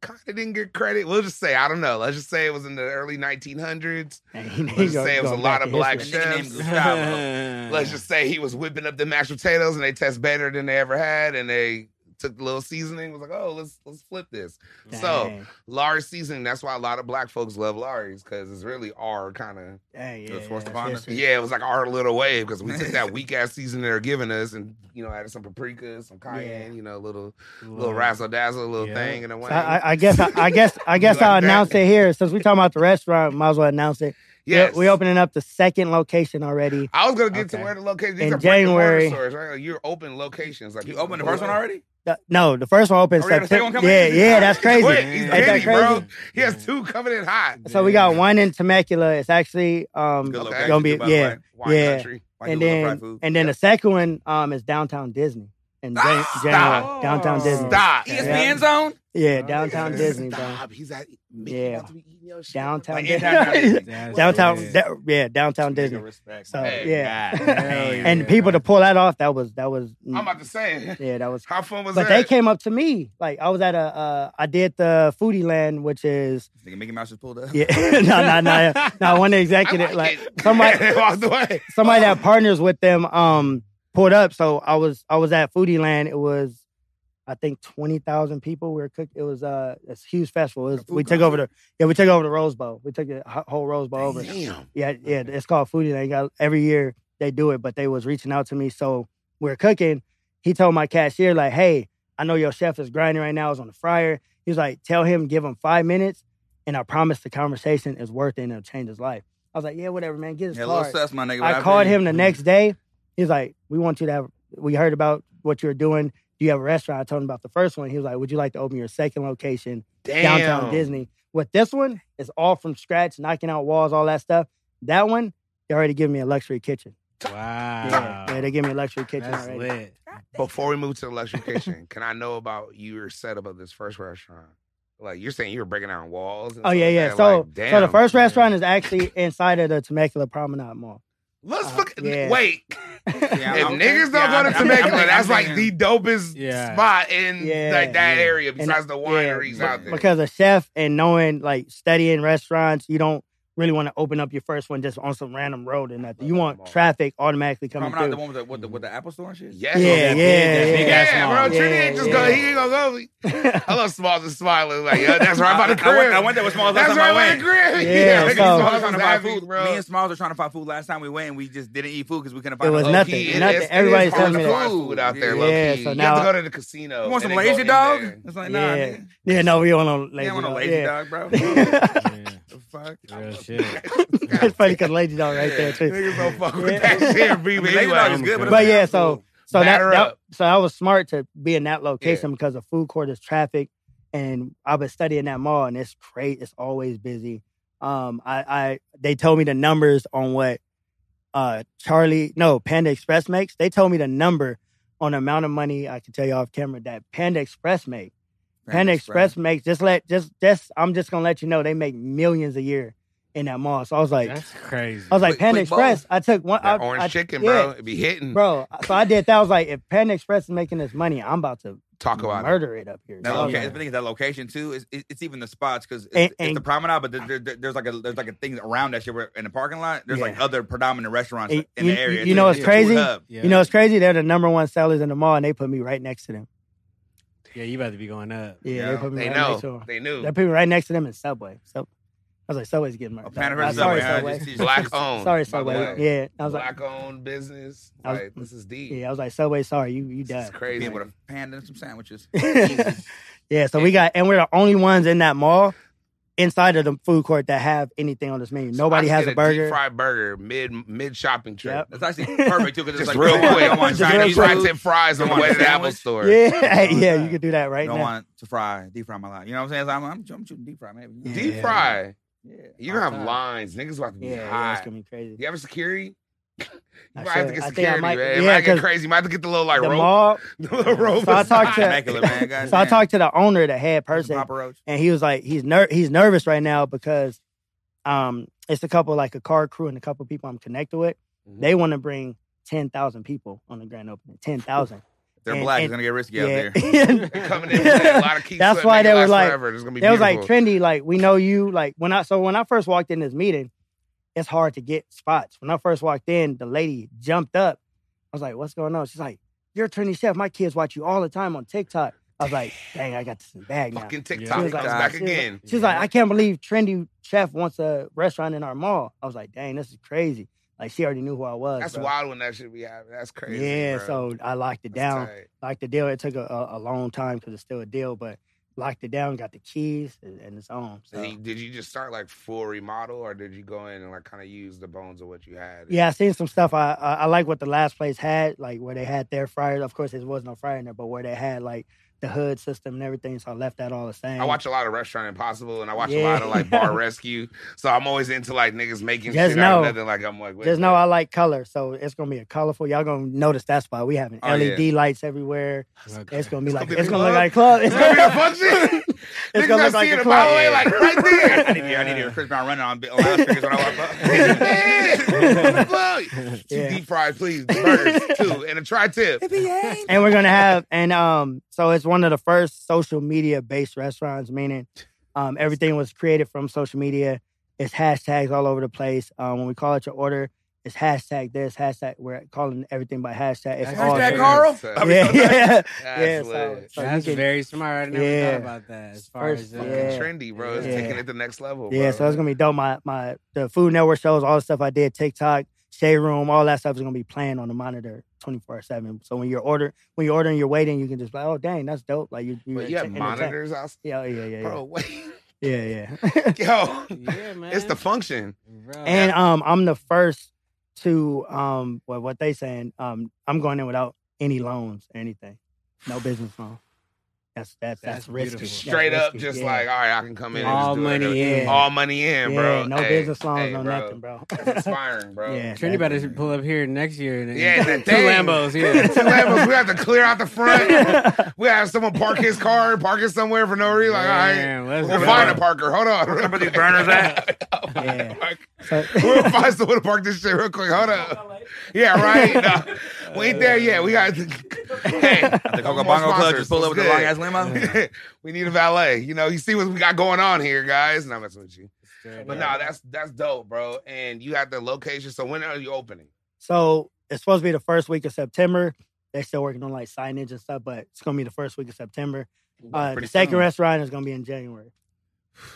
Speaker 2: kind of didn't get credit. We'll just say, I don't know. Let's just say it was in the early
Speaker 5: <laughs>
Speaker 2: 1900s.
Speaker 5: And he-
Speaker 2: Let's
Speaker 5: he go-
Speaker 2: say it was a
Speaker 5: going
Speaker 2: lot
Speaker 5: back
Speaker 2: of
Speaker 5: to
Speaker 2: black
Speaker 5: history.
Speaker 2: shit.
Speaker 4: Nigga named
Speaker 5: <laughs>
Speaker 4: Gustavo.
Speaker 3: <laughs>
Speaker 2: Let's just say he was whipping up the mashed potatoes and they test better than they ever had. And they took a little seasoning, was like, oh, let's let's flip this. So
Speaker 5: Dang,
Speaker 2: Lari's seasoning, that's why a lot of black folks love Lari's because it's really our kind of
Speaker 5: dang, yeah,
Speaker 4: was
Speaker 5: yeah,
Speaker 4: forced
Speaker 5: that's
Speaker 4: upon us.
Speaker 5: history.
Speaker 2: yeah, it was like our little wave because we took that weak ass seasoning they were giving us and you know added some paprika, some cayenne,
Speaker 5: Yeah.
Speaker 2: you know, little little razzle dazzle, little
Speaker 3: Yeah.
Speaker 2: thing in a
Speaker 5: So
Speaker 2: way.
Speaker 5: I, I- I guess I,
Speaker 2: <laughs>
Speaker 5: I guess I guess
Speaker 2: like
Speaker 5: I'll
Speaker 2: that?
Speaker 5: announce it here since we're talking about the restaurant. Might as well announce it. We-
Speaker 2: yes,
Speaker 5: we opening up the second location already.
Speaker 2: I was gonna get to
Speaker 3: Okay.
Speaker 2: where the location. These
Speaker 5: In
Speaker 2: are brick and mortar
Speaker 5: January.
Speaker 2: stores, right? Like, you're open locations. Like
Speaker 4: You opened the first one already?
Speaker 5: The- no, the first one opens
Speaker 4: Are we gonna take one
Speaker 5: September.
Speaker 4: coming
Speaker 5: Yeah,
Speaker 4: in?
Speaker 2: <laughs>
Speaker 5: yeah, that's crazy.
Speaker 2: Wait, he's
Speaker 5: Ain't that
Speaker 2: Diddy, bro.
Speaker 5: crazy?
Speaker 2: He has two coming in hot.
Speaker 5: So we got one in Temecula. It's actually um
Speaker 4: Good
Speaker 2: Okay.
Speaker 4: location.
Speaker 5: Gonna be-
Speaker 4: too, by the
Speaker 5: yeah.
Speaker 4: way.
Speaker 2: Wine
Speaker 5: Yeah.
Speaker 2: country.
Speaker 4: Why
Speaker 5: and
Speaker 4: do a little fried
Speaker 5: then
Speaker 4: food?
Speaker 5: and then the second one um is downtown Disney in Jan-
Speaker 2: Stop.
Speaker 5: January. Downtown Disney.
Speaker 2: Stop.
Speaker 5: Yeah.
Speaker 4: ESPN zone?
Speaker 5: Oh. Yeah, downtown
Speaker 3: Yeah.
Speaker 5: Disney, bro.
Speaker 2: Stop. He's at Mickey
Speaker 5: Yeah.
Speaker 2: about to be eating your shit.
Speaker 5: Downtown
Speaker 2: Like,
Speaker 4: Disney.
Speaker 2: in downtown Disney.
Speaker 3: That's
Speaker 5: <laughs> Downtown,
Speaker 3: it.
Speaker 5: da- yeah, downtown Disney.
Speaker 4: Nigga, respect.
Speaker 5: So
Speaker 2: Hey,
Speaker 5: yeah,
Speaker 4: God damn.
Speaker 5: and
Speaker 3: Yeah.
Speaker 5: people to pull that off, that was that was. mm,
Speaker 2: I'm about to say.
Speaker 5: yeah, that was.
Speaker 2: How fun Oh was
Speaker 5: But
Speaker 2: that?
Speaker 5: they came up to me like I was at a, uh, I did the Foodie Land, which is <laughs>
Speaker 4: Nigga, Mickey Mouse just pulled up.
Speaker 5: yeah, <laughs> no, no, no, no. One executive like somebody,
Speaker 2: <laughs> walked away.
Speaker 5: somebody that partners with them um pulled up. So I was I was at Foodie Land. It was I think twenty thousand people were cooked. It was uh, a huge festival. It was,
Speaker 4: food
Speaker 5: we took over the yeah, we took over the Rose Bowl. We took the ho- whole Rose Bowl over.
Speaker 2: Damn.
Speaker 5: <clears throat> Yeah, yeah. It's called Foodie. They got every year they do it, but they was reaching out to me. So we are cooking. He told my cashier like, "Hey, I know your chef is grinding right now. It's on the fryer." He was like, "Tell him, give him five minutes, and I promise the conversation is worth it and it'll change his life." I was like, "Yeah, whatever, man. Get his
Speaker 4: Yeah, little
Speaker 5: card."
Speaker 4: sus, my nigga. what
Speaker 5: I
Speaker 4: I've
Speaker 5: called
Speaker 4: been-
Speaker 5: him the next day. He's like, "We want you to have. We heard about what you're doing. Do you have a restaurant?" I told him about the first one. He was like, "Would you like to open your second location
Speaker 2: Damn.
Speaker 5: downtown Disney?" With this one, it's all from scratch, knocking out walls, all that stuff. That one, they already give me a luxury kitchen.
Speaker 3: Wow.
Speaker 5: Yeah, yeah, they give me a luxury kitchen
Speaker 3: That's
Speaker 2: <laughs>
Speaker 5: already.
Speaker 3: lit.
Speaker 2: Before we
Speaker 5: <laughs>
Speaker 2: move to the luxury kitchen, can I know about your setup of this first restaurant? Like you're saying you were breaking down walls. and
Speaker 5: Oh
Speaker 2: stuff
Speaker 5: yeah,
Speaker 2: like
Speaker 5: yeah.
Speaker 2: that,
Speaker 5: So,
Speaker 2: like, damn,
Speaker 5: so the first
Speaker 2: man.
Speaker 5: restaurant is actually inside of the Temecula Promenade Mall.
Speaker 2: Let's
Speaker 5: uh,
Speaker 2: fuck.
Speaker 5: yeah.
Speaker 2: <laughs> Wait,
Speaker 5: <laughs>
Speaker 4: Yeah,
Speaker 2: if niggas
Speaker 4: I'm-
Speaker 2: don't
Speaker 4: yeah,
Speaker 2: go
Speaker 4: I'm-
Speaker 2: to
Speaker 4: I'm-
Speaker 2: Temecula,
Speaker 4: I'm-
Speaker 2: that's
Speaker 4: I'm
Speaker 2: like
Speaker 4: thinking-
Speaker 2: the dopest
Speaker 3: Yeah.
Speaker 2: spot in
Speaker 5: Yeah.
Speaker 2: like that
Speaker 3: Yeah.
Speaker 2: area
Speaker 5: And-
Speaker 2: besides the
Speaker 5: yeah,
Speaker 2: wineries out there.
Speaker 5: because a chef and knowing like studying restaurants, you don't really want to open up your first one just on some random road and nothing. You want traffic automatically coming
Speaker 4: Promenade, the
Speaker 5: through.
Speaker 4: one with the, with the, with the Apple Store and shit?
Speaker 2: Yes.
Speaker 5: Yeah,
Speaker 2: okay.
Speaker 5: yeah,
Speaker 3: that big
Speaker 5: yeah.
Speaker 3: ass
Speaker 2: Yeah,
Speaker 3: mall.
Speaker 2: bro. Trini
Speaker 5: Yeah,
Speaker 2: ain't just
Speaker 5: yeah.
Speaker 2: go. He ain't gonna go.
Speaker 5: <laughs>
Speaker 2: I love Smalls and smiling. Like, yeah, that's right. I'm about to
Speaker 4: I, I,
Speaker 2: crib.
Speaker 4: went, I went there with Smalls last
Speaker 2: that's
Speaker 4: time
Speaker 2: right.
Speaker 4: I
Speaker 2: I'm about
Speaker 4: went.
Speaker 2: to crib.
Speaker 5: Yeah,
Speaker 2: Yeah, <laughs> nigga,
Speaker 5: so-
Speaker 4: Me and
Speaker 2: Smalls
Speaker 4: Smalls
Speaker 2: was
Speaker 4: trying to find
Speaker 2: happy,
Speaker 4: food.
Speaker 2: bro.
Speaker 4: Me and Smalls were trying to find food last time we went, and we just didn't eat food because we couldn't
Speaker 5: It
Speaker 4: find
Speaker 5: was
Speaker 4: low-key.
Speaker 5: nothing.
Speaker 2: Low-key,
Speaker 5: Nothing.
Speaker 2: it is- it
Speaker 5: Everybody's
Speaker 2: is
Speaker 5: telling
Speaker 2: hard
Speaker 5: me
Speaker 2: to
Speaker 5: that.
Speaker 2: find food out there.
Speaker 5: Yeah,
Speaker 2: low key.
Speaker 5: so
Speaker 2: you have to
Speaker 5: now-
Speaker 2: go to the
Speaker 5: Oh,
Speaker 2: casino.
Speaker 4: You want some
Speaker 2: and then go
Speaker 4: lazy
Speaker 2: in
Speaker 4: dog?
Speaker 2: there.
Speaker 4: It's like, nah,
Speaker 5: yeah.
Speaker 4: nigga.
Speaker 5: yeah, no, we don't want no
Speaker 4: Yeah, I
Speaker 5: lazy
Speaker 4: want a
Speaker 5: dog.
Speaker 4: lazy
Speaker 5: yeah.
Speaker 4: dog, bro.
Speaker 3: Yeah.
Speaker 4: The fuck?
Speaker 3: Real shit.
Speaker 5: <laughs> it's funny because lazy dog right there too.
Speaker 2: Niggas don't fuck with
Speaker 5: Yeah.
Speaker 2: that shit,
Speaker 4: I
Speaker 2: B,
Speaker 4: mean,
Speaker 2: but
Speaker 4: lazy dog is
Speaker 2: anyway.
Speaker 4: good, but, it's
Speaker 5: But
Speaker 4: not
Speaker 5: yeah,
Speaker 4: good
Speaker 5: so-
Speaker 4: food.
Speaker 5: So that,
Speaker 2: Batter
Speaker 5: that-
Speaker 2: up.
Speaker 5: so I was smart to be in that location because the food court is traffic, and I've been studying that mall, and it's great. It's always busy. Um, I, I they told me the numbers on what, uh, Charlie no Panda Express makes. They told me the number on the amount of money I can tell you off camera that Panda Express make. Panda Express makes just let just just I'm just gonna let you know they make millions a year in that mall. So I was like,
Speaker 3: That's crazy.
Speaker 5: I was like
Speaker 4: Quick-
Speaker 5: Panda
Speaker 4: quick bowl.
Speaker 5: Express. I took one I,
Speaker 2: That orange
Speaker 5: I-
Speaker 2: chicken,
Speaker 5: yeah.
Speaker 2: bro. It be hitting.
Speaker 5: Bro, so I did that. I was like, if Panda Express is making this money, I'm about to
Speaker 2: Talk about it.
Speaker 5: murder it. up here.
Speaker 4: That
Speaker 5: So I was
Speaker 4: location,
Speaker 5: like,
Speaker 4: the thing is that location too. It's, it- it's even the spots because it's,
Speaker 5: And-
Speaker 4: it's
Speaker 5: and-
Speaker 4: the promenade, but there, there- there- there's like a there's like a thing around that shit. Where in the parking lot, there's like
Speaker 5: Yeah.
Speaker 4: other predominant restaurants
Speaker 5: And
Speaker 4: in
Speaker 5: you-
Speaker 4: the area.
Speaker 5: you- you know
Speaker 4: It's
Speaker 5: what's
Speaker 4: a food
Speaker 5: crazy?
Speaker 4: hub.
Speaker 3: yeah.
Speaker 5: You know, it's crazy. They're the number one sellers in the mall, and they put me right next to them.
Speaker 3: yeah, you about to be going up.
Speaker 5: Yeah,
Speaker 4: Yeah.
Speaker 5: they put me
Speaker 2: They
Speaker 5: right next to
Speaker 2: know.
Speaker 5: them.
Speaker 2: They knew.
Speaker 5: They put me right next to them in Subway. So I was like, Subway's getting
Speaker 4: A
Speaker 5: murdered.
Speaker 4: Panda
Speaker 5: Uh,
Speaker 4: versus
Speaker 5: sorry,
Speaker 4: Subway, huh?
Speaker 5: Subway.
Speaker 4: Just-
Speaker 5: <laughs>
Speaker 4: just-
Speaker 2: Black
Speaker 4: just-
Speaker 2: owned.
Speaker 5: sorry,
Speaker 2: by the
Speaker 5: Subway.
Speaker 2: way.
Speaker 5: Yeah, I was like,
Speaker 2: Black owned business.
Speaker 5: I was-
Speaker 2: Like, this is deep.
Speaker 5: yeah, I was like, Subway. Sorry, you you
Speaker 2: This is
Speaker 5: done.
Speaker 2: crazy.
Speaker 4: Being with a panda and some
Speaker 5: <laughs>
Speaker 4: sandwiches.
Speaker 5: yeah, so we got, and we're the only ones in that mall inside of the food court that have anything on this menu. Nobody
Speaker 2: I
Speaker 5: has
Speaker 2: could
Speaker 5: a
Speaker 2: get deep
Speaker 5: <laughs> burger.
Speaker 2: fried burger mid mid shopping trip.
Speaker 5: Yep.
Speaker 4: That's actually perfect too because it's
Speaker 2: Just
Speaker 4: like
Speaker 2: real
Speaker 4: you don't want- you
Speaker 2: quick.
Speaker 4: don't want
Speaker 5: Just
Speaker 2: Chinese
Speaker 4: Chinese
Speaker 5: real
Speaker 2: fried
Speaker 4: food,
Speaker 2: tip fries on
Speaker 4: You
Speaker 2: the
Speaker 4: want
Speaker 2: way to
Speaker 4: a
Speaker 2: the Apple
Speaker 4: sandwich?
Speaker 2: store.
Speaker 5: Yeah,
Speaker 4: Something like
Speaker 5: yeah,
Speaker 4: that.
Speaker 5: <laughs> you could do that
Speaker 4: You
Speaker 5: right <laughs>
Speaker 4: don't
Speaker 5: now.
Speaker 4: want to fry, deep fry my life. You know what I'm saying? So I'm, I'm, I'm shooting deep fry maybe.
Speaker 5: Yeah.
Speaker 2: Deep fry.
Speaker 4: Yeah.
Speaker 2: You're gonna
Speaker 4: All
Speaker 2: have
Speaker 4: time.
Speaker 2: lines. Niggas about to be
Speaker 5: yeah, yeah, it's
Speaker 2: high.
Speaker 5: gonna be crazy.
Speaker 2: You have a security? You
Speaker 5: I
Speaker 2: might have to
Speaker 5: should.
Speaker 2: get
Speaker 5: I think I
Speaker 2: security,
Speaker 5: might-
Speaker 2: man. It
Speaker 5: yeah,
Speaker 2: might get
Speaker 5: 'cause
Speaker 2: crazy. You might have to get the little like
Speaker 5: the
Speaker 2: rope.
Speaker 5: mall.
Speaker 2: <laughs> the little rope.
Speaker 5: So I talked to-
Speaker 4: Immaculate,
Speaker 5: <laughs>
Speaker 4: man.
Speaker 5: So I talked to the owner, the head
Speaker 4: person.
Speaker 5: person,
Speaker 4: Papa Roach.
Speaker 5: and he was like, he's ner- he's nervous right now because um, it's a couple like a car crew and a couple people I'm connected with.
Speaker 2: Mhm.
Speaker 5: They want to bring ten thousand people on the grand opening. Ten thousand.
Speaker 4: They're
Speaker 5: And-
Speaker 4: black.
Speaker 5: and-
Speaker 4: It's gonna get risky out
Speaker 5: <laughs>
Speaker 4: there.
Speaker 2: They're <laughs> coming in with a lot of keys.
Speaker 5: That's why they were like-
Speaker 2: forever. It's gonna be
Speaker 5: It was like
Speaker 2: beautiful.
Speaker 5: trendy. Like we know you. Like when I so when I first walked in this meeting, it's hard to get spots. When I first walked in, the lady jumped up. I was like, "What's going on?" She's like, "You're a trendy chef. My kids watch you all the time on TikTok." I
Speaker 2: <laughs>
Speaker 5: was like, "Dang, I got this in the bag now."
Speaker 2: fucking
Speaker 3: Yeah.
Speaker 2: TikTok
Speaker 5: She
Speaker 2: comes
Speaker 5: was like-
Speaker 2: back
Speaker 5: she was like-
Speaker 2: again.
Speaker 5: She's like, I can't believe trendy chef wants a restaurant in our mall. I was like, dang, this is crazy. Like she already knew who I was.
Speaker 2: That's
Speaker 5: bro.
Speaker 2: wild when that shit be happening. That's crazy.
Speaker 5: yeah,
Speaker 2: bro.
Speaker 5: so I locked it
Speaker 2: That's
Speaker 5: down.
Speaker 2: tight.
Speaker 5: Locked the deal. It took a, a, a long time because it's still a deal, but locked it down. Got the keys and, and it's on. So.
Speaker 2: So you- did you just start like full remodel, or did you go in and like kind of use the bones of what you had?
Speaker 5: Yeah, I seen some stuff. I, I I like what the last place had, like where they had their fryers. Of course, there was no fryer in there, but where they had like the hood system and everything. So I left that all the same.
Speaker 2: I watch a lot of Restaurant Impossible, and I watch a
Speaker 5: Yeah.
Speaker 2: lot of like
Speaker 5: <laughs>
Speaker 2: Bar Rescue. So I'm always into like niggas making
Speaker 5: Just
Speaker 2: shit out of
Speaker 5: know-
Speaker 2: nothing. Like I'm like, wait,
Speaker 5: Just know
Speaker 2: what?
Speaker 5: I like color, so it's gonna be a colorful. Y'all gonna notice that's why we having
Speaker 4: Oh, yeah.
Speaker 5: LED lights everywhere. It's gonna be like
Speaker 2: gonna be
Speaker 5: it's gonna look
Speaker 2: club.
Speaker 5: like a
Speaker 2: <laughs>
Speaker 5: club.
Speaker 2: It's gonna be a
Speaker 5: <laughs>
Speaker 2: function.
Speaker 5: It's
Speaker 2: Niggas
Speaker 5: gonna
Speaker 2: gonna
Speaker 5: look
Speaker 2: see
Speaker 5: like
Speaker 2: it
Speaker 5: a
Speaker 2: a mile
Speaker 5: club.
Speaker 2: away, like right there.
Speaker 4: I need to hear, I need to hear Chris Brown running on,
Speaker 5: <laughs>
Speaker 4: on loudspeakers when I walk up. <laughs>
Speaker 2: Yeah. Fuck. Two
Speaker 5: Yeah.
Speaker 2: deep fries, please.
Speaker 5: <laughs>
Speaker 2: Burgers, two, and a tri tip.
Speaker 5: and we're gonna have and um so it's one of the first social media based restaurants, meaning um everything was created from social media. It's hashtags all over the place. Um, when we call it your order, It's hashtag this, hashtag. We're calling everything by hashtag. It's
Speaker 3: Hashtag
Speaker 5: all
Speaker 4: Hashtag
Speaker 5: shit.
Speaker 4: Carl?
Speaker 5: Yeah,
Speaker 2: That's
Speaker 5: <laughs> yeah,
Speaker 2: <laughs>
Speaker 5: yeah.
Speaker 2: yeah,
Speaker 5: so, so you
Speaker 3: That's
Speaker 5: can-
Speaker 3: very smart. I never
Speaker 5: Yeah.
Speaker 3: thought about that. As far
Speaker 5: First-
Speaker 3: as uh,
Speaker 5: yeah.
Speaker 2: trendy, bro. It's
Speaker 5: Yeah.
Speaker 2: taking it to the next level.
Speaker 5: yeah,
Speaker 2: bro.
Speaker 5: so it's gonna be dope. My my the Food Network shows, all the stuff I did, TikTok, Shade Room, all that stuff is gonna be playing on the monitor twenty four seven. So when you're order when you're ordering, you're waiting, you can just be like, oh dang, that's dope. Like you, you,
Speaker 2: But you have
Speaker 5: entertain-
Speaker 2: monitors out,
Speaker 5: Yeah, yeah, yeah, yeah,
Speaker 2: bro. <laughs> What?
Speaker 5: yeah, yeah. <laughs>
Speaker 2: Yo,
Speaker 3: yeah,
Speaker 2: <laughs>
Speaker 3: man.
Speaker 2: it's the function.
Speaker 3: Bro.
Speaker 5: And um, I'm the first to um, well, what they saying? Um, I'm going in without any loans or anything,
Speaker 2: <sighs>
Speaker 5: no business loan. That's that's that's,
Speaker 3: That's
Speaker 5: risky.
Speaker 3: beautiful.
Speaker 5: That's
Speaker 2: Straight up,
Speaker 5: risky,
Speaker 2: just
Speaker 5: yeah.
Speaker 2: like, all right, I can come in. and
Speaker 3: all
Speaker 2: just do it.
Speaker 3: money in.
Speaker 2: All money in, bro.
Speaker 5: Yeah, no
Speaker 2: Hey,
Speaker 5: business loans,
Speaker 2: hey,
Speaker 5: no
Speaker 2: bro.
Speaker 5: nothing, bro.
Speaker 2: That's <laughs>
Speaker 5: <laughs>
Speaker 2: inspiring, bro.
Speaker 5: Yeah.
Speaker 3: Trinity better pull up here next year. And, <laughs>
Speaker 2: Yeah,
Speaker 3: two
Speaker 2: that thing.
Speaker 3: Lambos. Yeah,
Speaker 2: <laughs> Two Lambos. We have to clear out the front.
Speaker 5: <laughs>
Speaker 2: We have someone park his car, park it somewhere for no reason. Like, all right,
Speaker 3: Man, let's
Speaker 2: we'll
Speaker 3: go.
Speaker 2: find a parker. Hold on.
Speaker 4: Remember these
Speaker 2: <laughs>
Speaker 4: burners at?
Speaker 5: Yeah.
Speaker 2: Park- <laughs>
Speaker 5: So- <laughs>
Speaker 2: We'll find someone to park this shit real quick. Hold up. Yeah, right.
Speaker 3: Uh,
Speaker 2: No, we ain't there yet. We got. <laughs> hey,
Speaker 4: The Coca
Speaker 2: more
Speaker 4: Bongo Club
Speaker 2: sponsors.
Speaker 4: just pull up with
Speaker 2: What's
Speaker 4: the long
Speaker 2: good?
Speaker 4: ass limo.
Speaker 2: <laughs> we need a valet. You know, you see what we got going on here, guys. And I'm messing with you, but no, that's that's dope, bro. And you got the location. So when are you opening?
Speaker 5: So it's supposed to be the first week of September. They're still working on like signage and stuff, but it's gonna be the first week of September.
Speaker 4: <laughs>
Speaker 5: Uh, the
Speaker 4: Pretty
Speaker 5: second
Speaker 4: soon.
Speaker 5: restaurant is gonna be in January,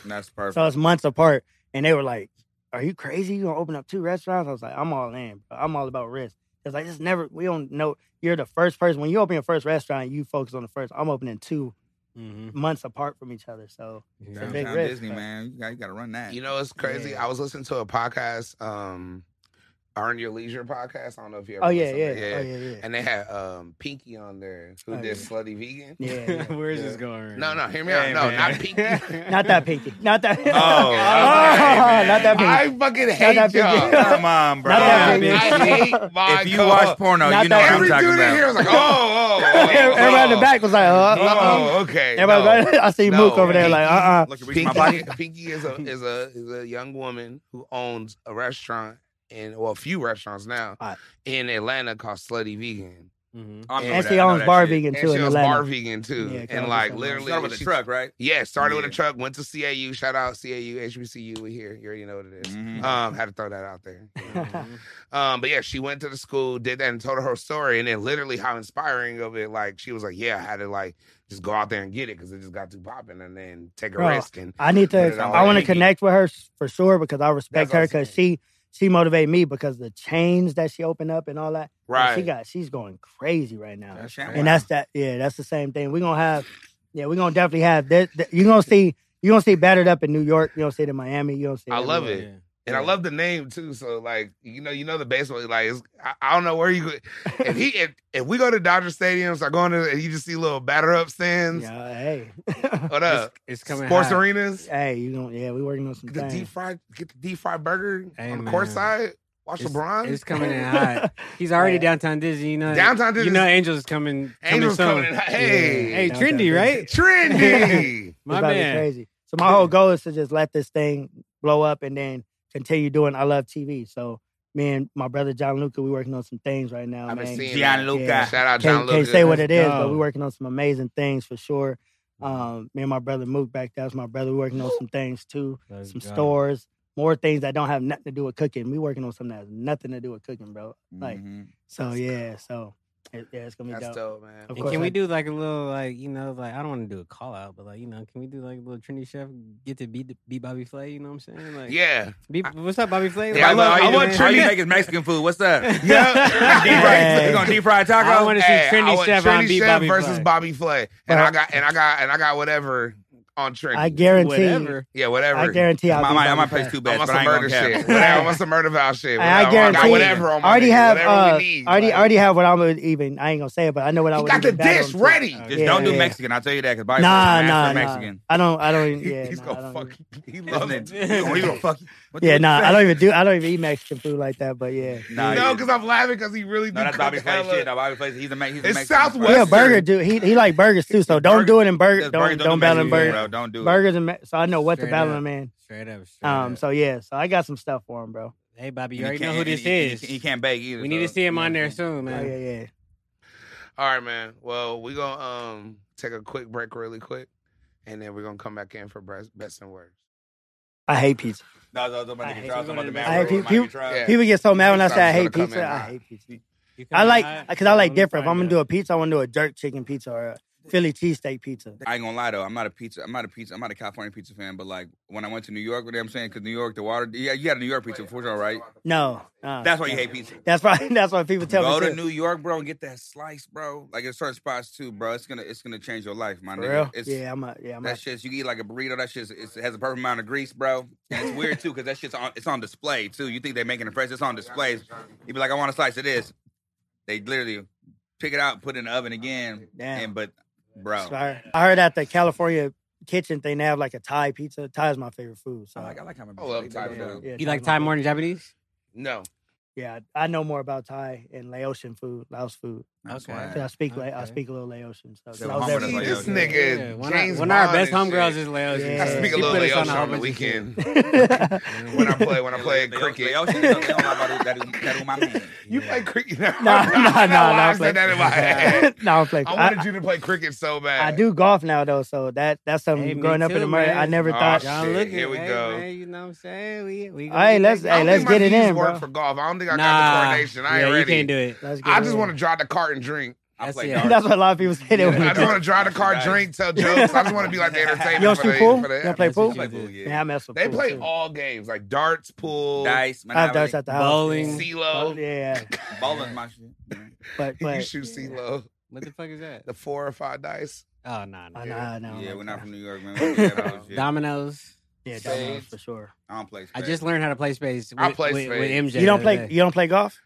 Speaker 4: That's perfect.
Speaker 5: so it's months apart. And they were like, "Are you crazy? You gonna open up two restaurants?" I was like, "I'm all in. bro. I'm all about risk." It's like it's never. We don't know. You're the first person when you open your first restaurant. You focus on the first. I'm opening two
Speaker 3: Mhm.
Speaker 5: months apart from each other, so
Speaker 3: Yeah.
Speaker 5: a
Speaker 3: <laughs>
Speaker 4: Downtown
Speaker 5: big risk,
Speaker 4: Disney,
Speaker 5: bro.
Speaker 4: man. You got, you got to run that.
Speaker 2: You know, it's crazy.
Speaker 5: Yeah.
Speaker 2: I was listening to a podcast, um, Earn Your Leisure podcast. I don't know if you ever
Speaker 5: Oh yeah,
Speaker 2: listened,
Speaker 5: yeah,
Speaker 2: but
Speaker 5: oh yeah, yeah,
Speaker 2: And they had um, Pinky on there who
Speaker 5: Oh,
Speaker 2: did
Speaker 5: yeah.
Speaker 2: Slutty Vegan.
Speaker 3: <laughs>
Speaker 5: yeah. yeah.
Speaker 3: Where is
Speaker 2: Yeah.
Speaker 3: this going? right
Speaker 2: No, no,
Speaker 3: <laughs> now?
Speaker 2: hear me out. No,
Speaker 4: man.
Speaker 2: not Pinky.
Speaker 5: <laughs>
Speaker 2: Oh,
Speaker 5: Not that pinky. Not that.
Speaker 4: Oh, okay, man.
Speaker 5: not that pinky.
Speaker 2: I fucking hate
Speaker 5: that
Speaker 2: y'all.
Speaker 5: big deal.
Speaker 2: Nah,
Speaker 4: <laughs> Come on, bro.
Speaker 5: <laughs> Not that
Speaker 2: I
Speaker 5: big
Speaker 2: hate my
Speaker 4: if you
Speaker 2: co-
Speaker 4: watch porno,
Speaker 5: Not
Speaker 4: you know
Speaker 5: that-
Speaker 4: what I'm
Speaker 2: Every
Speaker 4: talking
Speaker 2: dude in here
Speaker 4: about. <laughs>
Speaker 2: was like, oh, oh, oh,
Speaker 5: <laughs>
Speaker 2: oh,
Speaker 5: <laughs> Everybody in the back was like, uh, uh,
Speaker 2: Oh, okay.
Speaker 5: Everybody,
Speaker 2: no.
Speaker 5: right? <laughs> I see Mook
Speaker 2: No.
Speaker 5: over there, like, uh, uh
Speaker 4: Look, you reach my body.
Speaker 2: Pinky, Pinky is a is a is a young woman who owns a restaurant and well a few restaurants now
Speaker 5: Alright.
Speaker 2: in Atlanta called Slutty Vegan. oh,
Speaker 3: Mhm.
Speaker 4: I remember
Speaker 5: And
Speaker 4: that.
Speaker 5: she
Speaker 4: I know
Speaker 5: owns
Speaker 4: that
Speaker 5: Bar
Speaker 4: shit.
Speaker 5: Vegan
Speaker 2: And
Speaker 5: too
Speaker 2: she
Speaker 5: in
Speaker 2: was bar
Speaker 5: Atlanta.
Speaker 2: vegan too.
Speaker 5: Yeah, 'cause I
Speaker 2: and
Speaker 5: was
Speaker 2: like
Speaker 5: listening.
Speaker 2: literally
Speaker 4: Started with
Speaker 2: she-
Speaker 4: the truck, right?
Speaker 2: Yeah, started with a
Speaker 4: Yeah.
Speaker 2: truck, went to CAU, shout out CAU, HBCU, we here. You already know what it is.
Speaker 4: Mhm.
Speaker 2: Um, had to throw that out there.
Speaker 5: <laughs>
Speaker 3: Mhm.
Speaker 2: Um, but yeah, she went to the school, did that, and told her her story, and then literally how inspiring of it. Like she was like, "Yeah, I had to like just go out there and get it because it just got too popping, and then take a
Speaker 5: Bro,
Speaker 2: risk." And
Speaker 5: I
Speaker 2: Put
Speaker 5: need to.
Speaker 2: it on
Speaker 5: I want to
Speaker 2: Vegan.
Speaker 5: connect with her s- for sure because I
Speaker 2: That's
Speaker 5: respect
Speaker 2: what
Speaker 5: her
Speaker 2: I'm
Speaker 5: because
Speaker 2: saying.
Speaker 5: she she motivated me because the chains that she opened up and all that. like,
Speaker 2: right,
Speaker 5: She got. She's going crazy right now.
Speaker 4: That's right.
Speaker 5: And that's that. Yeah, that's the same thing. We're gonna have. Yeah, we're gonna definitely have. This, th- you're gonna see. You're gonna see battered up in New York. You're gonna see it in Miami. You're gonna see.
Speaker 2: I love
Speaker 3: Mm-hmm.
Speaker 5: everywhere.
Speaker 2: it. and I
Speaker 5: yeah.
Speaker 2: love the name too. So like, you know, you know the baseball. Like, it's, I, I don't know where you. go- If he if, if we go to Dodger Stadiums, I go in there and you just see little batter up stands.
Speaker 5: Yeah. Hey.
Speaker 2: <laughs> What up?
Speaker 3: It's coming.
Speaker 2: Sports
Speaker 3: hot.
Speaker 2: arenas.
Speaker 5: hey. You gonna? Yeah. We working on some
Speaker 2: Get the deep
Speaker 5: things.
Speaker 2: fried. Get the deep fried burger
Speaker 3: Hey,
Speaker 2: on the
Speaker 3: man.
Speaker 2: court side. Watch
Speaker 3: It's-
Speaker 2: LeBron.
Speaker 3: It's coming in hot. He's already
Speaker 5: Yeah.
Speaker 3: downtown Disney. You know,
Speaker 2: Downtown
Speaker 3: You
Speaker 2: Disney-
Speaker 3: know, Angels coming.
Speaker 2: Angels
Speaker 3: coming soon.
Speaker 2: coming. in. Hey,
Speaker 3: Hey,
Speaker 5: Downtown
Speaker 3: Trendy,
Speaker 5: Disney.
Speaker 3: right?
Speaker 5: <laughs>
Speaker 2: trendy.
Speaker 5: It's
Speaker 3: My
Speaker 5: about to be
Speaker 3: man.
Speaker 5: crazy. So my whole goal is to just let this thing blow up and then continue doing I love TV. So me and my brother John Luca, we working on some things right now.
Speaker 2: I've been
Speaker 5: man.
Speaker 2: seeing
Speaker 4: Gianluca.
Speaker 5: Yeah.
Speaker 2: Shout out John
Speaker 5: Can't,
Speaker 2: Lucas.
Speaker 5: can't say what it is, but
Speaker 3: go.
Speaker 5: we're working on some amazing things for sure. Um, me and my brother Mook back there, that's my brother. We're working on some things too,
Speaker 3: Let's
Speaker 5: some
Speaker 3: go.
Speaker 5: stores, more things that don't have nothing to do with cooking. We working on something that has nothing to do with cooking, bro. Like
Speaker 4: Mhm.
Speaker 5: so, yeah. So it, yeah, it's gonna be
Speaker 2: That's dope,
Speaker 5: dope.
Speaker 2: man.
Speaker 5: Of
Speaker 3: And
Speaker 5: course,
Speaker 3: can
Speaker 5: I-
Speaker 3: we do like a little like you know like I don't want to do a call out, but like you know, can we do like a little trendy chef get to beat be Bobby Flay? You know what I'm saying? Like,
Speaker 2: Yeah.
Speaker 3: Be, what's up, Bobby Flay?
Speaker 2: Yeah, I
Speaker 3: Like,
Speaker 2: love-
Speaker 4: all you
Speaker 2: I
Speaker 4: do-
Speaker 2: want
Speaker 4: all
Speaker 3: <laughs>
Speaker 4: you
Speaker 2: Trini-
Speaker 4: make is Mexican food. What's up? deep
Speaker 5: Yeah.
Speaker 4: fried. We gonna deep fried taco.
Speaker 3: I wanna see
Speaker 2: Hey,
Speaker 3: Trendy
Speaker 2: I want
Speaker 3: Chef on
Speaker 2: Trendy
Speaker 3: Beat
Speaker 2: Chef
Speaker 3: Bobby
Speaker 2: versus
Speaker 3: Flay.
Speaker 2: Bobby Flay, and
Speaker 5: Bro.
Speaker 2: I got and I got and I got whatever on Trendy.
Speaker 5: I guarantee.
Speaker 3: Whatever.
Speaker 2: yeah, whatever.
Speaker 5: I guarantee. I'll
Speaker 4: I
Speaker 5: be
Speaker 4: might, I
Speaker 5: Bobby
Speaker 4: might
Speaker 5: Flay.
Speaker 4: place two
Speaker 2: I'm
Speaker 4: bets,
Speaker 2: on
Speaker 4: but
Speaker 2: some
Speaker 4: I ain't gonna
Speaker 2: murder
Speaker 4: care.
Speaker 2: shit. <laughs>
Speaker 5: <laughs>
Speaker 2: Whatever, I'm on some murder vow shit.
Speaker 5: I
Speaker 2: Whatever, I got
Speaker 5: guarantee.
Speaker 2: whatever on my
Speaker 5: I already
Speaker 2: nigga,
Speaker 5: have.
Speaker 2: whatever
Speaker 5: uh,
Speaker 2: we need.
Speaker 5: already,
Speaker 2: like,
Speaker 5: already have what I'm gonna even. I ain't gonna say it, but I know what I
Speaker 2: He
Speaker 5: would.
Speaker 2: got the
Speaker 5: even battle
Speaker 2: dish
Speaker 5: him to.
Speaker 2: ready.
Speaker 4: Just
Speaker 5: Yeah,
Speaker 4: don't do
Speaker 5: yeah.
Speaker 4: Mexican. I'll tell you that because Bobby
Speaker 5: Nah,
Speaker 4: Flay
Speaker 5: nah,
Speaker 4: nah,
Speaker 5: nah.
Speaker 4: Mexican.
Speaker 5: I don't. I don't. even- Yeah,
Speaker 2: He's
Speaker 5: nah, I
Speaker 2: gonna
Speaker 5: don't
Speaker 2: fuck. <laughs>
Speaker 5: even-
Speaker 2: He
Speaker 4: Nah.
Speaker 2: loves it.
Speaker 4: He's gonna fuck you. What the-
Speaker 5: Yeah,
Speaker 4: what
Speaker 5: nah.
Speaker 4: the-
Speaker 5: I don't even do. I don't even eat Mexican food like that. But yeah,
Speaker 4: Nah,
Speaker 2: no,
Speaker 4: yeah.
Speaker 2: because I'm laughing because he really.
Speaker 4: No,
Speaker 2: be
Speaker 4: that's Bobby
Speaker 2: cooking
Speaker 4: Flay
Speaker 2: hella-
Speaker 4: shit. No, Bobby Flay, he's a, me- he's a
Speaker 2: It's
Speaker 4: Mexican.
Speaker 2: Southwest.
Speaker 5: yeah.
Speaker 2: Western.
Speaker 5: Burger, dude. He he like burgers too. So don't
Speaker 4: Burger-
Speaker 5: do it in burger.
Speaker 4: Just
Speaker 5: Don't
Speaker 4: burger,
Speaker 5: don't
Speaker 4: do
Speaker 5: battle in
Speaker 4: Mexican, Bro.
Speaker 5: burger.
Speaker 4: Don't do it.
Speaker 5: Burgers and me- so I know what to
Speaker 3: Straight
Speaker 5: battle
Speaker 3: up.
Speaker 5: him in.
Speaker 3: Straight up. Straight
Speaker 5: Um.
Speaker 3: um.
Speaker 5: So yeah. So I got some stuff for him, bro.
Speaker 3: hey, Bobby, you
Speaker 4: And he
Speaker 3: already know
Speaker 4: can't-
Speaker 3: who
Speaker 4: and
Speaker 3: this
Speaker 4: he- he-
Speaker 3: is.
Speaker 4: He can't bake either.
Speaker 3: we need to
Speaker 4: so-
Speaker 3: see him on there
Speaker 4: Yeah.
Speaker 3: soon,
Speaker 5: Oh,
Speaker 3: man.
Speaker 5: yeah, yeah.
Speaker 2: All right, man. Well, we're going to um, take a quick break really quick, and then we're going to come back in for best, best and worst.
Speaker 5: I hate pizza.
Speaker 4: No, no, no, my
Speaker 3: I
Speaker 4: nigga
Speaker 3: hate
Speaker 4: Charles,
Speaker 3: you.
Speaker 4: I'm about
Speaker 3: I
Speaker 4: to man
Speaker 5: hate
Speaker 4: roll,
Speaker 5: you.
Speaker 4: my nigga
Speaker 5: People-
Speaker 4: Charles.
Speaker 2: Yeah.
Speaker 5: People get so mad when I say I
Speaker 2: Sometimes
Speaker 5: hate
Speaker 2: it's gonna come
Speaker 5: pizza.
Speaker 2: in
Speaker 5: I
Speaker 2: hot.
Speaker 5: hate pizza.
Speaker 3: You can
Speaker 5: I
Speaker 3: try
Speaker 5: like
Speaker 3: it.
Speaker 5: because I
Speaker 3: Let
Speaker 5: like
Speaker 3: me
Speaker 5: different. If
Speaker 3: find
Speaker 5: I'm gonna
Speaker 3: out.
Speaker 5: do a pizza, I want to do a jerk chicken pizza or a Philly cheesesteak pizza.
Speaker 4: I ain't gonna lie though, I'm not a pizza, I'm not a pizza, I'm not a California pizza fan. But like when I went to New York, what I'm saying, because New York, the water, yeah, you had a New York pizza before, y'all, right?
Speaker 5: No, no,
Speaker 4: That's why you
Speaker 5: no.
Speaker 4: hate pizza.
Speaker 5: That's why. <laughs> That's why people tell
Speaker 4: Go
Speaker 5: me.
Speaker 4: to
Speaker 5: too.
Speaker 4: New York, bro, and get that slice, bro. Like in certain spots too, bro. It's gonna, it's gonna change your life, my
Speaker 5: For
Speaker 4: nigga.
Speaker 5: real?
Speaker 4: It's,
Speaker 5: yeah, I'm a yeah, I'm a,
Speaker 4: That shit's you eat like a burrito. That shit's it's, it has a perfect amount of grease, bro. And it's weird too because that shit's on it's on display too. You think they're making it fresh? It's on display. You be like, I want a slice of this. They literally pick it out, put it in the oven again,
Speaker 5: Damn.
Speaker 4: and but bro,
Speaker 5: sorry. I heard at the California kitchen thing they have like a Thai pizza. Thai is my favorite food. So
Speaker 4: I like I like how my
Speaker 2: I love Thai
Speaker 4: Yeah.
Speaker 2: food.
Speaker 5: yeah,
Speaker 3: You like Thai
Speaker 5: Thai's my favorite.
Speaker 3: more than Japanese?
Speaker 2: No.
Speaker 5: Yeah, I know more about Thai and Laotian food, Laos food.
Speaker 4: That's
Speaker 3: Okay.
Speaker 4: why.
Speaker 5: 'Cause I speak La- I
Speaker 3: Okay.
Speaker 5: speak a little Laotian. So,
Speaker 4: So
Speaker 5: I was
Speaker 4: Homer
Speaker 5: there
Speaker 4: does
Speaker 5: for-
Speaker 4: like
Speaker 2: this
Speaker 4: Laotian.
Speaker 2: nigga,
Speaker 3: Yeah, one,
Speaker 2: James
Speaker 3: of, one of our
Speaker 2: Bond
Speaker 3: best
Speaker 2: and
Speaker 3: homegirls
Speaker 2: shit.
Speaker 3: is Leos.
Speaker 5: Yeah.
Speaker 2: I speak a
Speaker 5: He
Speaker 2: little
Speaker 5: put us
Speaker 2: Laotian on the weekend when I play when
Speaker 4: <laughs>
Speaker 2: I play cricket. You play
Speaker 5: <laughs>
Speaker 2: cricket? No,
Speaker 5: Nah, nah, nah,
Speaker 2: I don't know
Speaker 5: nah,
Speaker 2: <laughs> why
Speaker 5: nah,
Speaker 2: I said that in my
Speaker 5: <laughs>
Speaker 2: head.
Speaker 5: no, I'm playing.
Speaker 2: I
Speaker 5: I,
Speaker 2: wanted you to play cricket so bad.
Speaker 5: I do golf now though, so that that's something.
Speaker 3: Hey, me
Speaker 5: growing up in
Speaker 3: too,
Speaker 5: America, I
Speaker 3: man.
Speaker 5: never
Speaker 2: Oh,
Speaker 5: thought.
Speaker 2: shit.
Speaker 3: John, look
Speaker 2: Here
Speaker 3: at-
Speaker 2: we
Speaker 3: hey,
Speaker 2: go.
Speaker 3: Man, you know what I'm saying? We, we gonna
Speaker 5: Hey,
Speaker 3: get
Speaker 5: let's
Speaker 3: that
Speaker 2: I
Speaker 5: hey,
Speaker 2: don't
Speaker 5: let's
Speaker 2: think my
Speaker 5: get it
Speaker 2: knees
Speaker 5: in,
Speaker 2: work
Speaker 5: bro.
Speaker 2: for golf. I don't think I got the
Speaker 3: Nah,
Speaker 2: coordination. I ain't
Speaker 3: yeah,
Speaker 2: ready.
Speaker 3: you can't do it.
Speaker 5: Let's get
Speaker 2: I
Speaker 5: it
Speaker 2: just
Speaker 5: in.
Speaker 2: want
Speaker 5: <laughs>
Speaker 2: to drive the cart and drink.
Speaker 4: I
Speaker 3: That's
Speaker 4: play
Speaker 3: it.
Speaker 4: darts.
Speaker 5: That's what a lot of people say. They
Speaker 3: Yeah.
Speaker 5: want
Speaker 2: I
Speaker 5: to
Speaker 2: just want
Speaker 5: do.
Speaker 2: to drive the cart,
Speaker 4: Nice.
Speaker 2: drink, tell jokes. I just want to be like
Speaker 5: <laughs>
Speaker 2: the entertainment.
Speaker 5: You don't
Speaker 2: for
Speaker 5: shoot
Speaker 2: the-
Speaker 5: pool?
Speaker 2: for the-
Speaker 5: You don't play
Speaker 3: That's what
Speaker 5: pool?
Speaker 3: you
Speaker 4: Play
Speaker 3: do.
Speaker 4: pool, yeah.
Speaker 5: Man, I mess with
Speaker 2: They
Speaker 5: pool,
Speaker 2: play
Speaker 5: too.
Speaker 2: all games like darts, pool,
Speaker 4: Dice,
Speaker 5: I have darts
Speaker 4: Monopoly,
Speaker 5: at the house.
Speaker 3: Bowling.
Speaker 4: <laughs>
Speaker 5: Oh,
Speaker 2: CeeLo.
Speaker 5: yeah,
Speaker 4: bowling, my shit.
Speaker 5: but
Speaker 2: you
Speaker 5: but
Speaker 2: shoot CeeLo.
Speaker 3: What the fuck is that?
Speaker 2: The four or five dice.
Speaker 3: Oh, no, no.
Speaker 5: I know, I know.
Speaker 4: Yeah, we're not from
Speaker 5: From,
Speaker 4: New York, man. We don't do that house shit.
Speaker 3: Dominoes.
Speaker 5: yeah,
Speaker 2: Spades.
Speaker 5: dominoes for sure.
Speaker 4: I don't play.
Speaker 3: I
Speaker 4: spades.
Speaker 3: just learned how to play space. With,
Speaker 2: I play
Speaker 3: with,
Speaker 2: spades.
Speaker 3: with MJ.
Speaker 5: You don't
Speaker 3: the
Speaker 5: play.
Speaker 3: other day.
Speaker 5: You Oh, don't play golf.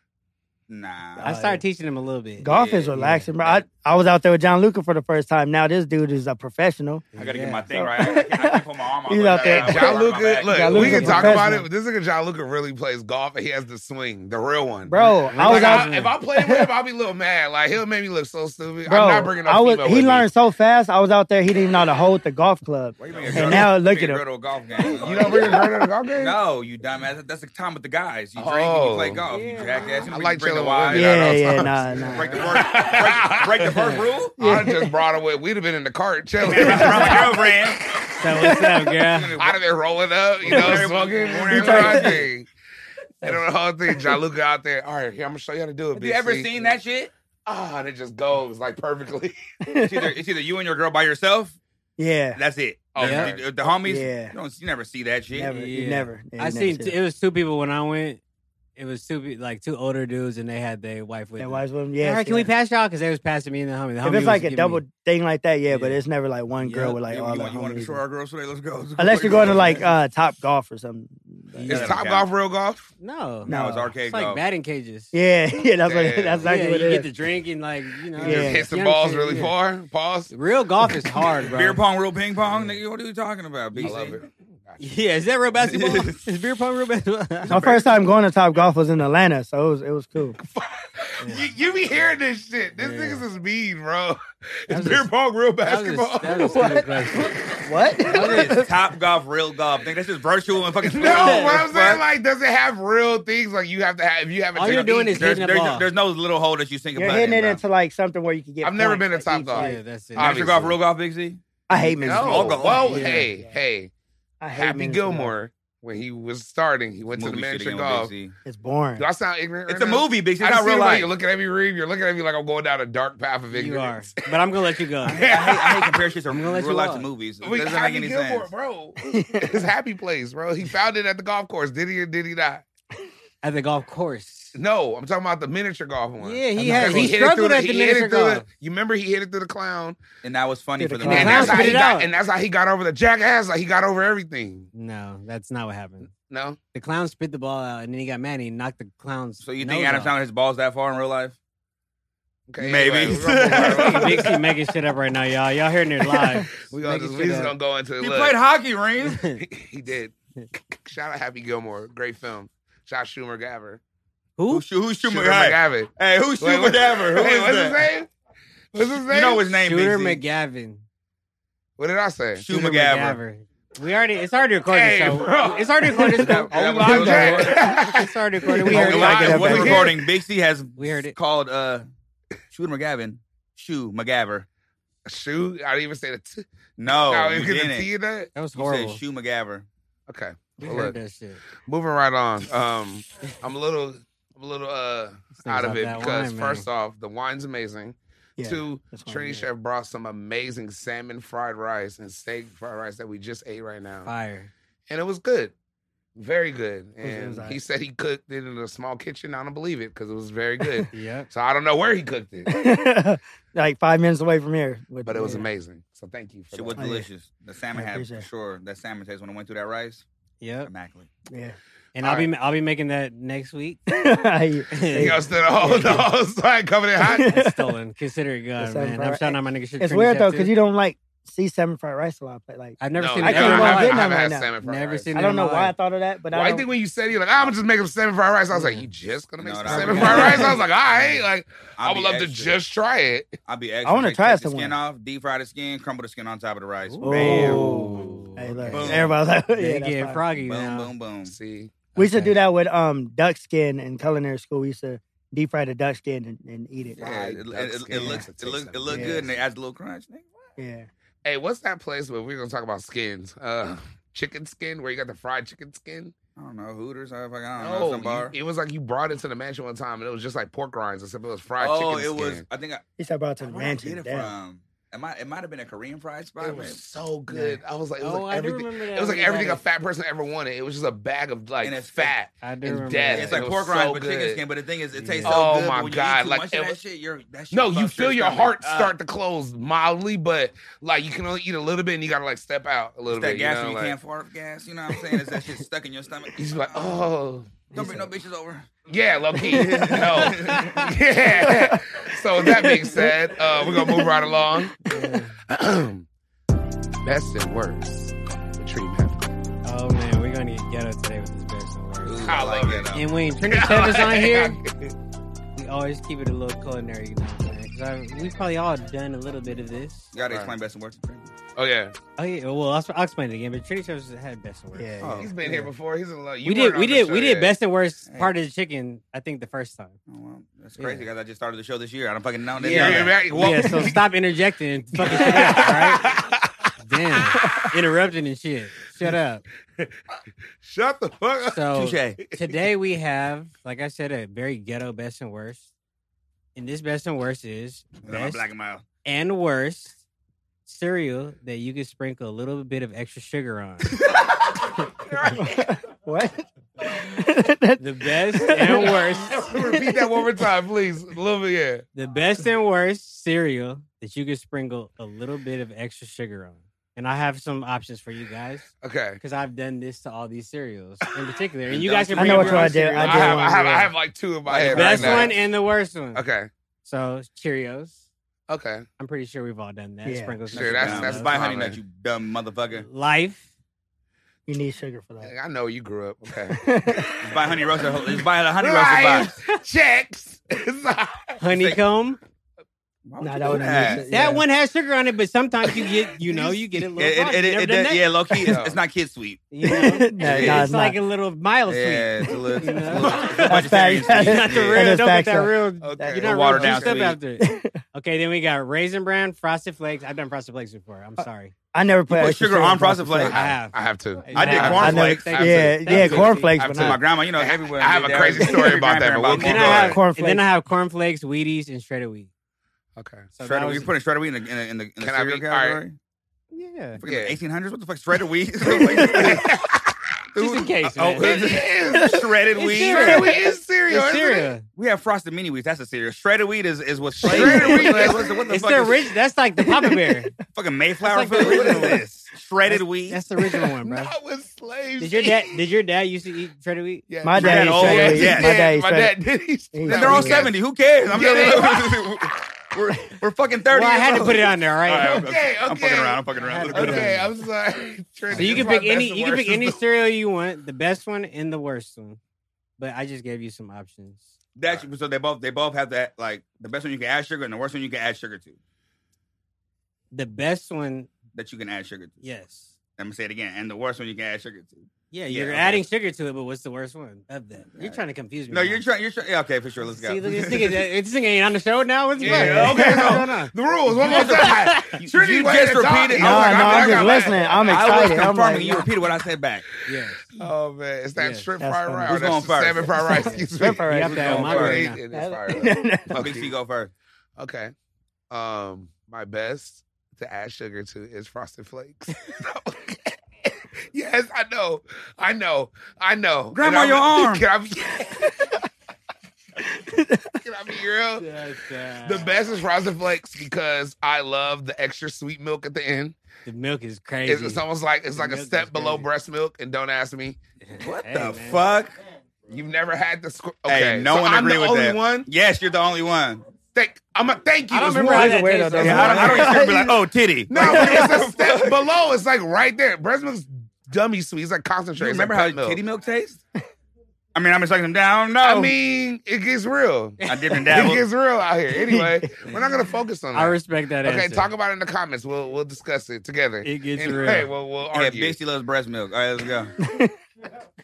Speaker 4: nah.
Speaker 3: I started teaching him a little bit.
Speaker 5: Golf is
Speaker 4: Yeah,
Speaker 5: relaxing, bro.
Speaker 4: yeah.
Speaker 5: I, I was out there with John Luca for the first time. Now this dude is a professional.
Speaker 4: I gotta
Speaker 3: Yeah.
Speaker 4: get my thing right. I can't, I can't put my arm out.
Speaker 5: He's
Speaker 4: like
Speaker 5: out
Speaker 4: that.
Speaker 5: there.
Speaker 4: I gotta
Speaker 2: John
Speaker 4: work my
Speaker 2: Luca,
Speaker 4: back.
Speaker 2: look,
Speaker 5: John
Speaker 2: we
Speaker 5: Luca's
Speaker 2: can
Speaker 5: a
Speaker 2: talk about
Speaker 5: professional.
Speaker 2: it. This nigga John Luca really plays golf and he has the swing, the real one.
Speaker 5: Bro, I
Speaker 2: Like,
Speaker 5: was out.
Speaker 2: I, if I played with him, I'd be a little mad. Like he'll make me look so stupid.
Speaker 5: Bro,
Speaker 2: I'm not bringing up
Speaker 5: I was.
Speaker 2: female
Speaker 5: He
Speaker 2: with me.
Speaker 5: learned so fast. I was out there. He didn't even know how to hold the golf club.
Speaker 4: Why you bring a
Speaker 5: And
Speaker 4: girl-
Speaker 5: now
Speaker 4: you bring
Speaker 5: look at
Speaker 4: a
Speaker 5: him.
Speaker 4: girl to a golf game.
Speaker 2: You don't bring a girl to the
Speaker 4: <laughs>
Speaker 2: golf <laughs> game?
Speaker 4: No, you dumbass. That's the time with the guys. You drink and you play
Speaker 2: Oh.
Speaker 4: golf. You jackass. You
Speaker 2: I like
Speaker 4: bring
Speaker 2: chilling
Speaker 4: the
Speaker 2: with
Speaker 4: wives.
Speaker 2: women.
Speaker 5: Yeah,
Speaker 2: Yeah,
Speaker 5: yeah,
Speaker 2: no,
Speaker 5: nah,
Speaker 4: Break
Speaker 5: nah.
Speaker 4: the first, break, break the first
Speaker 2: <laughs>
Speaker 4: rule.
Speaker 2: I just brought him with. We'd have been in the
Speaker 4: <laughs>
Speaker 2: cart chilling.
Speaker 4: From
Speaker 2: I'd
Speaker 4: my girlfriend.
Speaker 3: So
Speaker 2: <laughs>
Speaker 3: what's up, girl?
Speaker 2: have been rolling up, you know,
Speaker 4: Whatever-
Speaker 2: smoking,
Speaker 4: whatever.
Speaker 2: doing the whole thing. You know, the whole thing. John Luca out there. All right, here, I'm gonna show you how to do it.
Speaker 4: Have you ever seen that shit?
Speaker 2: Ah, and it just goes like perfectly.
Speaker 4: It's either, it's either you and your girl by yourself.
Speaker 5: Yeah,
Speaker 4: That's it.
Speaker 2: Oh,
Speaker 3: Yeah.
Speaker 2: yeah.
Speaker 4: The, the homies.
Speaker 5: Yeah.
Speaker 4: You, don't, you never see that shit.
Speaker 5: never, you
Speaker 3: Yeah.
Speaker 5: never. yeah,
Speaker 3: I
Speaker 5: you never
Speaker 3: seen
Speaker 5: see
Speaker 3: t-
Speaker 5: it.
Speaker 3: it was two people when I went. It was two pe- like two older dudes and they had their wife with.
Speaker 5: That
Speaker 3: them.
Speaker 5: wise woman. Yeah,
Speaker 3: All right, can we pass y'all? Because they was passing me and the homie. The homie
Speaker 5: If it's
Speaker 3: was
Speaker 5: like a
Speaker 3: giving
Speaker 5: double
Speaker 3: me-
Speaker 5: thing like that, yeah, but
Speaker 3: Yeah.
Speaker 5: it's never like one girl
Speaker 3: Yeah.
Speaker 5: with like
Speaker 4: you
Speaker 5: all
Speaker 4: you,
Speaker 5: the
Speaker 4: want- you want to
Speaker 5: homies.
Speaker 4: destroy our girls today? Let's go. Let's go
Speaker 5: Unless
Speaker 4: play
Speaker 5: you're going to
Speaker 4: golf.
Speaker 5: like uh, Top Golf or something.
Speaker 3: Yeah.
Speaker 2: Is
Speaker 4: Yeah.
Speaker 2: top golf real golf?
Speaker 3: No,
Speaker 5: No.
Speaker 4: No, it's arcade
Speaker 3: It's like
Speaker 4: golf.
Speaker 3: batting cages.
Speaker 5: Yeah, <laughs> yeah, that's what.
Speaker 2: Damn.
Speaker 5: That's exactly
Speaker 3: yeah,
Speaker 5: what
Speaker 3: you
Speaker 5: it
Speaker 3: get to
Speaker 5: is.
Speaker 3: drink and like you know
Speaker 2: You
Speaker 5: Yeah.
Speaker 2: Just hit some
Speaker 3: young
Speaker 2: balls
Speaker 3: shit,
Speaker 2: really
Speaker 3: yeah.
Speaker 2: far. Pause.
Speaker 3: Real golf is hard, bro.
Speaker 4: Beer pong, real ping pong, nigga. What are you talking about? BC?
Speaker 2: I love it.
Speaker 3: Yeah, is that real
Speaker 4: <laughs>
Speaker 3: basketball? is beer pong real
Speaker 5: My <laughs>
Speaker 3: basketball?
Speaker 5: first time going to Top Golf was in Atlanta, so it was it
Speaker 2: <laughs>
Speaker 5: was cool.
Speaker 2: You, you be hearing this shit. This
Speaker 3: Yeah.
Speaker 2: niggas is mean, bro. It's
Speaker 3: That was
Speaker 2: beer
Speaker 3: a-
Speaker 2: pong, real
Speaker 3: <laughs> That was
Speaker 2: basketball.
Speaker 3: a-
Speaker 2: <laughs>
Speaker 3: that was a stupid
Speaker 4: <laughs>
Speaker 3: question.
Speaker 5: <laughs> What?
Speaker 4: That is top golf, real golf. Nigga, that's just virtual and fucking.
Speaker 2: no, what I'm saying, like, does it have real things? Like, you have to have, if you have a
Speaker 3: All you're
Speaker 2: technique-
Speaker 3: doing is
Speaker 4: there's,
Speaker 3: hitting the
Speaker 4: there's,
Speaker 3: ball.
Speaker 4: there's no little hole that you sink a
Speaker 5: You're
Speaker 4: putt in,
Speaker 5: hitting it
Speaker 4: bro.
Speaker 5: into like something where you can get.
Speaker 2: I've never
Speaker 5: points
Speaker 2: been to
Speaker 5: for
Speaker 2: Top
Speaker 5: each,
Speaker 2: Golf.
Speaker 5: like-
Speaker 3: yeah, that's it.
Speaker 2: I-
Speaker 4: Amateur golf, real golf, Big C.
Speaker 5: I hate men's
Speaker 2: No.
Speaker 5: golf.
Speaker 4: golf.
Speaker 2: Well,
Speaker 5: Yeah.
Speaker 2: hey, hey.
Speaker 5: I hate
Speaker 2: Happy
Speaker 5: men's golf.
Speaker 2: Gilmore, when he was starting, he went to the
Speaker 4: Movie shit
Speaker 2: miniature
Speaker 4: again
Speaker 2: golf.
Speaker 4: with Big C.
Speaker 5: It's boring.
Speaker 2: Do I sound ignorant?
Speaker 4: It's a
Speaker 2: right now?
Speaker 4: movie, Big C.
Speaker 2: I
Speaker 4: It's
Speaker 2: just
Speaker 4: not
Speaker 2: see
Speaker 4: real
Speaker 2: the way You're
Speaker 4: life.
Speaker 2: looking at me, Reeve. You're looking at me like I'm going down a dark path of
Speaker 3: you are,
Speaker 2: ignorance.
Speaker 3: but I'm gonna let you
Speaker 4: <laughs>
Speaker 3: go.
Speaker 4: I hate, I hate comparing shit to
Speaker 3: I'm gonna let
Speaker 4: real
Speaker 3: you
Speaker 4: life
Speaker 3: off.
Speaker 4: to movies. It
Speaker 2: We
Speaker 4: doesn't make
Speaker 2: Happy
Speaker 4: any
Speaker 2: Gilmore,
Speaker 3: <laughs>
Speaker 4: sense.
Speaker 2: bro. It's happy place, bro. He found it at the golf course. Did he or did he not?
Speaker 3: At the golf course.
Speaker 2: No, I'm talking about the miniature golf one.
Speaker 3: Yeah, he
Speaker 4: I'm not
Speaker 3: had
Speaker 2: Because
Speaker 4: gonna-
Speaker 3: he,
Speaker 2: hit it through
Speaker 3: struggled at the
Speaker 2: he hit it
Speaker 3: miniature
Speaker 2: through the-
Speaker 3: golf.
Speaker 2: you remember he hit it through the clown,
Speaker 4: And that was funny
Speaker 5: Yeah,
Speaker 4: for the
Speaker 5: the clown.
Speaker 4: man.
Speaker 2: and that's
Speaker 3: spit
Speaker 2: how he
Speaker 3: it
Speaker 2: got,
Speaker 3: out.
Speaker 2: and that's how he got over the jackass. Like he got over everything.
Speaker 3: No, that's not what happened.
Speaker 2: No,
Speaker 3: The clown spit the ball out, and then he got mad. and He knocked the clown's.
Speaker 4: So you think
Speaker 3: nose
Speaker 4: Adam
Speaker 3: off.
Speaker 4: Sandler his balls that far in real life?
Speaker 2: okay,
Speaker 4: Maybe.
Speaker 2: anyway, we're gonna move
Speaker 3: <laughs>
Speaker 2: on.
Speaker 3: Big C making shit up right now, y'all. Y'all hearing it live.
Speaker 2: we gonna just,
Speaker 3: Making
Speaker 2: we
Speaker 3: shit
Speaker 2: just
Speaker 3: up.
Speaker 2: gonna go into the
Speaker 4: He
Speaker 2: look.
Speaker 4: played hockey, Reem.
Speaker 2: <laughs> he did. Shout out Happy Gilmore, great film. Shout out Schumer Gaver.
Speaker 3: Who?
Speaker 4: Who's Schu- who's
Speaker 2: Schumer
Speaker 4: Schumer? Hey,
Speaker 2: McGavin.
Speaker 4: hey, who's
Speaker 2: Wait,
Speaker 4: Schumer
Speaker 2: what-
Speaker 4: Gaver?
Speaker 2: <laughs>
Speaker 4: Who
Speaker 2: Wait,
Speaker 4: is
Speaker 2: what's his
Speaker 4: that?
Speaker 2: name? What's his name?
Speaker 4: You know his name,
Speaker 3: Shooter
Speaker 4: Big C.
Speaker 3: McGavin.
Speaker 2: what did I say?
Speaker 4: Schumer Gaver.
Speaker 3: McGavin. We already. It's already recorded.
Speaker 2: Hey,
Speaker 3: so
Speaker 2: bro.
Speaker 3: it's already recorded.
Speaker 2: <laughs> That-
Speaker 3: So
Speaker 2: that
Speaker 5: was
Speaker 3: live
Speaker 5: good.
Speaker 2: <laughs>
Speaker 3: now. It's already recorded. We
Speaker 5: Oh,
Speaker 3: heard
Speaker 5: we
Speaker 3: it.
Speaker 5: like it.
Speaker 4: Live was
Speaker 5: back.
Speaker 4: recording. Big C has
Speaker 3: We heard it.
Speaker 4: called uh, Shooter McGavin. Shoe McGaver.
Speaker 2: Shoot, I didn't even say the. T-
Speaker 4: No,
Speaker 2: no,
Speaker 4: you
Speaker 2: you couldn't
Speaker 4: didn't.
Speaker 2: see
Speaker 4: You
Speaker 2: that.
Speaker 3: That was
Speaker 4: said
Speaker 3: horrible.
Speaker 4: Shoe McGaver.
Speaker 2: Okay,
Speaker 3: We
Speaker 2: Well, look.
Speaker 3: heard that shit.
Speaker 2: Moving right on. Um, I'm a little, I'm a little uh
Speaker 3: This thing's
Speaker 2: out of
Speaker 3: off
Speaker 2: it
Speaker 3: that
Speaker 2: because
Speaker 3: line, man.
Speaker 2: first off, the wine's amazing.
Speaker 5: Yeah,
Speaker 2: Two,
Speaker 5: that's what I
Speaker 2: Trinity
Speaker 5: meant.
Speaker 2: Chef brought some amazing salmon fried rice and steak fried rice that we just ate right now,
Speaker 3: fire.
Speaker 2: and it was good, very good.
Speaker 5: was- it
Speaker 2: And
Speaker 5: was
Speaker 2: he
Speaker 5: alright.
Speaker 2: said he cooked it in a small kitchen. I don't believe it because it was very good.
Speaker 3: Yep.
Speaker 2: so I don't know where he cooked
Speaker 5: <laughs>
Speaker 2: it,
Speaker 5: like five minutes away from here.
Speaker 2: but it was
Speaker 5: yeah.
Speaker 2: amazing. So thank you for
Speaker 4: Shit
Speaker 2: that.
Speaker 4: was
Speaker 5: Oh, yeah.
Speaker 4: delicious. The salmon
Speaker 5: I
Speaker 4: had
Speaker 5: appreciate
Speaker 4: for
Speaker 5: it.
Speaker 4: sure. That salmon taste when it went through that rice,
Speaker 3: Yep.
Speaker 4: immaculate.
Speaker 5: Yeah. <laughs>
Speaker 3: And
Speaker 2: All
Speaker 3: I'll be I'll be making that next week.
Speaker 2: <laughs> You know, instead of all the whole side covered in hot.
Speaker 3: That's stolen. Consider it gone,
Speaker 5: Seven
Speaker 3: man.
Speaker 5: Fire-
Speaker 3: I'm shouting out my nigga shit.
Speaker 5: it's
Speaker 3: Trinity
Speaker 5: weird
Speaker 3: Chef
Speaker 5: though,
Speaker 3: too.
Speaker 5: because you don't like see salmon fried rice a lot. But like,
Speaker 3: I've <laughs> never
Speaker 2: No,
Speaker 3: seen
Speaker 5: I
Speaker 3: it.
Speaker 2: never.
Speaker 5: can't
Speaker 3: in
Speaker 5: go
Speaker 3: my
Speaker 5: out
Speaker 3: life.
Speaker 5: getting
Speaker 2: I haven't
Speaker 5: right
Speaker 2: had
Speaker 5: now.
Speaker 2: salmon fried
Speaker 3: Never
Speaker 2: rice.
Speaker 3: seen it.
Speaker 5: I don't
Speaker 3: in
Speaker 5: know
Speaker 3: my
Speaker 5: why I
Speaker 3: life.
Speaker 5: thought of that, but
Speaker 2: Well,
Speaker 5: I
Speaker 2: I
Speaker 5: don't-
Speaker 2: think when you said you're like, I'm just making salmon fried rice, I was like, you just gonna make
Speaker 4: No,
Speaker 2: some
Speaker 4: no,
Speaker 2: salmon
Speaker 4: no.
Speaker 2: fried rice? I was like, all right, like I
Speaker 4: I'll
Speaker 2: would
Speaker 4: be
Speaker 2: love to
Speaker 4: extra.
Speaker 2: just try it.
Speaker 4: I'll be extra.
Speaker 5: wanna
Speaker 4: Take-
Speaker 5: try
Speaker 4: take
Speaker 5: it
Speaker 4: the skin
Speaker 5: somewhere.
Speaker 4: off, deep fry the skin, crumble the skin on top of the rice.
Speaker 5: <laughs>
Speaker 3: Ooh.
Speaker 4: Bam.
Speaker 5: Ooh. Hey, look,
Speaker 4: Boom.
Speaker 5: everybody's like, <laughs>
Speaker 3: <laughs> Oh,
Speaker 5: yeah,
Speaker 3: They
Speaker 5: that's
Speaker 3: get
Speaker 5: fine.
Speaker 3: froggy
Speaker 4: Boom,
Speaker 3: now.
Speaker 4: boom, boom.
Speaker 2: See,
Speaker 5: We used to do
Speaker 3: Okay.
Speaker 5: that with um duck skin in culinary school. We used to deep fry the duck skin and, and eat it.
Speaker 4: Yeah,
Speaker 5: Yeah.
Speaker 2: Fried
Speaker 4: it, it,
Speaker 2: duck
Speaker 4: it,
Speaker 2: skin.
Speaker 4: it looks it looks it look
Speaker 5: Yeah.
Speaker 4: good and it adds a little crunch. Nigga.
Speaker 2: hey, what's that place where we're gonna talk about skins? Uh, chicken skin, where you got the fried chicken skin?
Speaker 4: I don't know Hooters. I, fucking- I don't know some
Speaker 2: you-
Speaker 4: bar.
Speaker 2: it was like you brought it to the mansion one time, and it was just like pork rinds, except it was fried
Speaker 4: oh,
Speaker 2: chicken
Speaker 4: it
Speaker 2: skin.
Speaker 4: was. I think I,
Speaker 5: He said brought it to the
Speaker 4: where did I get
Speaker 5: mansion.
Speaker 4: it
Speaker 5: Damn.
Speaker 4: from. It might it might have been a Korean fried spot.
Speaker 2: It
Speaker 4: man.
Speaker 2: was so good. I was like, it was
Speaker 3: Oh,
Speaker 2: like
Speaker 3: I do
Speaker 2: everything.
Speaker 3: remember that.
Speaker 2: It was like
Speaker 3: We had
Speaker 2: everything
Speaker 3: it.
Speaker 2: a fat person ever wanted. It was just a bag of like
Speaker 4: And it's-
Speaker 2: fat.
Speaker 3: I do
Speaker 2: and
Speaker 3: remember.
Speaker 2: dead.
Speaker 3: that.
Speaker 4: it's like
Speaker 2: It was
Speaker 4: pork rind
Speaker 2: so
Speaker 4: with chicken
Speaker 2: good.
Speaker 4: skin, but the thing is, it
Speaker 3: Yeah.
Speaker 4: tastes
Speaker 2: Oh,
Speaker 4: so good.
Speaker 2: my
Speaker 4: but when
Speaker 2: God,
Speaker 4: you eat too
Speaker 2: like,
Speaker 4: much
Speaker 2: it
Speaker 4: of that
Speaker 2: was-
Speaker 4: shit, you're, that shit
Speaker 2: No, you
Speaker 4: fucks
Speaker 2: feel your
Speaker 4: stomach Uh,
Speaker 2: heart
Speaker 4: up.
Speaker 2: start to close mildly, but like you can only eat a little bit and you gotta like step out a little
Speaker 4: It's that
Speaker 2: bit.
Speaker 4: gas
Speaker 2: you know,
Speaker 4: when you
Speaker 2: like,
Speaker 4: can't fart gas. You know what I'm saying? It's that shit stuck in your stomach.
Speaker 2: He's like, oh,
Speaker 4: Don't bring no bitches over.
Speaker 2: yeah, low
Speaker 4: <laughs>
Speaker 2: key. no. Yeah. So, with that being said, uh, we're going to move right along. Best and worst with Tree Maverick.
Speaker 3: Oh man, we're gonna get ghetto today with this best and worst.
Speaker 2: I love it.
Speaker 3: And when Trinity Chef is on <laughs> here, we always keep it a little culinary, you know what I'm saying? Because we probably all done a little bit of this.
Speaker 4: You gotta explain best and worst.
Speaker 2: Oh, yeah.
Speaker 3: Oh yeah, well I'll, I'll explain it again. But Trinity Chef had best and worst.
Speaker 5: Yeah.
Speaker 4: Oh,
Speaker 2: He's been here before. He's in love. You
Speaker 3: we did,
Speaker 2: weren't
Speaker 3: we
Speaker 2: on the
Speaker 3: did,
Speaker 2: show
Speaker 3: we did
Speaker 2: yet.
Speaker 3: best and worst
Speaker 4: Hey.
Speaker 3: part of the chicken. I think the first time.
Speaker 4: Oh, well, that's
Speaker 3: Yeah.
Speaker 4: crazy because I just started the show this year. I don't fucking know. that.
Speaker 2: Yeah,
Speaker 3: Yeah.
Speaker 2: you're back. Well-
Speaker 3: yeah, so stop interjecting <laughs> and fucking shit
Speaker 2: <laughs>
Speaker 3: up,
Speaker 4: <laughs>
Speaker 3: right? <laughs> Damn, interrupting and shit. Shut up.
Speaker 2: Shut the fuck up.
Speaker 3: So
Speaker 4: Touche.
Speaker 3: today we have, like I said, a very ghetto best and worst. And this best and worst is
Speaker 4: I'm
Speaker 3: best
Speaker 4: black and mild.
Speaker 3: and worst cereal that you can sprinkle a little bit of extra sugar on.
Speaker 5: <laughs> What?
Speaker 3: <laughs>
Speaker 2: <laughs>
Speaker 3: the best and worst,
Speaker 2: Repeat <laughs> that one more time, please. A little bit, yeah.
Speaker 3: the best and worst cereal that you can sprinkle a little bit of extra sugar on. And I have some options for you guys
Speaker 2: Okay.
Speaker 3: because I've done this to all these cereals in particular. And you guys can
Speaker 5: I
Speaker 3: bring
Speaker 5: know
Speaker 3: up
Speaker 5: what
Speaker 3: your
Speaker 5: you
Speaker 3: own
Speaker 5: wanna do.
Speaker 3: cereal.
Speaker 2: I,
Speaker 5: I did
Speaker 2: have,
Speaker 5: one,
Speaker 2: I, have,
Speaker 5: yeah.
Speaker 2: I have like two in my
Speaker 3: The
Speaker 2: head.
Speaker 3: best
Speaker 2: right now.
Speaker 3: one and the worst one.
Speaker 2: Okay.
Speaker 3: So Cheerios.
Speaker 2: Okay.
Speaker 3: I'm pretty sure we've all done that.
Speaker 5: Yeah.
Speaker 3: Sprinkles.
Speaker 2: Sure, that's- that's
Speaker 4: buy
Speaker 2: fine,
Speaker 4: honey
Speaker 2: man.
Speaker 4: nut, you dumb motherfucker.
Speaker 3: life.
Speaker 5: you need sugar for <laughs> that.
Speaker 2: I know you grew up.
Speaker 5: <laughs>
Speaker 2: Okay.
Speaker 4: Just buy honey roasted. Just buy a honey roasted
Speaker 2: Life <laughs>
Speaker 4: box.
Speaker 2: checks.
Speaker 3: Honeycomb.
Speaker 4: Why would
Speaker 5: Nah,
Speaker 4: you
Speaker 5: that
Speaker 4: do
Speaker 5: would
Speaker 4: that?
Speaker 5: have
Speaker 3: That one has sugar on it, but sometimes you get, you know, you get a little.
Speaker 4: It, it,
Speaker 3: froggy.
Speaker 4: it,
Speaker 3: You
Speaker 4: it,
Speaker 3: never
Speaker 4: it
Speaker 3: done
Speaker 4: does,
Speaker 3: that?
Speaker 4: yeah, low key,
Speaker 2: <laughs> Yeah.
Speaker 4: it's, it's not kid sweet.
Speaker 3: You
Speaker 4: <laughs>
Speaker 3: know?
Speaker 5: no, nah,
Speaker 3: it's
Speaker 5: it's
Speaker 3: like
Speaker 5: not.
Speaker 3: a little mild Oh, sweet.
Speaker 4: Yeah, it's a little.
Speaker 3: You know?
Speaker 4: <laughs> it's a little- it's a
Speaker 5: That's
Speaker 4: bunch of
Speaker 5: bad.
Speaker 3: <laughs>
Speaker 4: cereal sweet.
Speaker 5: That's
Speaker 3: Not the
Speaker 4: Yeah.
Speaker 3: real.
Speaker 5: That's
Speaker 3: Don't get that
Speaker 5: factual.
Speaker 3: real.
Speaker 2: Okay.
Speaker 3: You're
Speaker 4: The
Speaker 3: not
Speaker 4: water
Speaker 3: real juiced
Speaker 4: down
Speaker 3: up
Speaker 4: sweet.
Speaker 3: after it. Okay, then we got raisin bran, frosted flakes. I've done frosted flakes before.
Speaker 4: Uh,
Speaker 3: I'm sorry.
Speaker 5: <laughs> I never put,
Speaker 4: put
Speaker 5: extra
Speaker 4: sugar on Frosted
Speaker 5: Flakes.
Speaker 4: Flakes.
Speaker 3: I have.
Speaker 2: I have to.
Speaker 4: I did
Speaker 3: Nah,
Speaker 5: I
Speaker 4: corn
Speaker 5: never-
Speaker 4: flakes.
Speaker 3: thank you.
Speaker 5: Yeah,
Speaker 3: Thank
Speaker 5: yeah,
Speaker 3: you.
Speaker 5: cornflakes,
Speaker 2: I've
Speaker 5: but
Speaker 2: seen
Speaker 4: my
Speaker 5: not.
Speaker 4: grandma, you know,
Speaker 2: I have-
Speaker 4: everyone.
Speaker 2: I have
Speaker 4: did
Speaker 2: a
Speaker 4: that.
Speaker 2: crazy story about that, but we'll
Speaker 4: Grandma,
Speaker 2: keep
Speaker 3: And
Speaker 4: grandma.
Speaker 3: I
Speaker 2: going.
Speaker 3: have
Speaker 5: Cornflakes.
Speaker 3: and then I have cornflakes, Wheaties, and shredded wheat.
Speaker 2: Okay.
Speaker 3: So that
Speaker 4: Shredder
Speaker 3: was-
Speaker 4: wheat. You put a shredder wheat in the in the, in the, in the
Speaker 2: Can I
Speaker 4: cereal
Speaker 2: be- all right.
Speaker 4: category.
Speaker 3: yeah,
Speaker 4: Fucking
Speaker 2: Yeah.
Speaker 4: 1800s. What the
Speaker 2: <laughs>
Speaker 4: fuck? Shredder wheat. Dude,
Speaker 3: just
Speaker 4: <laughs>
Speaker 3: in case.
Speaker 4: oh,
Speaker 3: man.
Speaker 2: <laughs>
Speaker 4: it is <laughs> shredded
Speaker 3: It's
Speaker 4: wheat.
Speaker 3: cereal.
Speaker 4: Shredded wheat is cereal.
Speaker 3: It's
Speaker 4: isn't it?
Speaker 3: cereal.
Speaker 4: We have frosted mini wheats. That's a cereal. Shredded wheat is is what's
Speaker 2: Shredded
Speaker 4: flavored.
Speaker 2: wheat.
Speaker 4: Like, what the, what the
Speaker 3: It's
Speaker 4: fuck
Speaker 3: the
Speaker 4: is-
Speaker 3: original. That's like the Papa Bear.
Speaker 4: Fucking Mayflower
Speaker 3: That's like the
Speaker 4: food. What is
Speaker 3: original.
Speaker 4: this? Shredded wheat.
Speaker 3: That's the original one,
Speaker 4: <laughs>
Speaker 3: bro.
Speaker 2: Not with slaves.
Speaker 3: Did your dad? Did your dad used to eat shredded wheat?
Speaker 2: Yeah.
Speaker 5: My
Speaker 4: Shredded
Speaker 5: dad used
Speaker 4: old-
Speaker 5: sugar.
Speaker 4: yeah,
Speaker 5: wheat.
Speaker 4: yeah.
Speaker 5: My dad used
Speaker 2: My
Speaker 5: shredded-
Speaker 2: dad <laughs> did. He's
Speaker 5: They're
Speaker 4: They're all
Speaker 5: Yeah.
Speaker 4: seventy. Who cares? I'm
Speaker 2: Yeah,
Speaker 4: just, <laughs> we're, we're fucking thirty.
Speaker 3: Well, I had to
Speaker 4: years
Speaker 3: put it
Speaker 4: old.
Speaker 3: on there,
Speaker 4: All right,
Speaker 3: right?
Speaker 4: I'm-
Speaker 2: Okay,
Speaker 4: I'm fucking
Speaker 2: okay.
Speaker 4: around. I'm fucking around.
Speaker 3: I had to put it
Speaker 2: Okay, I'm sorry. <laughs>
Speaker 3: So you can
Speaker 2: That's
Speaker 3: pick
Speaker 2: my
Speaker 3: any.
Speaker 2: best and
Speaker 3: You can pick
Speaker 2: worst.
Speaker 3: any cereal you want. The best one and the worst one. But I just gave you some options.
Speaker 4: That's so they both they both have that like the best one you can add sugar and the worst one you can add sugar to
Speaker 3: The best one,
Speaker 4: that you can add sugar to.
Speaker 3: yes.
Speaker 4: Let me say it again. And the worst one you can add sugar to.
Speaker 3: Yeah, you're
Speaker 4: okay.
Speaker 3: adding sugar to it, but what's the worst one of that? You're
Speaker 4: Alright.
Speaker 3: trying to confuse me.
Speaker 4: No,
Speaker 3: now.
Speaker 4: you're trying. You're trying. Yeah, okay, for sure. Let's go.
Speaker 2: <laughs>
Speaker 3: See, look, this
Speaker 4: <laughs>
Speaker 3: nigga, this nigga ain't on the show now. What's
Speaker 2: Yeah, okay,
Speaker 3: What's
Speaker 2: no. <laughs>
Speaker 3: going on?
Speaker 2: The rules. One more <laughs> time.
Speaker 4: Trinity
Speaker 2: You
Speaker 4: way
Speaker 2: just
Speaker 4: to talk.
Speaker 2: repeated.
Speaker 4: I'm
Speaker 5: No,
Speaker 4: like,
Speaker 5: no,
Speaker 4: I got
Speaker 5: I'm just
Speaker 4: mad.
Speaker 5: listening. I'm
Speaker 4: I
Speaker 2: <laughs>
Speaker 4: was
Speaker 5: excited. I'm
Speaker 4: confirming
Speaker 5: like,
Speaker 4: you
Speaker 3: <laughs>
Speaker 4: repeated what I said back.
Speaker 3: Yes.
Speaker 2: Oh man, it's that
Speaker 3: Yeah,
Speaker 2: shrimp
Speaker 5: that's
Speaker 2: fried
Speaker 5: funny.
Speaker 2: rice.
Speaker 4: Who's
Speaker 2: or that
Speaker 4: going first?
Speaker 2: Salmon fried
Speaker 5: <laughs>
Speaker 2: rice. Excuse me.
Speaker 5: That's all right.
Speaker 3: You have to have
Speaker 4: Going
Speaker 3: my
Speaker 4: first.
Speaker 3: right now.
Speaker 2: It is
Speaker 4: <laughs>
Speaker 5: That's-
Speaker 2: fried rice.
Speaker 5: Fuck <laughs>
Speaker 4: Oh, Big C go first.
Speaker 2: Okay. Um, my best to add sugar to is Frosted
Speaker 4: <laughs>
Speaker 2: Flakes. <laughs> yes, I know. I know. I know.
Speaker 4: Grandma,
Speaker 2: And
Speaker 4: your
Speaker 2: I'm- <laughs>
Speaker 4: arm.
Speaker 2: Can I be, can I be real? The best is Frosted Flakes because I love the extra sweet milk at the end.
Speaker 3: The milk is crazy.
Speaker 2: It's, it's almost like it's
Speaker 3: The
Speaker 2: like a
Speaker 3: milk is
Speaker 2: step below
Speaker 3: crazy.
Speaker 2: breast milk. And don't ask me.
Speaker 4: What
Speaker 3: Hey,
Speaker 4: the
Speaker 3: man.
Speaker 4: fuck?
Speaker 2: You've never had the squ- okay.
Speaker 4: Hey, no
Speaker 2: so
Speaker 4: one
Speaker 2: I'm
Speaker 4: agree
Speaker 2: the
Speaker 4: with
Speaker 2: only
Speaker 4: that.
Speaker 2: one.
Speaker 4: Yes, you're the only one.
Speaker 2: Thank, I'm a, thank you.
Speaker 3: I don't
Speaker 2: is
Speaker 3: remember
Speaker 2: one.
Speaker 3: how
Speaker 5: He's a
Speaker 3: that
Speaker 5: weirdo,
Speaker 3: tastes.
Speaker 5: though.
Speaker 3: though.
Speaker 4: Yeah, I don't,
Speaker 3: <laughs>
Speaker 4: I
Speaker 2: <laughs>
Speaker 4: don't expect to be like, oh, titty.
Speaker 2: No,
Speaker 4: Like,
Speaker 2: it's
Speaker 4: <laughs>
Speaker 2: a step below. It's like right there. Breast milk's dummy sweet. It's like
Speaker 4: you
Speaker 2: concentrate. It's
Speaker 4: remember
Speaker 2: like
Speaker 4: how
Speaker 2: pet milk.
Speaker 4: titty milk tastes? I mean, I'm just sucking them down. No,
Speaker 2: I mean, it gets
Speaker 4: <laughs>
Speaker 2: real. <laughs>
Speaker 4: I dipped and
Speaker 2: It
Speaker 4: dabbled.
Speaker 2: gets real out
Speaker 4: <laughs>
Speaker 2: here. Anyway, we're not gonna focus on that.
Speaker 3: I respect that.
Speaker 2: okay,
Speaker 3: answer.
Speaker 2: talk about it in the comments. We'll we'll discuss it together.
Speaker 3: It gets
Speaker 2: and,
Speaker 3: real.
Speaker 2: Hey, we'll, we'll
Speaker 4: Yeah,
Speaker 2: argue.
Speaker 4: Big C loves breast milk. All right,
Speaker 2: <laughs>
Speaker 4: let's go.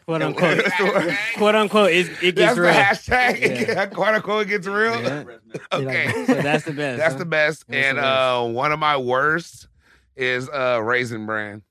Speaker 3: quote unquote.
Speaker 2: That's the word.
Speaker 3: quote unquote. It, it
Speaker 2: That's
Speaker 3: gets
Speaker 2: the <laughs>
Speaker 3: real.
Speaker 2: hashtag.
Speaker 3: Yeah.
Speaker 2: Quote unquote, it gets real.
Speaker 3: Yeah.
Speaker 2: Okay, <laughs>
Speaker 3: So that's the best.
Speaker 2: that's
Speaker 3: huh?
Speaker 2: the best.
Speaker 3: It was
Speaker 2: And
Speaker 3: the
Speaker 2: uh, one of my worst is uh, raisin bran.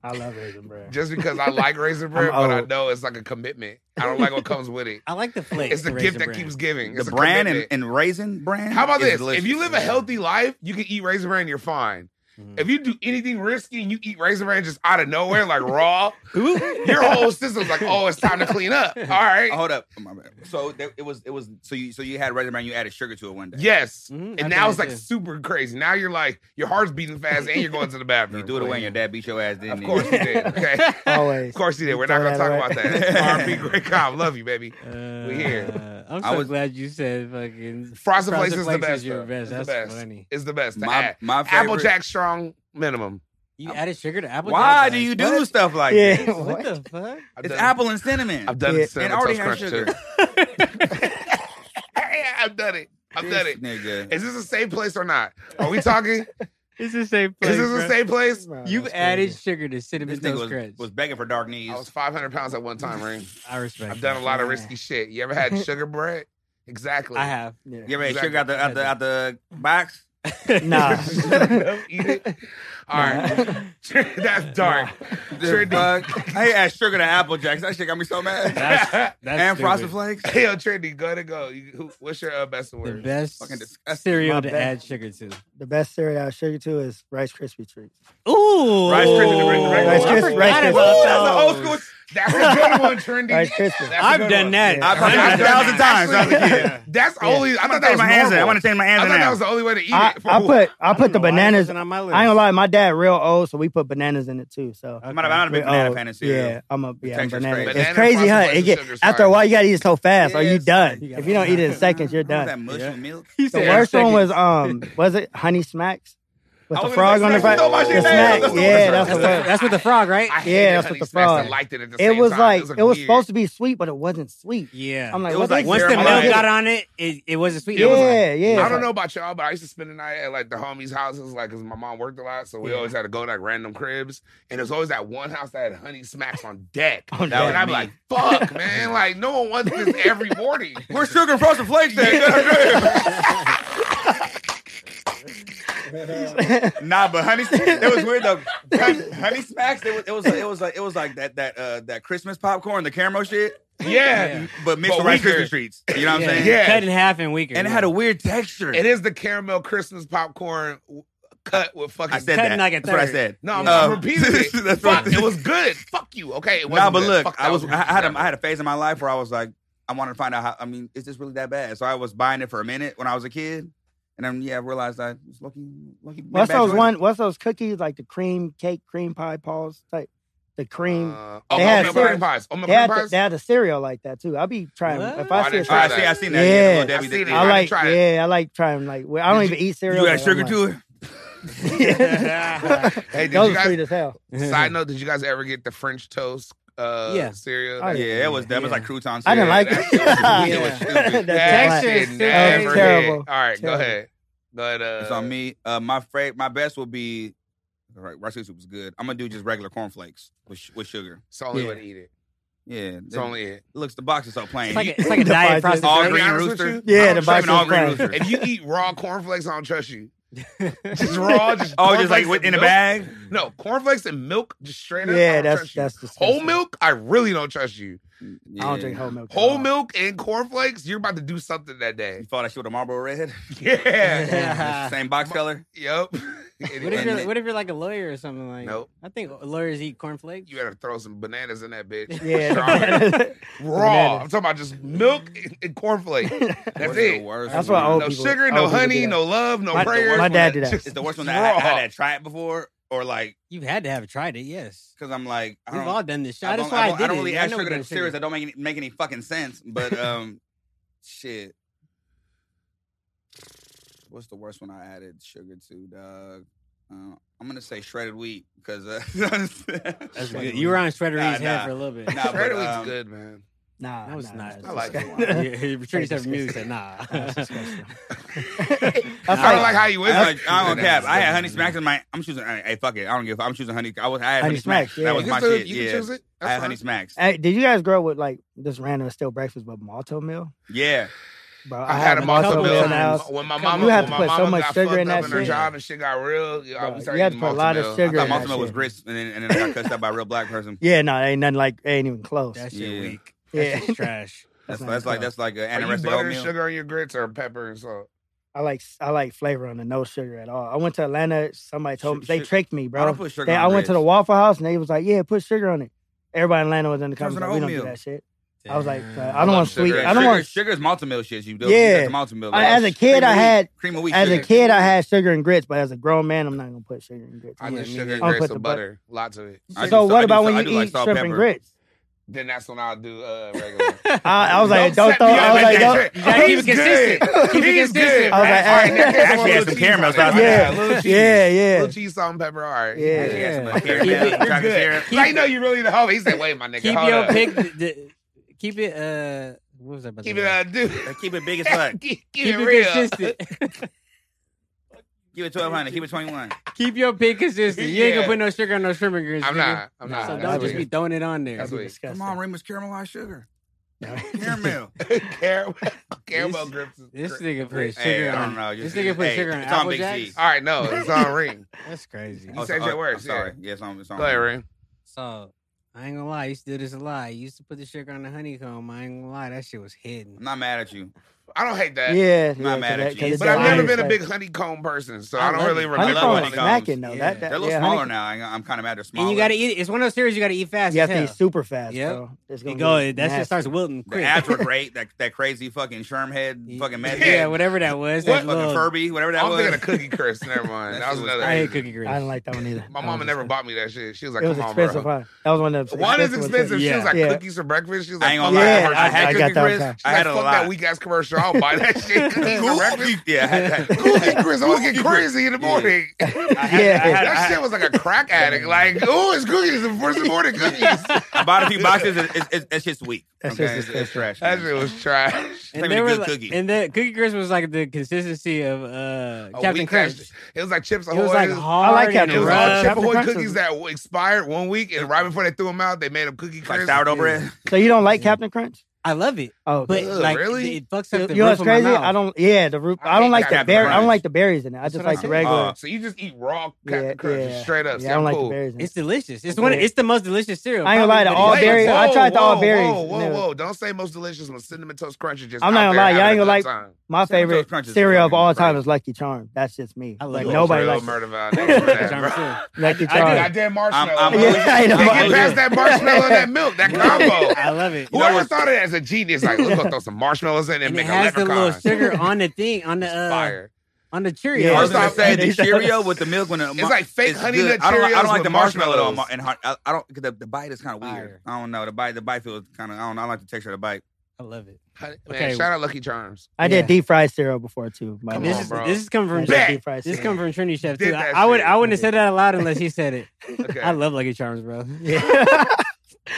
Speaker 5: I love raisin bread.
Speaker 2: Just because I like
Speaker 3: <laughs>
Speaker 2: raisin bran,
Speaker 5: I'm
Speaker 2: but I
Speaker 5: old.
Speaker 2: know it's like a commitment. I don't like what comes with it.
Speaker 3: I like the
Speaker 2: <laughs>
Speaker 3: flake.
Speaker 2: It's the gift that keeps giving.
Speaker 4: The
Speaker 2: It's a
Speaker 4: brand and,
Speaker 2: commitment.
Speaker 4: and raisin brand.
Speaker 2: How about
Speaker 4: is
Speaker 2: this?
Speaker 4: delicious.
Speaker 2: If you live a healthy life, you can eat raisin bran. You're fine.
Speaker 3: Mhm.
Speaker 4: Mm-hmm.
Speaker 2: If you do anything risky and you eat raisin bran just out of nowhere, like
Speaker 4: <laughs>
Speaker 2: raw, <laughs> your whole system's like, oh, it's time to clean up. All right.
Speaker 4: Oh, hold up. Oh,
Speaker 2: <laughs>
Speaker 4: my bad. So there, it was. It was. So you. So you had raisin bran. You added sugar to it one day.
Speaker 2: Yes.
Speaker 3: Mhm, I've
Speaker 2: And now
Speaker 3: done
Speaker 2: it's
Speaker 3: it
Speaker 2: like
Speaker 3: too.
Speaker 2: super crazy. Now you're like, your heart's beating fast and you're going to the bathroom.
Speaker 4: You threw it away, and your dad beat your ass. Didn't
Speaker 2: Of
Speaker 4: Oh,
Speaker 2: course
Speaker 4: <laughs>
Speaker 2: you did. Okay.
Speaker 5: Always.
Speaker 2: Of course you did. We're not going to talk about that. R&B Great Cop. Love you, baby. <laughs> We here.
Speaker 3: Uh, I'm so
Speaker 4: I was-
Speaker 3: glad you said fucking.
Speaker 2: Frosted Flakes is the
Speaker 3: Flakes
Speaker 2: best.
Speaker 3: your
Speaker 2: though.
Speaker 3: best.
Speaker 2: It's
Speaker 3: That's
Speaker 2: the best.
Speaker 3: funny.
Speaker 2: It's the best. to
Speaker 4: My
Speaker 2: add.
Speaker 4: my favorite.
Speaker 2: Applejack strong minimum.
Speaker 3: You added sugar to apple.
Speaker 4: Why
Speaker 3: Jack,
Speaker 4: do
Speaker 3: like,
Speaker 4: you do stuff like
Speaker 2: <laughs>
Speaker 5: Yeah.
Speaker 4: this?
Speaker 3: <laughs> What the fuck?
Speaker 2: I've
Speaker 4: It's
Speaker 2: done-
Speaker 4: apple and cinnamon.
Speaker 2: I've done
Speaker 5: Yeah.
Speaker 2: it.
Speaker 4: And
Speaker 2: Cinnamon
Speaker 4: already
Speaker 2: Toast
Speaker 4: has
Speaker 2: Crunch
Speaker 4: sugar.
Speaker 2: too. <laughs> Yeah, I've done it. I've done
Speaker 4: This
Speaker 2: it.
Speaker 4: Nigga.
Speaker 2: Is this the same place or not? Are <laughs> we talking?
Speaker 3: It's the same place.
Speaker 2: Is this the same place?
Speaker 5: Oh,
Speaker 3: You've added sugar to cinnamon
Speaker 4: This nigga
Speaker 3: toast
Speaker 4: was,
Speaker 3: crunch.
Speaker 4: was begging for dark knees.
Speaker 2: I was 500 pounds at one time, <laughs> Ring.
Speaker 3: I respect.
Speaker 2: I've done
Speaker 3: that.
Speaker 2: a lot of
Speaker 3: Yeah.
Speaker 2: risky shit. You ever had <laughs> sugar bread? Exactly.
Speaker 3: I
Speaker 2: <laughs>
Speaker 3: have. <laughs>
Speaker 4: You ever
Speaker 2: Exactly.
Speaker 4: had sugar out the, out the out the box?
Speaker 5: Nah.
Speaker 2: Eat <laughs> it. All right. <laughs> That's dark. Sure
Speaker 4: Dude, fuck. I had sugar to apple jacks. That shit got me so mad. <laughs>
Speaker 3: That's, <laughs> that's
Speaker 4: and frosted
Speaker 3: stupid.
Speaker 2: <laughs>
Speaker 4: flakes.
Speaker 2: <laughs> Yo, Trinity, go to go. You- who- What's your uh, best
Speaker 3: The
Speaker 2: word?
Speaker 3: best
Speaker 4: Fucking disgusting.
Speaker 3: cereal
Speaker 5: My
Speaker 3: to
Speaker 5: best.
Speaker 3: add sugar to.
Speaker 5: The best cereal I would sugar to is Rice Krispie treats.
Speaker 3: Ooh,
Speaker 4: Rice Krispies, Rice
Speaker 5: Krispies, Rice Krispies.
Speaker 2: Ooh, that's an old school. That's a good one,
Speaker 5: Rice
Speaker 2: Trinity.
Speaker 5: Krispies.
Speaker 2: That's a
Speaker 3: I've
Speaker 2: good
Speaker 3: done
Speaker 2: one.
Speaker 3: that.
Speaker 5: Yeah.
Speaker 4: I've done that a thousand times.
Speaker 2: Actually,
Speaker 4: when I was a kid.
Speaker 2: That's only. I
Speaker 4: I'm
Speaker 2: thought
Speaker 4: gonna
Speaker 2: that
Speaker 4: change
Speaker 2: was
Speaker 4: my hands. in. I
Speaker 2: normal.
Speaker 4: want to change my
Speaker 2: I
Speaker 4: hands
Speaker 2: thought
Speaker 4: in
Speaker 2: that
Speaker 4: now.
Speaker 2: was the only way to eat
Speaker 5: I,
Speaker 2: it. for
Speaker 5: I
Speaker 2: one.
Speaker 5: put I put the bananas.
Speaker 3: on my list.
Speaker 5: I ain't gonna lie, my dad real old, so we put bananas in it too. So
Speaker 4: I'm not, I'm not a big
Speaker 5: We're
Speaker 4: banana
Speaker 5: old.
Speaker 4: fan of cereal.
Speaker 5: Oh, Yeah, I'm a yeah, I'm
Speaker 4: texture's
Speaker 5: banana.
Speaker 4: crazy.
Speaker 5: It's
Speaker 2: Banana
Speaker 5: crazy,
Speaker 2: frosted
Speaker 5: huh?
Speaker 2: flakes
Speaker 5: It
Speaker 2: and
Speaker 5: get,
Speaker 2: sugar's
Speaker 5: after a
Speaker 2: fine.
Speaker 5: while, you gotta eat it so fast, or
Speaker 4: Yeah,
Speaker 5: you
Speaker 4: it's
Speaker 5: done.
Speaker 3: fine. You
Speaker 5: If you don't
Speaker 4: <laughs>
Speaker 5: eat it in seconds, you're
Speaker 4: Remember that
Speaker 5: done.
Speaker 4: mush
Speaker 3: Yeah.
Speaker 4: with milk?
Speaker 5: The worst one was um, was it Honey Smacks with
Speaker 2: I
Speaker 5: the
Speaker 2: was
Speaker 5: frog on
Speaker 2: gonna
Speaker 5: the
Speaker 2: say,
Speaker 5: back?
Speaker 2: no, my shit
Speaker 5: The
Speaker 2: bad.
Speaker 5: snack,
Speaker 2: That's the
Speaker 5: yeah,
Speaker 2: worst.
Speaker 5: that's
Speaker 2: That's
Speaker 5: the
Speaker 2: the
Speaker 5: worst.
Speaker 3: That's with the frog, right?
Speaker 2: I
Speaker 5: Yeah,
Speaker 2: hated
Speaker 5: that's
Speaker 2: honey
Speaker 5: what the
Speaker 2: smacks. I
Speaker 5: frog-
Speaker 2: liked it at the
Speaker 5: It
Speaker 2: same
Speaker 5: was
Speaker 2: time.
Speaker 5: like it was
Speaker 2: weird.
Speaker 5: supposed to be sweet, but it wasn't sweet.
Speaker 3: yeah.
Speaker 5: I'm like,
Speaker 4: It
Speaker 5: what
Speaker 4: was like
Speaker 5: is
Speaker 3: Once
Speaker 5: this?
Speaker 3: the
Speaker 2: Jeremiah.
Speaker 3: milk got on it, it, it wasn't sweet.
Speaker 5: yeah,
Speaker 3: It was like-
Speaker 5: yeah.
Speaker 2: I don't know about y'all, but I used to spend the night at like the homies' houses, like because my mom worked a lot, so we
Speaker 3: Yeah.
Speaker 2: always had to go to like random cribs, and there's always that one house that had honey smacks on deck,
Speaker 5: On
Speaker 2: and
Speaker 5: deck.
Speaker 2: I'm like, "Fuck, man! Like no one wants this every morning."
Speaker 4: Where's sugar and frosted flakes <laughs> at? nah, but honey, it was weird though. Honey, honey smacks. It was, it was, it was like, it was like that, that, uh, that Christmas popcorn, the caramel shit,
Speaker 2: <laughs> Yeah,
Speaker 4: but mixed
Speaker 2: But
Speaker 4: with Rice
Speaker 2: weaker.
Speaker 4: Krispie treats. You know what I'm
Speaker 3: yeah,
Speaker 4: saying?
Speaker 2: Yeah.
Speaker 3: cut in half and weaker.
Speaker 4: And it
Speaker 3: yeah.
Speaker 4: had a weird texture.
Speaker 2: it is the caramel Christmas popcorn w- cut with fucking.
Speaker 4: I said
Speaker 3: Cutting
Speaker 4: that.
Speaker 3: like a
Speaker 4: That's what I
Speaker 3: third.
Speaker 4: said.
Speaker 2: No, I'm,
Speaker 4: Yeah.
Speaker 2: I'm repeating it.
Speaker 4: That's
Speaker 2: Fuck,
Speaker 4: what-
Speaker 2: it was good. Fuck you. Okay, it
Speaker 4: Nah,
Speaker 2: wasn't
Speaker 4: but
Speaker 2: good.
Speaker 4: look,
Speaker 2: Fuck,
Speaker 4: I
Speaker 2: that
Speaker 4: was, I had a,
Speaker 2: terrible.
Speaker 4: I had a phase in my life where I was like, I wanted to find out how. I mean, is this really that bad? So I was buying it for a minute when I was a kid, and then yeah, I realized I was lucky. lucky made a
Speaker 5: What's
Speaker 4: bad
Speaker 5: those
Speaker 4: choice.
Speaker 5: one? What's those cookies like the cream cake, cream pie paws type? The cream.
Speaker 2: Uh,
Speaker 5: They
Speaker 2: oatmeal
Speaker 5: had
Speaker 2: cream
Speaker 5: syrup.
Speaker 2: pies. Oatmeal
Speaker 5: they,
Speaker 2: cream
Speaker 5: had the,
Speaker 2: pies.
Speaker 5: they had a cereal like that too. I'll be trying if
Speaker 2: What?
Speaker 5: I
Speaker 2: I
Speaker 5: see a
Speaker 2: didn't
Speaker 4: Oh,
Speaker 2: try
Speaker 5: cereal.
Speaker 4: I
Speaker 2: that.
Speaker 4: see. I seen that.
Speaker 5: Yeah.
Speaker 4: Yeah, little
Speaker 5: I
Speaker 4: Debbie
Speaker 2: seen
Speaker 4: thing.
Speaker 2: it.
Speaker 5: I
Speaker 2: I
Speaker 5: like,
Speaker 2: tried it.
Speaker 5: yeah, I like trying like. Well, I don't
Speaker 4: Did
Speaker 5: even eat cereal.
Speaker 4: You
Speaker 5: but
Speaker 4: had
Speaker 5: I'm
Speaker 4: sugar
Speaker 5: like- <laughs>
Speaker 4: to it.
Speaker 5: Yeah.
Speaker 2: Hey, did
Speaker 5: Those
Speaker 2: you
Speaker 5: are
Speaker 2: guys?
Speaker 5: sweet as hell.
Speaker 4: <laughs>
Speaker 2: Side note: Did you guys ever get the French toast uh,
Speaker 3: Yeah.
Speaker 2: cereal?
Speaker 5: Oh,
Speaker 2: That-
Speaker 4: Yeah,
Speaker 5: <laughs>
Speaker 4: it was. That was
Speaker 3: Yeah.
Speaker 4: like croutons.
Speaker 5: I didn't
Speaker 4: Yeah,
Speaker 5: like
Speaker 4: that
Speaker 5: it.
Speaker 4: shit was- it
Speaker 5: <laughs>
Speaker 2: <laughs> That
Speaker 3: Yeah.
Speaker 4: was stupid.
Speaker 5: That's
Speaker 3: Texture.
Speaker 2: shit
Speaker 3: is
Speaker 2: never
Speaker 5: terrible.
Speaker 2: hit. All right, go
Speaker 5: Terrible.
Speaker 2: ahead. But uh,
Speaker 4: It's on me. Uh, my fra- my best would be right, rice soup was good. I'm gonna do just regular cornflakes with sh- with sugar.
Speaker 2: It's the only way
Speaker 5: Yeah.
Speaker 2: to eat it.
Speaker 4: Yeah,
Speaker 2: It's
Speaker 4: it
Speaker 2: only it.
Speaker 4: looks the box is so plain.
Speaker 3: It's like a,
Speaker 5: <laughs>
Speaker 3: it's like a
Speaker 5: The
Speaker 3: diet
Speaker 5: five
Speaker 3: process.
Speaker 5: different-
Speaker 4: all
Speaker 2: To be
Speaker 4: green
Speaker 2: honest with
Speaker 4: rooster.
Speaker 2: you,
Speaker 5: Yeah,
Speaker 4: I
Speaker 5: the
Speaker 4: was
Speaker 5: box
Speaker 4: craving all
Speaker 5: is
Speaker 4: green
Speaker 5: plain.
Speaker 4: rooster.
Speaker 2: If you eat raw cornflakes, I don't trust
Speaker 5: <laughs>
Speaker 2: you.
Speaker 3: right?
Speaker 2: Just raw, just
Speaker 4: Oh, <laughs> just
Speaker 2: cornflakes
Speaker 4: like with-
Speaker 2: and
Speaker 4: in a
Speaker 2: milk.
Speaker 4: bag.
Speaker 2: No, cornflakes and milk, just straight up. I
Speaker 5: Yeah,
Speaker 2: don't
Speaker 5: that's
Speaker 2: trust you.
Speaker 5: that's disgusting.
Speaker 2: whole milk. I really don't trust you.
Speaker 5: I don't drink whole milk. at
Speaker 2: Whole
Speaker 5: all. <laughs>
Speaker 2: milk and cornflakes. You're about to do something that
Speaker 4: You
Speaker 2: day.
Speaker 4: <laughs> thought that shit with a Marlboro Red? <laughs>
Speaker 2: Yeah.
Speaker 4: It's the same box color?
Speaker 2: yep.
Speaker 3: What
Speaker 2: Anyway,
Speaker 3: if,
Speaker 4: And
Speaker 3: you're,
Speaker 4: it-
Speaker 3: what if you're like a lawyer or something like?
Speaker 2: Nope.
Speaker 3: I think lawyers eat cornflakes.
Speaker 2: you gotta throw some bananas in that bitch.
Speaker 5: <laughs>
Speaker 2: Strawberry.
Speaker 5: Yeah,
Speaker 2: raw. I'm
Speaker 5: Bananas.
Speaker 2: talking about just milk and, and cornflakes. That's
Speaker 4: What is the
Speaker 2: it.
Speaker 4: worst
Speaker 5: That's
Speaker 4: one?
Speaker 5: why old
Speaker 2: No
Speaker 5: people-
Speaker 2: sugar, no
Speaker 5: old people
Speaker 2: honey,
Speaker 5: do that.
Speaker 2: no love, no
Speaker 5: My-
Speaker 2: prayers.
Speaker 5: my dad did that.
Speaker 2: Just
Speaker 4: It's the worst one that I,
Speaker 2: raw.
Speaker 4: I had tried before, or like,
Speaker 3: You've had to have tried it, yes.
Speaker 4: because I'm like, I
Speaker 3: We've
Speaker 4: don't,
Speaker 3: all done this. Shit.
Speaker 4: I
Speaker 3: That's
Speaker 4: don't,
Speaker 3: why I,
Speaker 4: I don't,
Speaker 3: did
Speaker 4: I don't
Speaker 3: it.
Speaker 4: really
Speaker 3: I
Speaker 4: add
Speaker 3: know
Speaker 4: sugar
Speaker 3: what
Speaker 4: to cereals that don't make any, make any fucking sense. But um, shit, what's the worst one I added sugar to, dog? Uh, I'm gonna say shredded wheat because uh, <laughs>
Speaker 3: That's good. You were on Shredder
Speaker 4: Nah,
Speaker 3: Reed's head
Speaker 4: nah.
Speaker 3: for a little bit.
Speaker 4: Nah, but,
Speaker 2: Shredded wheat's
Speaker 4: um,
Speaker 2: good, man.
Speaker 5: Nah,
Speaker 3: that was
Speaker 5: nah,
Speaker 3: not.
Speaker 5: nah,
Speaker 2: I like
Speaker 5: disgusting.
Speaker 2: that
Speaker 3: <laughs>
Speaker 2: <laughs>
Speaker 3: Yeah,
Speaker 5: <laughs>
Speaker 3: he retrieved that
Speaker 5: That's
Speaker 3: from you. and Said
Speaker 5: disgusting.
Speaker 3: nah.
Speaker 5: That's disgusting.
Speaker 2: I
Speaker 5: That's
Speaker 2: don't
Speaker 5: like-
Speaker 2: like how you went.
Speaker 4: I'm like, I don't
Speaker 2: Nah,
Speaker 4: cap.
Speaker 2: nah,
Speaker 4: I had
Speaker 2: nah,
Speaker 4: honey
Speaker 2: nah.
Speaker 4: smacks in my. I'm choosing. Hey, fuck it. I don't give. a fuck. I'm choosing honey. I was. I had
Speaker 5: Honey
Speaker 4: honey, smacks.
Speaker 5: smacks, yeah.
Speaker 4: That was
Speaker 2: You
Speaker 4: my
Speaker 2: can still-
Speaker 4: shit.
Speaker 2: You can
Speaker 4: yeah.
Speaker 2: choose it.
Speaker 4: I had
Speaker 2: That's
Speaker 4: honey
Speaker 2: fine.
Speaker 4: smacks.
Speaker 5: Hey, did you guys grow up with like this random still breakfast, but malto meal?
Speaker 4: Yeah.
Speaker 5: Bro,
Speaker 2: I had a
Speaker 3: Malto
Speaker 2: Malto
Speaker 3: meal
Speaker 2: meal.
Speaker 5: in the house.
Speaker 2: When my
Speaker 3: You
Speaker 2: mama,
Speaker 5: have to
Speaker 2: when my
Speaker 5: put so
Speaker 2: mama
Speaker 5: much
Speaker 2: got
Speaker 5: sugar
Speaker 2: fucked
Speaker 5: in
Speaker 2: up
Speaker 5: that
Speaker 2: in her
Speaker 5: shit.
Speaker 2: job and shit got real, I
Speaker 5: Bro,
Speaker 2: was
Speaker 5: you had to
Speaker 2: eating
Speaker 5: put a
Speaker 2: Malto
Speaker 5: lot of
Speaker 2: meal.
Speaker 5: sugar
Speaker 4: I
Speaker 5: in
Speaker 4: thought
Speaker 5: that
Speaker 4: Maltimore was
Speaker 5: shit.
Speaker 4: grits, and then, and then I got cussed out by a real black person.
Speaker 5: Yeah, no, ain't nothing like ain't even
Speaker 3: <laughs>
Speaker 5: close.
Speaker 3: That shit
Speaker 4: Yeah.
Speaker 3: weak.
Speaker 5: yeah,
Speaker 3: That shit's trash.
Speaker 4: That's,
Speaker 5: not
Speaker 4: that's
Speaker 5: even
Speaker 4: like
Speaker 5: close.
Speaker 4: that's like an
Speaker 2: Are you
Speaker 4: anorexic
Speaker 2: butter,
Speaker 4: oatmeal.
Speaker 2: sugar on your grits, or pepper and salt?
Speaker 5: I like I like flavor on the no sugar at all. I went to Atlanta. Somebody told
Speaker 4: Sh-
Speaker 5: me they
Speaker 4: sh-
Speaker 5: tricked me,
Speaker 4: I don't
Speaker 5: bro.
Speaker 4: put sugar.
Speaker 5: They,
Speaker 4: on
Speaker 5: I went to the
Speaker 4: grits.
Speaker 5: Waffle House and they was like, "Yeah, put sugar on it." Everybody in Atlanta was in the
Speaker 4: Turns
Speaker 5: comments.
Speaker 4: into
Speaker 5: Like, we don't do
Speaker 4: oatmeal.
Speaker 5: that shit. I was like, uh, I
Speaker 2: I love
Speaker 5: don't want
Speaker 2: sugar.
Speaker 5: sweet.
Speaker 4: Sugar-
Speaker 5: I don't
Speaker 4: sugar,
Speaker 5: want.
Speaker 4: Sugar is maltimil shit. You do.
Speaker 5: Yeah.
Speaker 4: That's maltimil.
Speaker 5: I- as a kid, I had-
Speaker 4: cream of wheat.
Speaker 5: As a
Speaker 4: sugar.
Speaker 5: kid, I had sugar and grits, but as a grown man, I'm not gonna put sugar and grits.
Speaker 2: I
Speaker 5: in
Speaker 2: do
Speaker 5: it.
Speaker 2: sugar and
Speaker 5: I'll
Speaker 2: grits
Speaker 5: put
Speaker 2: with
Speaker 5: the but-
Speaker 2: butter. Lots of it.
Speaker 4: I do
Speaker 5: so
Speaker 4: sal- I
Speaker 5: what
Speaker 4: do
Speaker 5: about
Speaker 4: sal-
Speaker 5: when
Speaker 4: I
Speaker 5: you
Speaker 4: do
Speaker 5: eat
Speaker 4: like salt,
Speaker 5: shrimp and
Speaker 4: pepper.
Speaker 5: grits?
Speaker 2: Then that's when I'll do uh, regular.
Speaker 5: I, I was like, don't
Speaker 2: set
Speaker 5: throw.
Speaker 2: me up
Speaker 5: I was
Speaker 2: with
Speaker 5: like,
Speaker 2: that
Speaker 5: don't.
Speaker 2: shit.
Speaker 3: You gotta keep it
Speaker 2: He's good.
Speaker 3: consistent. Keep it
Speaker 2: He's
Speaker 3: consistent.
Speaker 2: good.
Speaker 5: I was
Speaker 2: All
Speaker 5: like,
Speaker 2: right,
Speaker 5: all
Speaker 2: next one,
Speaker 5: right.
Speaker 2: a
Speaker 4: Actually had
Speaker 2: little
Speaker 4: some
Speaker 2: cheese
Speaker 4: caramel
Speaker 2: on it.
Speaker 4: sauce.
Speaker 2: Yeah, a
Speaker 5: Yeah.
Speaker 2: little cheese.
Speaker 5: Yeah, yeah.
Speaker 2: Little cheese, salt, and pepper. All right.
Speaker 5: Yeah.
Speaker 4: Actually had some
Speaker 3: Yeah.
Speaker 4: like
Speaker 3: Keep it-
Speaker 4: caramel.
Speaker 2: You're
Speaker 4: chocolate
Speaker 2: good.
Speaker 4: syrup.
Speaker 2: I know you really the hoe. He said, "Wait, my nigga,
Speaker 3: Keep
Speaker 2: hold
Speaker 3: your
Speaker 2: up.
Speaker 3: pick. The, keep it. Uh, what was I about
Speaker 2: Keep
Speaker 3: to
Speaker 2: it,
Speaker 3: say?
Speaker 2: uh, dude.
Speaker 4: Keep it
Speaker 2: <laughs>
Speaker 4: big as fuck.
Speaker 2: keep, keep
Speaker 3: Keep
Speaker 2: it
Speaker 3: it
Speaker 2: real.
Speaker 3: consistent. <laughs>
Speaker 4: Keep it twelve hundred. Keep it twenty one.
Speaker 3: keep your pick consistent. You ain't
Speaker 2: Yeah.
Speaker 3: gonna put no sugar on no shrimp and grits.
Speaker 2: I'm
Speaker 3: nigga.
Speaker 2: not. I'm not.
Speaker 3: So
Speaker 5: That's
Speaker 3: don't just be
Speaker 5: weird.
Speaker 3: throwing it on there.
Speaker 2: That's
Speaker 5: That'd be
Speaker 2: weird.
Speaker 5: disgusting.
Speaker 4: Come on, Remus caramelized sugar.
Speaker 5: Caramel.
Speaker 4: Caramel.
Speaker 2: <laughs> caramel, caramel
Speaker 3: This-
Speaker 2: grips. is
Speaker 3: This
Speaker 2: gri-
Speaker 3: nigga put sugar
Speaker 4: Hey, I
Speaker 3: on.
Speaker 4: don't know.
Speaker 3: This
Speaker 4: Just-
Speaker 3: nigga put
Speaker 4: hey,
Speaker 3: sugar on
Speaker 4: it's on
Speaker 3: Apple
Speaker 4: Big
Speaker 3: Jacks.
Speaker 4: Z.
Speaker 2: All right, no, it's
Speaker 3: <laughs>
Speaker 2: on ring.
Speaker 3: That's crazy.
Speaker 2: You said
Speaker 4: so-
Speaker 2: your
Speaker 4: I'm
Speaker 2: words,
Speaker 4: sorry. Yeah, it's on. It's on.
Speaker 2: Go ahead, ring.
Speaker 3: So I ain't gonna lie, I used to do this a lot. I used to put the sugar on the honeycomb. I ain't gonna lie, that shit was
Speaker 4: I'm
Speaker 3: hidden.
Speaker 4: not mad at you.
Speaker 2: I don't hate that,
Speaker 5: Yeah,
Speaker 4: I'm not
Speaker 5: yeah,
Speaker 4: mad
Speaker 5: so
Speaker 4: at
Speaker 5: that-
Speaker 4: you.
Speaker 5: 'cause it's
Speaker 2: but I've
Speaker 5: just
Speaker 2: never been a
Speaker 5: fire.
Speaker 2: big honeycomb person, so
Speaker 3: I
Speaker 2: I, don't
Speaker 3: love
Speaker 2: really
Speaker 3: it.
Speaker 2: remember.
Speaker 4: Honeycomb
Speaker 5: Honeycomb
Speaker 2: what
Speaker 5: is
Speaker 4: honeycombs.
Speaker 5: smacking though.
Speaker 3: Yeah.
Speaker 5: That,
Speaker 4: They're
Speaker 5: that
Speaker 4: a little
Speaker 5: yeah,
Speaker 4: smaller
Speaker 5: honeycomb-
Speaker 4: now. I- I'm kind of mad. They're smaller.
Speaker 3: And you gotta eat it. It's one of those cereals you gotta eat fast.
Speaker 5: You have
Speaker 3: as
Speaker 5: to eat
Speaker 3: hell.
Speaker 5: super fast,
Speaker 3: Yep.
Speaker 5: bro. It's
Speaker 3: You
Speaker 5: gonna
Speaker 3: go.
Speaker 5: be
Speaker 3: That
Speaker 5: nasty.
Speaker 3: shit starts wilting
Speaker 4: The
Speaker 3: quick.
Speaker 4: abs
Speaker 3: <laughs>
Speaker 4: were great. That that crazy fucking Sherm head
Speaker 3: Yeah.
Speaker 4: fucking mess.
Speaker 3: Yeah, whatever that was.
Speaker 4: What?
Speaker 3: That
Speaker 4: Fucking
Speaker 3: little,
Speaker 4: Furby, whatever that
Speaker 2: I was
Speaker 4: was.
Speaker 2: thinking of Cookie Crisp.
Speaker 4: <laughs>
Speaker 2: Never mind.
Speaker 4: That
Speaker 2: That was
Speaker 4: shit was
Speaker 2: another.
Speaker 3: I hate
Speaker 4: crazy.
Speaker 3: cookie grits.
Speaker 5: I didn't like that one either.
Speaker 2: <laughs> My mama
Speaker 5: That was
Speaker 2: never
Speaker 5: disgusting.
Speaker 2: bought me that shit. She was like,
Speaker 5: It was
Speaker 2: "Come on,
Speaker 5: expensive.
Speaker 2: bro."
Speaker 5: huh? That was one of the
Speaker 2: One is
Speaker 5: ones, too.
Speaker 2: expensive. She was like,
Speaker 5: Yeah.
Speaker 2: "Cookies for breakfast." She was
Speaker 4: I
Speaker 2: like,
Speaker 4: ain't
Speaker 2: "Fuck
Speaker 4: gonna
Speaker 5: Yeah,
Speaker 4: lie.
Speaker 2: that hurt
Speaker 5: I-
Speaker 4: I
Speaker 2: you."
Speaker 5: I
Speaker 4: had
Speaker 5: got
Speaker 4: cookie
Speaker 5: that one
Speaker 4: crisp.
Speaker 5: time.
Speaker 4: I had a
Speaker 2: fuck that
Speaker 4: lot.
Speaker 2: weak ass commercial. I'll buy
Speaker 4: <laughs>
Speaker 2: that shit. Cookies for breakfast.
Speaker 4: Yeah, I had that.
Speaker 2: Cookie Crisp. I want to get
Speaker 4: Cookie Crisp.
Speaker 2: crazy in the morning.
Speaker 4: <laughs> I had,
Speaker 5: Yeah.
Speaker 4: I, had, I,
Speaker 2: That shit
Speaker 4: had,
Speaker 2: was like a crack addict.
Speaker 4: <laughs>
Speaker 2: Like, oh, it's cookies. It's first morning cookies.
Speaker 4: I bought a few boxes. It's, it's, it's, it's just weak.
Speaker 5: That's
Speaker 4: okay?
Speaker 5: just
Speaker 4: It's- it's trash.
Speaker 2: That
Speaker 4: man.
Speaker 2: shit was trash.
Speaker 4: Save me the
Speaker 3: there
Speaker 4: good
Speaker 3: was,
Speaker 4: cookie.
Speaker 3: and the cookie crisp was like the consistency of uh,
Speaker 2: A
Speaker 3: Captain
Speaker 2: weak ass-
Speaker 3: Crunch.
Speaker 2: It was like chips.
Speaker 3: It was like hard.
Speaker 5: I like
Speaker 3: and
Speaker 5: Captain
Speaker 2: It was all
Speaker 5: Crunch.
Speaker 2: Chip
Speaker 3: rough.
Speaker 5: Captain
Speaker 2: Ahoy
Speaker 5: Crunch
Speaker 2: cookies
Speaker 5: was-
Speaker 2: that expired one week, and right before they threw them out, they made them cookie
Speaker 4: It's like
Speaker 2: crisp.
Speaker 4: sourdough bread.
Speaker 5: So you don't like Captain Crunch?
Speaker 3: I love it,
Speaker 5: Oh,
Speaker 3: but
Speaker 5: okay.
Speaker 2: Ugh,
Speaker 3: like
Speaker 2: really?
Speaker 3: it fucks
Speaker 5: you
Speaker 3: up the
Speaker 5: you know
Speaker 3: roof
Speaker 5: what's
Speaker 3: of my
Speaker 5: crazy?
Speaker 3: mouth.
Speaker 5: I don't. Yeah, the root.
Speaker 2: I
Speaker 5: I, don't
Speaker 2: hate
Speaker 5: like the
Speaker 4: Captain
Speaker 5: berry. I
Speaker 4: Crunch.
Speaker 5: don't like the berries in it. I
Speaker 3: That's
Speaker 5: just
Speaker 3: what I
Speaker 5: like the
Speaker 3: said.
Speaker 5: regular.
Speaker 4: Uh,
Speaker 2: so you just eat raw
Speaker 5: yeah,
Speaker 2: Captain
Speaker 5: yeah.
Speaker 2: Crunch, just straight up.
Speaker 5: Yeah, I don't like the
Speaker 2: cool.
Speaker 5: berries. In
Speaker 3: It's
Speaker 5: it.
Speaker 3: delicious. It's one.
Speaker 5: Yeah.
Speaker 3: It's the most delicious cereal.
Speaker 5: I ain't gonna lie, the
Speaker 3: probably,
Speaker 5: all
Speaker 3: but it's
Speaker 5: berry-
Speaker 3: like-
Speaker 5: I tried the all berries,
Speaker 2: Oh, Whoa, whoa,
Speaker 5: no.
Speaker 2: whoa! Don't say most delicious when cinnamon toast crunch is just.
Speaker 5: I'm not
Speaker 2: out
Speaker 5: gonna
Speaker 2: there
Speaker 5: lie, y'all
Speaker 2: having
Speaker 5: ain't
Speaker 2: a
Speaker 5: gonna
Speaker 2: good time.
Speaker 5: My
Speaker 4: Cinnamon Toast
Speaker 5: favorite
Speaker 4: Crunch is
Speaker 5: cereal of
Speaker 4: fucking
Speaker 5: all time
Speaker 4: great.
Speaker 5: is Lucky Charm. That's just me.
Speaker 3: I love
Speaker 5: Like
Speaker 3: Lucky
Speaker 5: <laughs> nobody
Speaker 2: Real
Speaker 5: likes
Speaker 2: murder vibe. Thanks for that,
Speaker 3: <laughs> Charm,
Speaker 4: <laughs>
Speaker 2: bro.
Speaker 3: too.
Speaker 5: Lucky
Speaker 3: I- I did-
Speaker 5: Charm.
Speaker 2: Goddamn marshmallow.
Speaker 4: I'm- I'm-
Speaker 5: Yeah, <laughs> I know.
Speaker 2: They
Speaker 4: I
Speaker 2: get
Speaker 4: love
Speaker 2: past
Speaker 4: it.
Speaker 2: that marshmallow and that milk,
Speaker 5: <laughs>
Speaker 2: that
Speaker 3: I
Speaker 2: combo.
Speaker 3: love it.
Speaker 4: You know
Speaker 2: Whoever
Speaker 4: what's-
Speaker 2: thought of that as a genius, like, let's go throw some marshmallows in and,
Speaker 3: And it
Speaker 2: make a
Speaker 3: has the little
Speaker 2: leprechaun.
Speaker 3: sugar on the thing on the uh,
Speaker 2: Fire.
Speaker 3: on the
Speaker 5: Yeah.
Speaker 3: Cheerios.
Speaker 4: I was gonna
Speaker 2: First off,
Speaker 4: say the
Speaker 5: Andy's-
Speaker 4: Cheerio with the milk when the
Speaker 2: It's like fake
Speaker 4: it's
Speaker 2: honey
Speaker 4: good.
Speaker 2: nut
Speaker 4: I don't, I don't
Speaker 2: Cheerios
Speaker 4: like
Speaker 2: with
Speaker 4: the marshmallow though.
Speaker 2: marshmallows.
Speaker 4: And hard, I, I don't 'cause the, the bite is kind of weird.
Speaker 3: Fire.
Speaker 4: I don't know. The bite the bite feels kind of I don't. know. I don't like the texture of the bite.
Speaker 3: I love it.
Speaker 2: Honey- Man,
Speaker 3: Okay.
Speaker 2: shout out Lucky Charms.
Speaker 5: I
Speaker 3: Yeah.
Speaker 5: did deep fried cereal before too. but
Speaker 2: Come
Speaker 3: this
Speaker 2: on,
Speaker 3: is
Speaker 2: bro.
Speaker 3: this is coming
Speaker 5: I
Speaker 3: from
Speaker 5: did
Speaker 2: Bet.
Speaker 5: deep fried
Speaker 3: this is
Speaker 5: cereal.
Speaker 3: coming from Trinity Chef
Speaker 2: Did
Speaker 3: too. I,
Speaker 2: that
Speaker 3: I would
Speaker 2: shit.
Speaker 3: I wouldn't have said that out loud unless he said it.
Speaker 2: Okay.
Speaker 3: I love Lucky Charms, bro.
Speaker 5: <laughs> Yeah.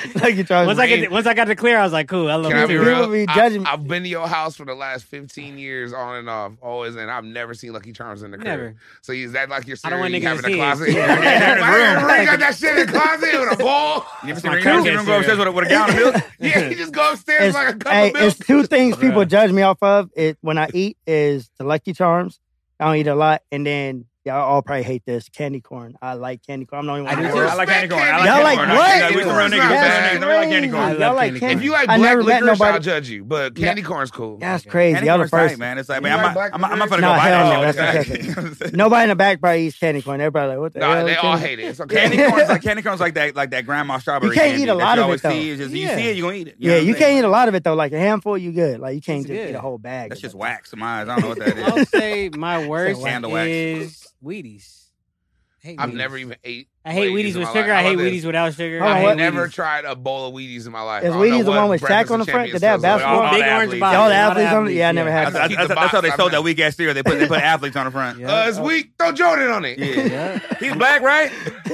Speaker 5: <laughs> like you trying
Speaker 3: Once
Speaker 5: to
Speaker 3: I get once I got the clear, I was like, cool. I love
Speaker 2: Can I
Speaker 3: it.
Speaker 2: be
Speaker 3: too.
Speaker 5: People
Speaker 2: real?
Speaker 5: be judging-
Speaker 2: I, have been to your house for the last 15 years, on and off, always, and I've never seen Lucky Charms in the crib.
Speaker 3: Never.
Speaker 2: So is that like your serious
Speaker 3: I don't want
Speaker 2: you
Speaker 3: niggas
Speaker 2: have in
Speaker 3: to
Speaker 2: the
Speaker 3: see it.
Speaker 2: closet?
Speaker 3: Yeah.
Speaker 2: <laughs> Yeah, ring got that shit in the closet with a
Speaker 5: <laughs>
Speaker 2: ball.
Speaker 4: You ever
Speaker 3: That's
Speaker 4: seen
Speaker 3: my
Speaker 4: Ringo you ever
Speaker 3: cousin,
Speaker 4: seen Ringo upstairs
Speaker 3: sir.
Speaker 4: with a, with a gallon of milk?
Speaker 2: Yeah, you just go upstairs
Speaker 5: it's,
Speaker 2: like a cup
Speaker 5: hey,
Speaker 2: of milk.
Speaker 5: it's two things people
Speaker 3: Bruh.
Speaker 5: judge me off of. It when I eat is the Lucky Charms. I don't eat a lot, and then y'all all probably hate this candy corn. I like candy corn. I'm the only one.
Speaker 3: I
Speaker 5: in
Speaker 3: do
Speaker 5: the
Speaker 3: too.
Speaker 5: world.
Speaker 4: I like candy corn. I
Speaker 5: Y'all
Speaker 4: like
Speaker 5: like
Speaker 4: candy corn.
Speaker 5: what?
Speaker 4: Like, we some real
Speaker 2: It's
Speaker 4: niggas.
Speaker 2: not
Speaker 4: That's
Speaker 2: bad.
Speaker 4: niggas. We like candy corn.
Speaker 5: I
Speaker 3: love
Speaker 5: y'all like
Speaker 3: candy corn.
Speaker 5: candy
Speaker 2: If you like
Speaker 5: I
Speaker 2: black
Speaker 5: never met
Speaker 2: licorice,
Speaker 5: nobody-
Speaker 2: I'll judge you. But candy corn's cool.
Speaker 5: That's crazy.
Speaker 4: Candy
Speaker 5: Y'all
Speaker 4: corn
Speaker 5: the
Speaker 4: is tight,
Speaker 5: first.
Speaker 4: man. It's like,
Speaker 2: You
Speaker 4: man,
Speaker 2: like
Speaker 4: I'm
Speaker 2: black
Speaker 4: not- I'm not- I'm not
Speaker 5: Nah, hell no,
Speaker 4: finna
Speaker 5: that's
Speaker 4: go buy
Speaker 5: okay.
Speaker 4: it.
Speaker 5: Nobody in the back probably eats candy corn. Everybody like what the
Speaker 2: Nah,
Speaker 5: hell?
Speaker 2: they
Speaker 5: is
Speaker 2: all
Speaker 5: candy-
Speaker 2: hate it. It's okay.
Speaker 4: Candy
Speaker 2: <laughs>
Speaker 4: corn's like candy corn's like that like that grandma strawberry.
Speaker 5: can't
Speaker 4: candy
Speaker 5: eat
Speaker 4: that
Speaker 5: a lot
Speaker 4: you
Speaker 5: of
Speaker 4: always
Speaker 5: it, though.
Speaker 4: See, it's just,
Speaker 3: Yeah.
Speaker 4: You see it, you gonna eat it.
Speaker 5: Yeah,
Speaker 4: know
Speaker 5: you
Speaker 4: what I'm saying?
Speaker 5: can't eat a lot of it though. Like a handful, you good. Like you can't
Speaker 3: It's
Speaker 5: just eat
Speaker 3: good.
Speaker 5: a whole bag.
Speaker 4: That's
Speaker 5: of
Speaker 4: just
Speaker 5: it.
Speaker 4: wax in my eyes. I don't know
Speaker 2: <laughs>
Speaker 4: what that
Speaker 3: I'll
Speaker 2: Oh,
Speaker 4: is.
Speaker 3: say my worst
Speaker 4: Candle wax.
Speaker 3: is Wheaties. I hate
Speaker 2: I've
Speaker 3: Wheaties.
Speaker 2: never even ate.
Speaker 3: I hate
Speaker 2: Wheaties
Speaker 3: Wheaties,
Speaker 2: in
Speaker 3: with
Speaker 2: my life.
Speaker 3: sugar. I
Speaker 2: How
Speaker 3: hate
Speaker 2: about
Speaker 5: this?
Speaker 3: Wheaties without sugar.
Speaker 5: Hold on,
Speaker 3: I
Speaker 2: I've
Speaker 3: hate
Speaker 5: what?
Speaker 2: never
Speaker 3: Wheaties.
Speaker 2: tried a bowl of Wheaties in my life.
Speaker 5: Is
Speaker 2: I don't know
Speaker 5: Wheaties the
Speaker 2: what
Speaker 5: one with
Speaker 2: breakfast
Speaker 5: Shaq on the
Speaker 2: of
Speaker 5: front?
Speaker 2: champions
Speaker 5: Did they have
Speaker 2: does, but
Speaker 5: basketball?
Speaker 2: all
Speaker 5: All
Speaker 3: Big
Speaker 2: the
Speaker 3: orange
Speaker 2: athletes-
Speaker 3: box.
Speaker 5: Y'all the
Speaker 3: Not
Speaker 5: athletes on it?
Speaker 3: athletes,
Speaker 5: Yeah, I never
Speaker 3: yeah.
Speaker 5: had
Speaker 4: That's,
Speaker 5: that.
Speaker 4: that's,
Speaker 2: Keep the
Speaker 4: that's
Speaker 2: box
Speaker 4: how they
Speaker 2: out
Speaker 4: sold
Speaker 2: there.
Speaker 4: that weak ass cereal. They put they put
Speaker 2: <laughs>
Speaker 4: athletes on the front.
Speaker 3: Yeah.
Speaker 2: Uh, it's
Speaker 5: Oh.
Speaker 2: weak. Throw Jordan on it. <laughs>
Speaker 4: Yeah.
Speaker 3: Yeah.
Speaker 4: He's black,
Speaker 5: <laughs>
Speaker 4: right?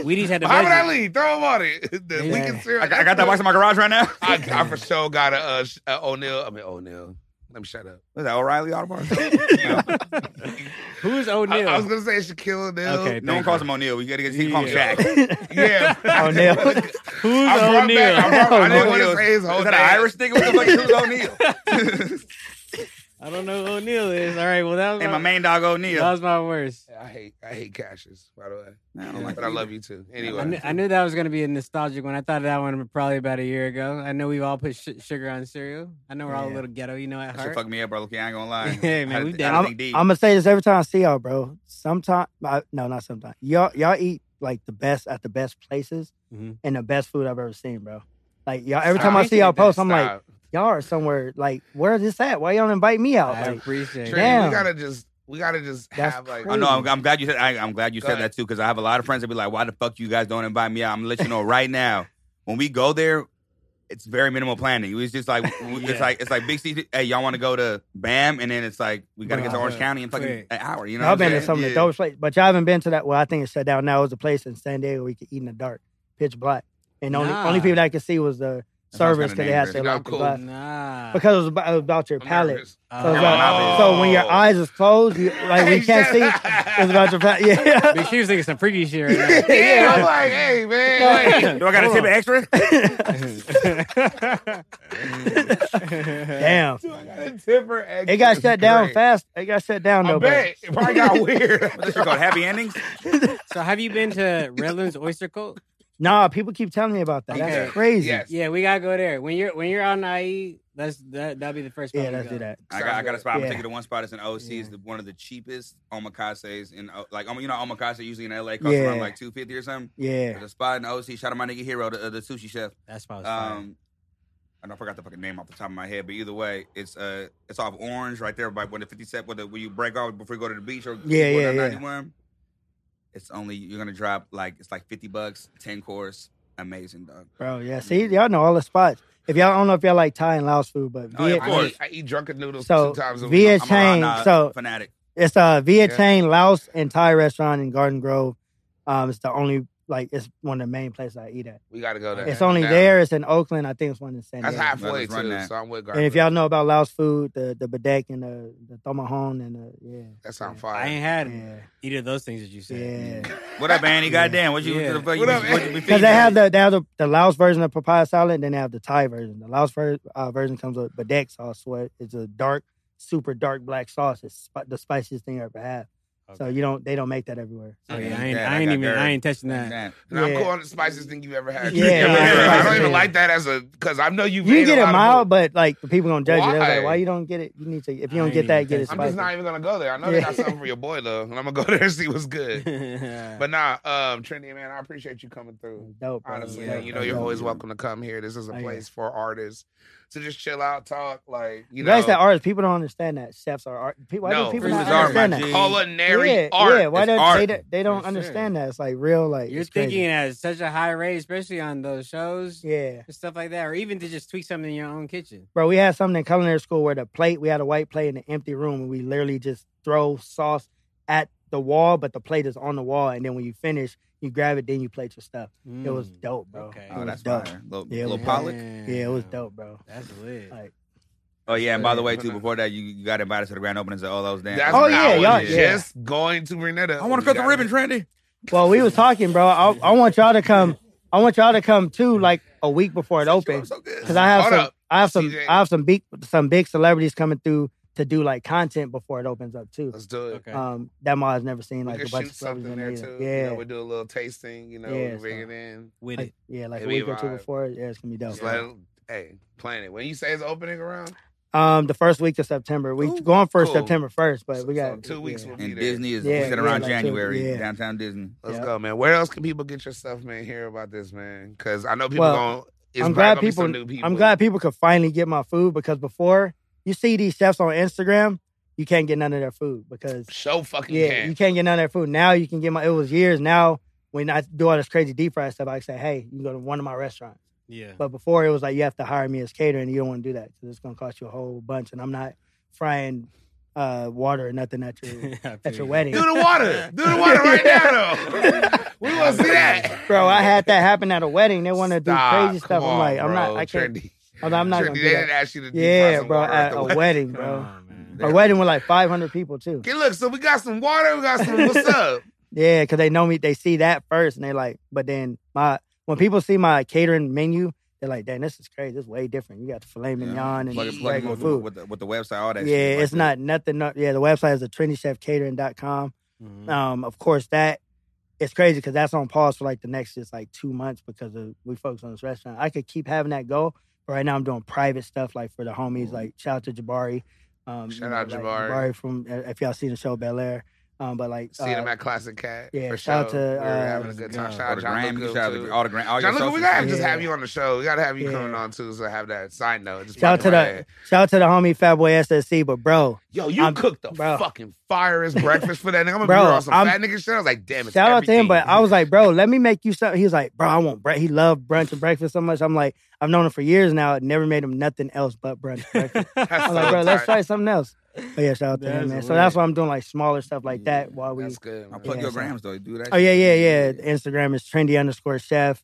Speaker 3: Wheaties had the
Speaker 2: Muhammad
Speaker 3: best.
Speaker 2: Ali, throw him on it. <laughs> The
Speaker 3: Yeah.
Speaker 2: weakest cereal.
Speaker 4: I got, I got that box in my garage right now.
Speaker 2: I, I for sure got a, uh, sh- uh, O'Neal. I mean O'Neal. Let me shut
Speaker 5: <laughs>
Speaker 2: up.
Speaker 4: What's that, O'Reilly
Speaker 2: <laughs>
Speaker 4: Auto Parts?
Speaker 3: Who's
Speaker 2: I,
Speaker 3: O'Neal?
Speaker 2: I was gonna say Shaquille O'Neal.
Speaker 3: Okay.
Speaker 4: no one calls him O'Neal. You gotta get he call him
Speaker 2: Yeah.
Speaker 4: Shaq. Is
Speaker 2: Yeah. <laughs>
Speaker 5: <laughs> O'Neal.
Speaker 3: Who's
Speaker 2: I brought back. I,
Speaker 3: O'Neal?
Speaker 2: brought, I didn't want to
Speaker 4: O'Neal.
Speaker 2: say his whole
Speaker 4: that an
Speaker 2: name.
Speaker 4: Irish nigga? What the fuck is O'Neal?
Speaker 2: <laughs>
Speaker 4: <laughs>
Speaker 3: I don't know who O'Neal is. All right, well that was
Speaker 4: And
Speaker 3: my,
Speaker 4: my main dog
Speaker 3: That
Speaker 4: O'Neal.
Speaker 3: was my worst.
Speaker 2: I hate I hate Cassius, by the way.
Speaker 4: I don't like
Speaker 2: Oh, but I
Speaker 4: that
Speaker 2: love you too. Anyway,
Speaker 3: I knew, I knew that was gonna be a nostalgic one. I thought of that one probably about a year ago. I know we've all put sh- sugar on cereal. I know we're all a
Speaker 5: Yeah.
Speaker 3: little ghetto, you know, at
Speaker 4: That shit
Speaker 3: heart.
Speaker 4: fucked me up, bro. Okay, I ain't gonna lie.
Speaker 3: Hey, man,
Speaker 4: I
Speaker 3: we
Speaker 4: did-
Speaker 3: down.
Speaker 4: I
Speaker 5: I'm,
Speaker 4: think deep.
Speaker 5: I'm gonna say this every time I see y'all, bro. Sometimes, no, not sometimes. Y'all, y'all eat like the best at the best places
Speaker 3: Mhm.
Speaker 5: and the best food I've ever seen, bro. Like y'all, every
Speaker 2: Stop.
Speaker 5: time I see y'all
Speaker 2: Stop.
Speaker 5: post, I'm like, y'all are somewhere. Like, where is this at? Why y'all don't invite me out?
Speaker 3: I
Speaker 5: Like,
Speaker 3: appreciate
Speaker 2: Trent,
Speaker 3: it.
Speaker 5: Damn.
Speaker 2: we gotta just we gotta just
Speaker 5: That's
Speaker 2: have like.
Speaker 4: I
Speaker 5: crazy.
Speaker 4: know. I'm, I'm glad you said. I, I'm glad you
Speaker 2: Go
Speaker 4: said
Speaker 2: ahead.
Speaker 4: that too, because I have a lot of friends that be like, "Why the fuck you guys don't invite me out?" I'm gonna let you know right now. When we go there, it's very minimal planning. It was just like we-
Speaker 3: Yeah.
Speaker 4: it's like it's like Big C. Hey, y'all want to go to Bam, and then it's like we gotta get to
Speaker 3: Bruh,
Speaker 4: Orange
Speaker 3: bruh,
Speaker 4: County in fucking
Speaker 3: quick.
Speaker 4: an hour. You know,
Speaker 5: I've
Speaker 4: what I'm
Speaker 5: been to
Speaker 4: saying?
Speaker 5: some of the
Speaker 4: Yeah.
Speaker 5: dopest places, but y'all haven't been to that. Well, I think it's shut down now. It was a place in San Diego where you could eat in the dark, pitch black, and only
Speaker 3: Nah.
Speaker 5: only people that could see was the
Speaker 4: That sounds
Speaker 5: servers
Speaker 4: kinda
Speaker 5: because they had
Speaker 4: dangerous.
Speaker 5: to
Speaker 2: Yeah, I'm
Speaker 5: like
Speaker 2: cool.
Speaker 5: black.
Speaker 3: Nah. Uh,
Speaker 5: because it was about, it was about your
Speaker 2: I'm
Speaker 5: palate.
Speaker 2: nervous. <laughs>
Speaker 5: So, it's
Speaker 4: Oh.
Speaker 5: about- so when your eyes is closed, you like
Speaker 2: Hey,
Speaker 5: we can't
Speaker 2: shut
Speaker 5: see.
Speaker 2: up.
Speaker 5: It's about your palate. Yeah.
Speaker 3: <laughs> Big Shoes thinking some freaky shit right
Speaker 2: yeah, I'm like, hey man, like,
Speaker 4: Do I gotta
Speaker 3: Hold
Speaker 4: tip an extra?
Speaker 3: now.
Speaker 5: <laughs> Damn.
Speaker 2: do <laughs> I got a tipper? Extra?
Speaker 5: It got
Speaker 2: It's
Speaker 5: shut down
Speaker 2: great.
Speaker 5: fast. It got shut down
Speaker 2: I
Speaker 5: though. but-
Speaker 2: bet it probably got weird.
Speaker 4: What's this shit called? Happy endings?
Speaker 3: <laughs> So have you been to Redlands Oyster Cult?
Speaker 5: <laughs> Nah, people keep telling me about that.
Speaker 3: Okay.
Speaker 5: That's crazy.
Speaker 2: Yes.
Speaker 3: Yeah, we gotta go there. When you're when you're on IE, E, that's that that'll be the first.
Speaker 5: Yeah,
Speaker 3: spot we
Speaker 5: let's
Speaker 3: go.
Speaker 5: do that.
Speaker 4: I got, I got a spot. I'm gonna
Speaker 5: Yeah.
Speaker 4: take you to one spot. It's an OC. It's
Speaker 3: Yeah.
Speaker 4: the, one of the cheapest omakases in uh, like um, you know omakase usually in LA costs
Speaker 5: Yeah.
Speaker 4: around like two fifty or something.
Speaker 5: Yeah.
Speaker 4: There's a spot in OC. Shout out my nigga Hero, the, uh, the sushi chef.
Speaker 3: That spot was fire.
Speaker 4: Um, I, know, I forgot the fucking name off the top of my head, but either way, it's uh, it's off Orange right there by when the 57 when, the, when you break off before you go to the beach or
Speaker 5: Yeah,
Speaker 4: go
Speaker 5: yeah,
Speaker 4: down
Speaker 5: yeah.
Speaker 4: 91. It's only you're gonna drop like it's like 50 bucks, 10 course, amazing dog.
Speaker 5: Bro, yeah. See, y'all know all the spots. If y'all I don't know if y'all like Thai and Laos food, but
Speaker 4: Oh, yeah,
Speaker 5: Viet,
Speaker 4: of
Speaker 2: I
Speaker 4: course.
Speaker 2: eat, I eat drunken noodles
Speaker 5: So,
Speaker 2: two times a
Speaker 5: Via
Speaker 2: week.
Speaker 4: I'm a raw
Speaker 5: chain,
Speaker 4: nod
Speaker 5: so-
Speaker 4: fanatic.
Speaker 5: it's a Via
Speaker 2: Yeah.
Speaker 5: Chain Laos and Thai restaurant in Garden Grove. Um, it's the only like it's one of the main places I eat at.
Speaker 2: We gotta go there.
Speaker 5: It's only
Speaker 2: Now,
Speaker 5: there. It's in Oakland. I think it's one in San
Speaker 2: That's
Speaker 5: Diego.
Speaker 2: halfway
Speaker 4: Let's run
Speaker 2: too.
Speaker 4: that.
Speaker 2: So I'm with Garth.
Speaker 5: And if y'all know about Laos food, the the badek and the the tomahon and the yeah,
Speaker 2: that sound
Speaker 3: I
Speaker 2: fire.
Speaker 3: ain't had
Speaker 5: yeah,
Speaker 3: either of those things that you
Speaker 2: <laughs>
Speaker 3: said.
Speaker 5: yeah.
Speaker 4: What up, Annie? Goddamn, what you
Speaker 3: Yeah.
Speaker 4: what the fuck?
Speaker 2: What
Speaker 4: you,
Speaker 2: up,
Speaker 4: what you
Speaker 2: Annie?
Speaker 4: been
Speaker 5: Because they
Speaker 4: feeding?
Speaker 5: have the they have the, the Laos version of papaya salad, and then they have the Thai version. The Laos ver- uh, version comes with badek sauce, so it's a dark, super dark black sauce. It's sp- the spiciest thing I ever had. So you don't they don't make that everywhere.
Speaker 3: Oh
Speaker 5: So,
Speaker 3: yeah,
Speaker 4: Yeah,
Speaker 3: I ain't,
Speaker 4: that-
Speaker 3: I
Speaker 4: I
Speaker 3: ain't even
Speaker 4: got
Speaker 3: I
Speaker 4: Garrett.
Speaker 3: ain't touching that.
Speaker 4: Damn.
Speaker 2: And I'm
Speaker 5: Yeah.
Speaker 2: calling it the spiciest thing you've ever had.
Speaker 5: Yeah,
Speaker 2: Trent.
Speaker 5: yeah,
Speaker 2: I don't
Speaker 5: yeah.
Speaker 2: even like that as a because I know you've.
Speaker 5: You
Speaker 2: ate
Speaker 5: get
Speaker 2: a
Speaker 5: it
Speaker 2: lot of
Speaker 5: mild, but like the people gonna judge you. They're
Speaker 2: Why?
Speaker 5: like, why you don't get it? You need to if
Speaker 3: I
Speaker 5: you don't
Speaker 3: ain't
Speaker 5: get that,
Speaker 3: even
Speaker 5: get it
Speaker 3: tasting
Speaker 2: I'm
Speaker 5: spicy.
Speaker 2: just not even gonna go there. I know they
Speaker 5: Yeah.
Speaker 2: got something for your boy though, and I'm gonna go <laughs> there and see what's
Speaker 3: <laughs>
Speaker 2: good.
Speaker 5: <laughs>
Speaker 2: But nah, um, Trinity man, I appreciate you coming through.
Speaker 5: Dope, bro.
Speaker 2: Honestly,
Speaker 5: Yeah,
Speaker 2: man, you know
Speaker 5: dope,
Speaker 2: you're
Speaker 5: dope.
Speaker 2: always welcome to come here. This is a
Speaker 5: Oh, yeah.
Speaker 2: place for artists to just chill out, talk, like you
Speaker 5: You guys that
Speaker 2: know,
Speaker 5: artists, people don't understand that chefs are art. People, why
Speaker 2: No,
Speaker 5: do people
Speaker 4: food
Speaker 5: not
Speaker 4: is art, my
Speaker 5: understand
Speaker 4: G.
Speaker 5: that?
Speaker 2: culinary
Speaker 5: yeah,
Speaker 2: art.
Speaker 5: yeah. Why
Speaker 4: It's
Speaker 5: don't
Speaker 4: art.
Speaker 5: they? don't- They don't
Speaker 3: For sure.
Speaker 5: understand that. It's like real, like
Speaker 3: You're
Speaker 5: it's crazy.
Speaker 3: thinking at such a high rate, especially on those shows
Speaker 5: Yeah,
Speaker 3: and stuff like that, or even to just tweak something in your own kitchen.
Speaker 5: bro. We had something in culinary school where the plate we had a white plate in an empty room, and we literally just throw sauce at the wall, but the plate is on the wall, and then when you finish, you grab it, then you plate your stuff. It was
Speaker 3: Mm.
Speaker 5: dope, bro.
Speaker 3: Okay.
Speaker 5: It
Speaker 4: Oh,
Speaker 5: was
Speaker 4: that's
Speaker 5: dope.
Speaker 4: fire. Little,
Speaker 5: Yeah,
Speaker 4: little
Speaker 5: yeah.
Speaker 4: Pollock.
Speaker 5: Yeah, it was dope, bro.
Speaker 3: That's lit.
Speaker 5: Like,
Speaker 4: Oh yeah, and by the way,
Speaker 2: Yeah.
Speaker 4: too, before that, you, you got invited to the grand openings of all those damn.
Speaker 2: That's
Speaker 5: Oh,
Speaker 2: what
Speaker 5: yeah,
Speaker 2: I was
Speaker 5: y'all- yeah.
Speaker 2: just going to bring that up.
Speaker 4: I
Speaker 2: You
Speaker 4: want to cut the
Speaker 2: got
Speaker 4: ribbon,
Speaker 2: it.
Speaker 4: Trendy.
Speaker 5: well, we was talking, bro. I,
Speaker 3: <laughs>
Speaker 5: I want y'all to come. I want y'all to come too, like a week before it opens,
Speaker 4: So good.
Speaker 5: because I have
Speaker 2: Hold
Speaker 5: some,
Speaker 2: up,
Speaker 5: I have some,
Speaker 2: CJ.
Speaker 5: I have some big, some big celebrities coming through to do like content before it opens up too.
Speaker 2: Let's do it.
Speaker 3: Okay.
Speaker 5: Um, that mod has never seen
Speaker 2: We
Speaker 5: like
Speaker 2: can
Speaker 5: a bunch
Speaker 2: shoot
Speaker 5: of celebrities
Speaker 2: something
Speaker 5: in
Speaker 2: there
Speaker 5: there.
Speaker 2: too.
Speaker 5: Yeah,
Speaker 2: You know, we do a little tasting. You know,
Speaker 5: Yeah,
Speaker 2: we bring
Speaker 5: so-
Speaker 2: it in.
Speaker 3: With
Speaker 5: like,
Speaker 3: it.
Speaker 5: yeah, like a
Speaker 2: It'd be
Speaker 5: week or two
Speaker 2: vibe.
Speaker 5: before. Yeah, it's gonna be dope.
Speaker 2: Just let it- hey, plan it. When you say it's opening around,
Speaker 5: Um, the first week of September. We
Speaker 2: Ooh,
Speaker 5: going for
Speaker 2: cool.
Speaker 5: September first, but
Speaker 2: so-
Speaker 5: we got
Speaker 2: so two weeks
Speaker 5: Yeah.
Speaker 2: will be
Speaker 4: And
Speaker 2: there.
Speaker 4: Disney is
Speaker 5: Yeah,
Speaker 4: we said
Speaker 5: yeah,
Speaker 4: around
Speaker 5: like two-
Speaker 4: January.
Speaker 5: yeah.
Speaker 4: Downtown Disney.
Speaker 2: Let's
Speaker 5: Yep.
Speaker 2: go, man. Where else can people get your stuff, man? Hear about this, man? Because I know people
Speaker 5: Well,
Speaker 2: going. It's probably
Speaker 5: I'm glad
Speaker 2: gonna be some
Speaker 5: people-
Speaker 2: New people.
Speaker 5: I'm glad people could finally get my food because before you see these chefs on Instagram, you can't get none of their food because
Speaker 2: Show fucking
Speaker 5: yeah,
Speaker 2: can.
Speaker 5: you can't get none of their food. Now you can get my. It was years now when I do all this crazy deep fry stuff. I say, hey, you go to one of my restaurants.
Speaker 3: Yeah. <laughs>
Speaker 5: But before it was like you have to hire me as catering. You don't want to do that because it's gonna cost you a whole bunch, and I'm not frying uh, water or nothing at
Speaker 3: <laughs>
Speaker 5: your at your wedding.
Speaker 2: Do the water. Do the water right now, though. <laughs> we want to see that.
Speaker 5: <laughs> Bro, I had that happen at a wedding. They want to do
Speaker 2: Stop.
Speaker 5: crazy stuff.
Speaker 2: Come
Speaker 5: I'm
Speaker 2: on,
Speaker 5: like, I'm
Speaker 2: bro.
Speaker 5: not. I can't.
Speaker 2: Trendy.
Speaker 5: I'm not, I'm not
Speaker 2: Trendy,
Speaker 5: gonna
Speaker 2: they
Speaker 5: do
Speaker 2: didn't
Speaker 5: that.
Speaker 2: ask you to deep fry
Speaker 5: Yeah,
Speaker 2: some
Speaker 5: bro,
Speaker 2: water at
Speaker 5: at
Speaker 2: the uh,
Speaker 5: a
Speaker 2: wedding.
Speaker 5: wedding,
Speaker 3: Come
Speaker 5: bro.
Speaker 3: on, man.
Speaker 5: A wedding with like 500 people too.
Speaker 2: Okay, look, so we got some water. We got some. What's up?
Speaker 5: Yeah, because they know me. They see that first, and they like. But then my when people see my catering menu, they're like, "Damn, this is crazy. This is way different. You got the filet mignon and
Speaker 4: plug,
Speaker 5: the
Speaker 4: it- plug it
Speaker 5: regular
Speaker 4: with,
Speaker 5: food."
Speaker 4: with the, with the website, all that.
Speaker 5: Yeah,
Speaker 4: shit. Like
Speaker 5: it's
Speaker 4: the-
Speaker 5: not nothing. no- Yeah, the website is atrendychefcatering.com.
Speaker 2: Mm.
Speaker 3: Mhm.
Speaker 5: Um, of course that it's crazy because that's on pause for like the next just like two months because of, we focus on this restaurant. I could keep having that go, but right now I'm doing private stuff like for the homies. Like shout out to Jabari, um,
Speaker 2: Mm-hmm. Shout out
Speaker 5: like,
Speaker 2: Jabari.
Speaker 5: from uh, if y'all seen the show Bel Air, um, but like
Speaker 2: See
Speaker 5: uh,
Speaker 2: them at Classic Cat.
Speaker 5: yeah,
Speaker 2: for
Speaker 5: shout out
Speaker 2: sure.
Speaker 5: to,
Speaker 2: We We're
Speaker 5: uh,
Speaker 2: having a good time.
Speaker 3: God.
Speaker 2: Shout
Speaker 4: all
Speaker 2: out
Speaker 4: the
Speaker 2: John
Speaker 4: gram,
Speaker 2: Luca,
Speaker 4: shout out
Speaker 2: too.
Speaker 4: to all the gram, all your
Speaker 2: John Luca, we
Speaker 4: socials.
Speaker 2: gotta just
Speaker 5: Yeah.
Speaker 2: have you on the show. We gotta have you
Speaker 5: Yeah.
Speaker 2: coming on too. So have that side note. Just
Speaker 5: shout out to
Speaker 2: fucking
Speaker 5: the
Speaker 2: right.
Speaker 5: shout out to the homie Fatboy SSC. But bro,
Speaker 2: yo, you
Speaker 5: I'm-
Speaker 2: cooked the
Speaker 5: bro.
Speaker 2: fucking fireest breakfast for that. nigga. I'm gonna
Speaker 5: Bro,
Speaker 2: be real on some
Speaker 5: I'm-
Speaker 2: fat nigga shit. I was like, damn it.
Speaker 5: shout out to him. But I was like, bro, let me make you something. He was like, bro, I want brunch. He loved brunch and breakfast so much. I'm like, I've known him for years now. It Never made him nothing else but brunch. And
Speaker 3: <laughs>
Speaker 5: breakfast. <laughs> I'm like, bro, let's try something else. But yeah, shout out to
Speaker 3: That's
Speaker 5: him, man. So
Speaker 3: lit.
Speaker 5: that's why I'm doing like smaller stuff like that while we.
Speaker 2: That's good.
Speaker 4: I'll
Speaker 2: man.
Speaker 4: plug
Speaker 5: Yeah,
Speaker 4: your
Speaker 5: so-
Speaker 4: grams though. Do that.
Speaker 5: Oh yeah, yeah, yeah. Instagram is trendy underscore chef.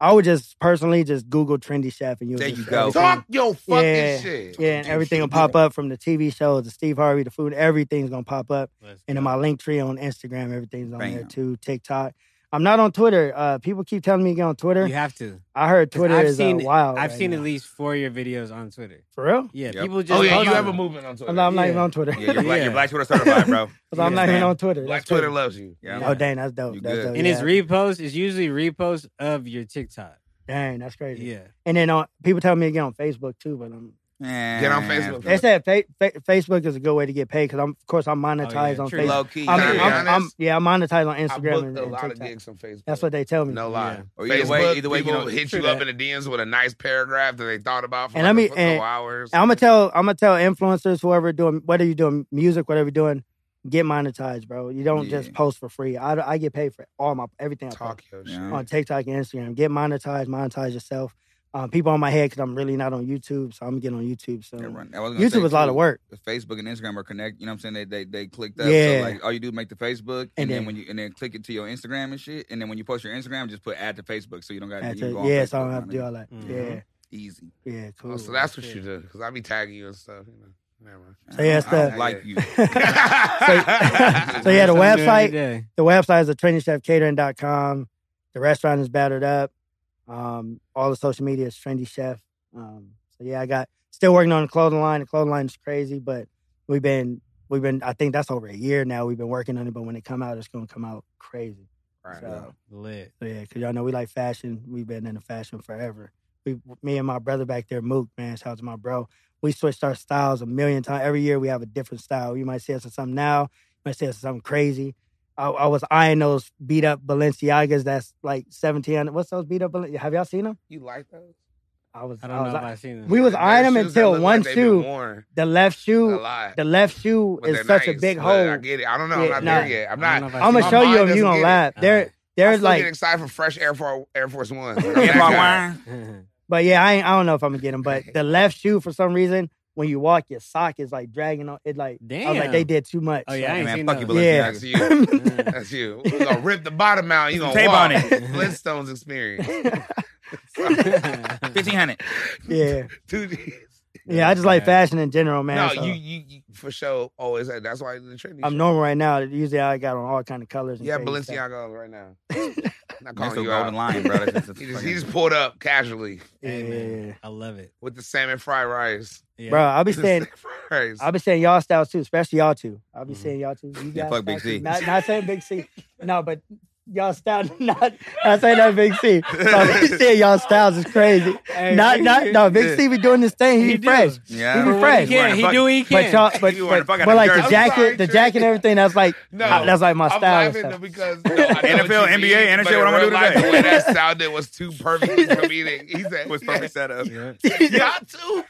Speaker 5: I would just personally just Google trendy chef and you'll
Speaker 4: There
Speaker 5: just
Speaker 4: you go.
Speaker 2: Talk your fucking
Speaker 5: Yeah.
Speaker 2: shit.
Speaker 5: Yeah, and everything will pop up from the TV shows, the Steve Harvey, the food. Everything's gonna pop up,
Speaker 3: Let's
Speaker 5: and
Speaker 3: go.
Speaker 5: in my link tree on Instagram, everything's on there
Speaker 4: Bam.
Speaker 5: too. TikTok. I'm not on Twitter. Uh, people keep telling me to get on Twitter.
Speaker 3: You have to.
Speaker 5: I heard
Speaker 3: 'Cause
Speaker 5: Twitter
Speaker 3: I've
Speaker 5: is
Speaker 3: seen-
Speaker 5: uh, wild.
Speaker 3: I've
Speaker 5: right
Speaker 3: seen
Speaker 5: now.
Speaker 3: at least four of your videos on Twitter.
Speaker 5: for real.
Speaker 3: Yeah,
Speaker 4: Yep.
Speaker 3: people just.
Speaker 2: Oh yeah,
Speaker 3: hold
Speaker 2: you
Speaker 3: on.
Speaker 2: have a movement on Twitter.
Speaker 5: I'm not, I'm not
Speaker 3: Yeah.
Speaker 5: even on Twitter.
Speaker 4: Yeah, you're black,
Speaker 3: Yeah.
Speaker 4: you're black Twitter certified, bro.
Speaker 5: <laughs> 'Cause I'm not even on Twitter.
Speaker 2: Black
Speaker 5: That's crazy.
Speaker 2: Twitter loves you.
Speaker 4: Yeah.
Speaker 5: Oh dang, that's dope.
Speaker 4: You
Speaker 5: That's
Speaker 4: good.
Speaker 5: dope.
Speaker 4: And
Speaker 3: And
Speaker 5: yeah.
Speaker 3: his repost is usually repost of your TikTok.
Speaker 5: Dang, that's crazy.
Speaker 3: Yeah.
Speaker 5: And then on, people tell me to get on Facebook too, but I'm,
Speaker 2: Get on Facebook.
Speaker 5: they said fa- fa- Facebook is a good way to get paid because I'm, of course, I'm
Speaker 3: yeah,
Speaker 5: monetized on
Speaker 3: true.
Speaker 5: Facebook.
Speaker 4: Low key.
Speaker 5: I'm,
Speaker 2: To be
Speaker 5: I'm, I'm,
Speaker 2: honest,
Speaker 5: yeah, I'm monetized on
Speaker 2: I
Speaker 5: Instagram and,
Speaker 2: booked a
Speaker 5: and
Speaker 2: lot of
Speaker 5: TikTok.
Speaker 2: gigs on Facebook.
Speaker 5: That's what they tell me.
Speaker 2: No lie.
Speaker 3: Yeah.
Speaker 4: Or either way-
Speaker 2: Facebook,
Speaker 4: either way, you
Speaker 2: people
Speaker 4: know,
Speaker 2: hit
Speaker 5: true
Speaker 2: you up
Speaker 5: that.
Speaker 2: in the DMs with a nice paragraph that they thought about for
Speaker 5: And
Speaker 2: like
Speaker 5: let me-
Speaker 2: a couple
Speaker 5: and-
Speaker 2: hours.
Speaker 5: I'm gonna tell, I'm gonna tell influencers, whoever doing, whether you're doing music, whatever you're doing, get monetized, bro. You don't just
Speaker 4: Yeah.
Speaker 5: post for free. I, I get paid for all my everything. I post.
Speaker 2: talk your shit.
Speaker 4: Yeah.
Speaker 5: on TikTok and Instagram. Get monetized, monetize yourself. Um, people on my head because I'm really not on YouTube, so I'm getting on YouTube. So YouTube is a lot of work.
Speaker 4: Facebook and Instagram are connect. You know what I'm saying? They they, they clicked up.
Speaker 5: Yeah.
Speaker 4: So like all you do is make the Facebook, and,
Speaker 5: And
Speaker 4: then,
Speaker 5: then-
Speaker 4: when you and then click it to your Instagram and shit, and then when you post your Instagram, just put add to Facebook, so you don't got
Speaker 5: That's
Speaker 4: you
Speaker 5: it.
Speaker 4: go on
Speaker 5: yeah, so I
Speaker 4: Facebook,
Speaker 5: don't have to
Speaker 4: you
Speaker 5: do
Speaker 4: know
Speaker 5: all
Speaker 4: what
Speaker 5: that.
Speaker 3: Mhm.
Speaker 4: I mean? Easy.
Speaker 5: Yeah, yeah, cool.
Speaker 2: Oh, so that's what
Speaker 3: Shit.
Speaker 2: you do because I be tagging you and stuff. You know, never mind.
Speaker 5: So, yeah, it's
Speaker 4: I don't
Speaker 5: the-
Speaker 4: like you.
Speaker 2: <laughs>
Speaker 5: <laughs> So- so, yeah, the
Speaker 3: Something new every
Speaker 5: website-
Speaker 3: day.
Speaker 5: the website is atrendychefcatering.com. The restaurant is battered up. Um, all the social media is trendy chef. Um, so yeah, I got still working on the clothing line. The clothing line is crazy, but we've been we've been I think that's over a year now. We've been working on it, but when it come out, it's gonna come out crazy.
Speaker 4: Right.
Speaker 5: So-
Speaker 3: Lit.
Speaker 5: So yeah, because y'all know we like fashion. We've been in the fashion forever. We, me and my brother back there, Mook, man, shout out to my bro. We switched our styles a million times. Every year we have a different style. You might see us in something now. You might see us in something crazy. I, I was eyeing those beat up Balenciagas. That's like seventeen. What's those beat up? Balen- Have y'all seen them?
Speaker 2: you like those?
Speaker 5: I was.
Speaker 3: I
Speaker 5: I
Speaker 3: don't know
Speaker 5: was
Speaker 3: if
Speaker 5: like-
Speaker 3: I've seen them.
Speaker 5: we was
Speaker 2: They're
Speaker 5: eyeing them
Speaker 2: shoes that
Speaker 5: until
Speaker 2: look
Speaker 5: one
Speaker 2: like they been
Speaker 5: shoe.
Speaker 2: worn
Speaker 5: The left
Speaker 2: a
Speaker 5: shoe.
Speaker 2: lot.
Speaker 5: The left shoe
Speaker 2: But they're
Speaker 5: is such a
Speaker 2: nice,
Speaker 5: big
Speaker 2: but
Speaker 5: hole.
Speaker 2: I get it. I don't know. I'm
Speaker 5: Yeah,
Speaker 2: not
Speaker 5: nah.
Speaker 2: there yet. I'm
Speaker 3: I
Speaker 2: not.
Speaker 3: don't know if I've seen
Speaker 5: I'm gonna
Speaker 2: my
Speaker 3: them.
Speaker 5: show
Speaker 2: mind
Speaker 5: you if
Speaker 2: doesn't
Speaker 5: you gonna
Speaker 2: get it.
Speaker 5: laugh.
Speaker 3: Alright.
Speaker 5: They're
Speaker 2: I'm
Speaker 5: they're
Speaker 2: still
Speaker 5: like
Speaker 2: getting excited for fresh Air Force Air Force One.
Speaker 4: If I whine,
Speaker 3: <laughs>
Speaker 5: But yeah, I ain't, I don't know if I'm gonna get them. But the left shoe, for some reason, when you walk, your sock is like dragging on. It like I was like
Speaker 3: Damn.
Speaker 5: they did too much.
Speaker 3: Oh, yeah, I
Speaker 4: Hey,
Speaker 3: ain't
Speaker 4: man,
Speaker 3: seen
Speaker 4: fuck you,
Speaker 3: no.
Speaker 4: Balenciaga.
Speaker 5: Yeah.
Speaker 2: That's you. That's you. We're gonna rip the bottom out. You
Speaker 4: Put
Speaker 2: gonna
Speaker 4: some
Speaker 2: tape
Speaker 4: tape
Speaker 2: walk.
Speaker 4: on
Speaker 2: on it. <laughs>
Speaker 4: it.
Speaker 5: <laughs>
Speaker 2: Flintstones experience.
Speaker 4: Fifteen hundred.
Speaker 3: <laughs>
Speaker 5: yeah,
Speaker 2: Two G's.
Speaker 5: yeah. I just like fashion in general, man.
Speaker 2: No,
Speaker 5: so
Speaker 2: you, you you for sure always. had- That's why the trendy.
Speaker 5: I'm
Speaker 2: shit.
Speaker 5: normal right now. Usually I got on all kind of colors. And
Speaker 2: Yeah,
Speaker 5: crazy stuff.
Speaker 2: Balenciaga on right
Speaker 5: <laughs>
Speaker 2: now. I'm not
Speaker 4: That's
Speaker 2: calling
Speaker 4: the
Speaker 2: you out.
Speaker 4: golden line, bro. That's-
Speaker 2: <laughs>
Speaker 4: that's
Speaker 2: He
Speaker 4: a
Speaker 2: just, he
Speaker 4: fucking-
Speaker 2: just pulled up casually
Speaker 5: Yeah,
Speaker 3: Hey,
Speaker 5: yeah,
Speaker 3: man,
Speaker 5: yeah.
Speaker 3: I love it.
Speaker 2: with the salmon fried rice.
Speaker 3: Yeah.
Speaker 2: <laughs>
Speaker 5: Bro, I'll be saying,
Speaker 2: Fried rice.
Speaker 5: I'll be saying y'all styles too, especially y'all two. I'll be
Speaker 3: Mhm.
Speaker 5: saying y'all two. You
Speaker 4: Yeah,
Speaker 5: guys
Speaker 4: fuck Big
Speaker 5: styles
Speaker 4: C.
Speaker 5: too. Not, not saying Big C. No, but y'all style <laughs> not. Not saying that Big C. So I'll be saying y'all styles is crazy.
Speaker 3: Hey,
Speaker 5: not not no. Big C be doing this thing. He,
Speaker 3: He
Speaker 5: be
Speaker 3: do.
Speaker 5: fresh.
Speaker 4: Yeah.
Speaker 5: <laughs> He be fresh.
Speaker 3: He can. He do what he
Speaker 5: But
Speaker 3: can.
Speaker 5: y'all, but,
Speaker 4: He be wearing
Speaker 5: but,
Speaker 4: a fucking
Speaker 5: but like the
Speaker 4: jersey.
Speaker 5: jacket,
Speaker 2: I'm sorry,
Speaker 5: the
Speaker 2: Trey.
Speaker 5: jacket and everything. That's like
Speaker 2: No.
Speaker 5: that's like my
Speaker 2: I'm
Speaker 5: style. and
Speaker 2: laughing
Speaker 5: stuff.
Speaker 2: because
Speaker 4: <laughs>
Speaker 2: no, I know
Speaker 4: NFL,
Speaker 2: what you
Speaker 4: NBA,
Speaker 2: mean,
Speaker 4: and that's
Speaker 2: but
Speaker 4: what
Speaker 2: in
Speaker 4: I'm gonna
Speaker 2: real
Speaker 4: do
Speaker 2: life,
Speaker 4: today.
Speaker 2: the way
Speaker 4: <laughs>
Speaker 2: that sounded was too perfectly comedic. He said,
Speaker 4: It was perfect setup. <laughs>
Speaker 3: Yeah.
Speaker 2: <laughs>
Speaker 5: <laughs>
Speaker 2: Y'all too.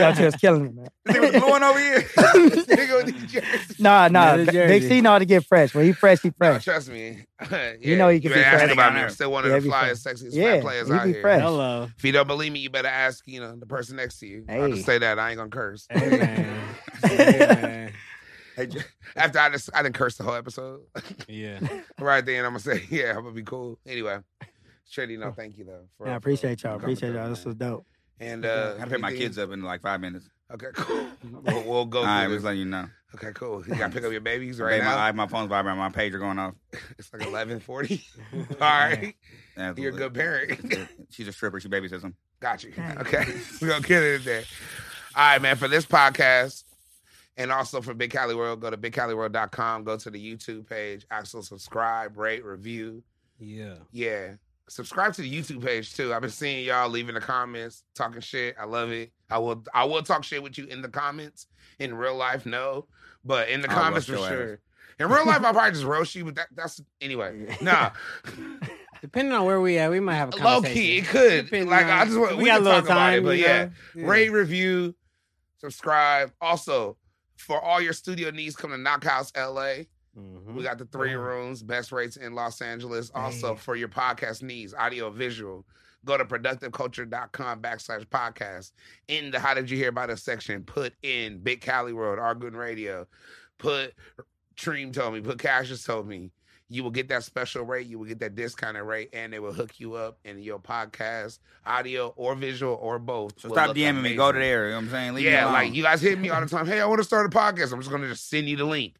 Speaker 5: Y'all two is killing me, man.
Speaker 4: This nigga was blowing over
Speaker 5: <laughs>
Speaker 4: here. Uh,
Speaker 2: Nigga with the jersey.
Speaker 5: Nah, nah.
Speaker 3: the
Speaker 5: B- Big
Speaker 3: jersey.
Speaker 5: C know how to get fresh. When he fresh, he
Speaker 2: No,
Speaker 5: fresh.
Speaker 2: trust me. <laughs> yeah,
Speaker 5: You know he can
Speaker 2: you
Speaker 5: be
Speaker 2: better ask
Speaker 5: fresh.
Speaker 2: about me. I'm still one of
Speaker 5: Yeah,
Speaker 2: the
Speaker 5: he be fresh.
Speaker 2: flyest, sexiest
Speaker 5: Yeah,
Speaker 2: fat players
Speaker 5: he
Speaker 2: out
Speaker 5: be
Speaker 2: here.
Speaker 5: fresh.
Speaker 3: Hello.
Speaker 2: If you don't believe me, you better ask, you know, the person next to you. I'll
Speaker 5: Hey.
Speaker 2: just say that. I ain't gonna curse.
Speaker 3: Hey, man. Hey,
Speaker 5: <laughs>
Speaker 3: man.
Speaker 4: Hey, J-
Speaker 2: <laughs> After I just I didn't curse the whole episode. <laughs>
Speaker 3: Yeah.
Speaker 2: right then I'm gonna say, <laughs> yeah, I'm gonna be cool. Anyway. Shirley, no, thank you though. for-
Speaker 5: Yeah, I
Speaker 2: for
Speaker 5: appreciate y'all.
Speaker 2: coming
Speaker 5: Appreciate
Speaker 2: through,
Speaker 5: y'all.
Speaker 2: man.
Speaker 5: This was dope.
Speaker 2: And uh
Speaker 4: I pick my
Speaker 2: anything-
Speaker 4: kids up in like five minutes.
Speaker 2: Okay, cool. We'll, we'll go.
Speaker 4: All right,
Speaker 2: through
Speaker 4: just
Speaker 2: this.
Speaker 4: letting you know.
Speaker 2: okay, cool. You gotta pick up your babies
Speaker 4: Right
Speaker 2: Oh, right
Speaker 4: my,
Speaker 2: now.
Speaker 4: I- my phone's vibrating. My pager going off.
Speaker 2: It's like eleven forty. <laughs> All right,
Speaker 4: That's
Speaker 2: you're a good parent. <laughs>
Speaker 4: She's a stripper. She babysits him.
Speaker 2: Got you. <laughs>
Speaker 5: Dang.
Speaker 2: Okay, we're gonna get it in there. All right, man. For this podcast, and also for Big Cali World, go to bigcaliworld.com. Go to the YouTube page. Axel, subscribe, rate, review.
Speaker 3: Yeah.
Speaker 2: Yeah. Subscribe to the YouTube page too. I've been seeing y'all leaving the comments, talking shit. I love it. I will I will talk shit with you in the comments. In real life, no. But in the
Speaker 4: I'll
Speaker 2: comments for
Speaker 4: roast your
Speaker 2: sure. In real life, I'll probably just roast you, but that, that's anyway. Nah.
Speaker 3: Depending on where we at, we might have a
Speaker 2: Low
Speaker 3: conversation.
Speaker 2: key, it could.
Speaker 3: Depending
Speaker 2: like I
Speaker 3: on-
Speaker 2: just want we, can talk about it, but
Speaker 3: you
Speaker 2: yeah.
Speaker 3: know?
Speaker 2: Rate, review, subscribe. Also, for all your studio needs, come to Knockhouse LA.
Speaker 3: Mhm.
Speaker 2: We got the three
Speaker 3: Yeah.
Speaker 2: rooms, best rates in Los Angeles. Also,
Speaker 3: Damn.
Speaker 2: for your podcast needs, audio, visual, go to productiveculture.com backslash podcast. In the How Did You Hear About Us section, put in Big Cali World, Argoon Radio, put Treem Told Me, put Cassius Told Me. You will get that special rate, you will get that discounted rate, and they will hook you up in your podcast, audio or visual or both.
Speaker 4: So
Speaker 2: will
Speaker 4: stop
Speaker 2: look
Speaker 4: DMing me. Go to
Speaker 2: amazing
Speaker 4: there. You know what I'm saying? Leave me
Speaker 2: yeah,
Speaker 4: alone.
Speaker 2: like you guys hit me all the time. Hey, I want to start a podcast. I'm just gonna just send you the link.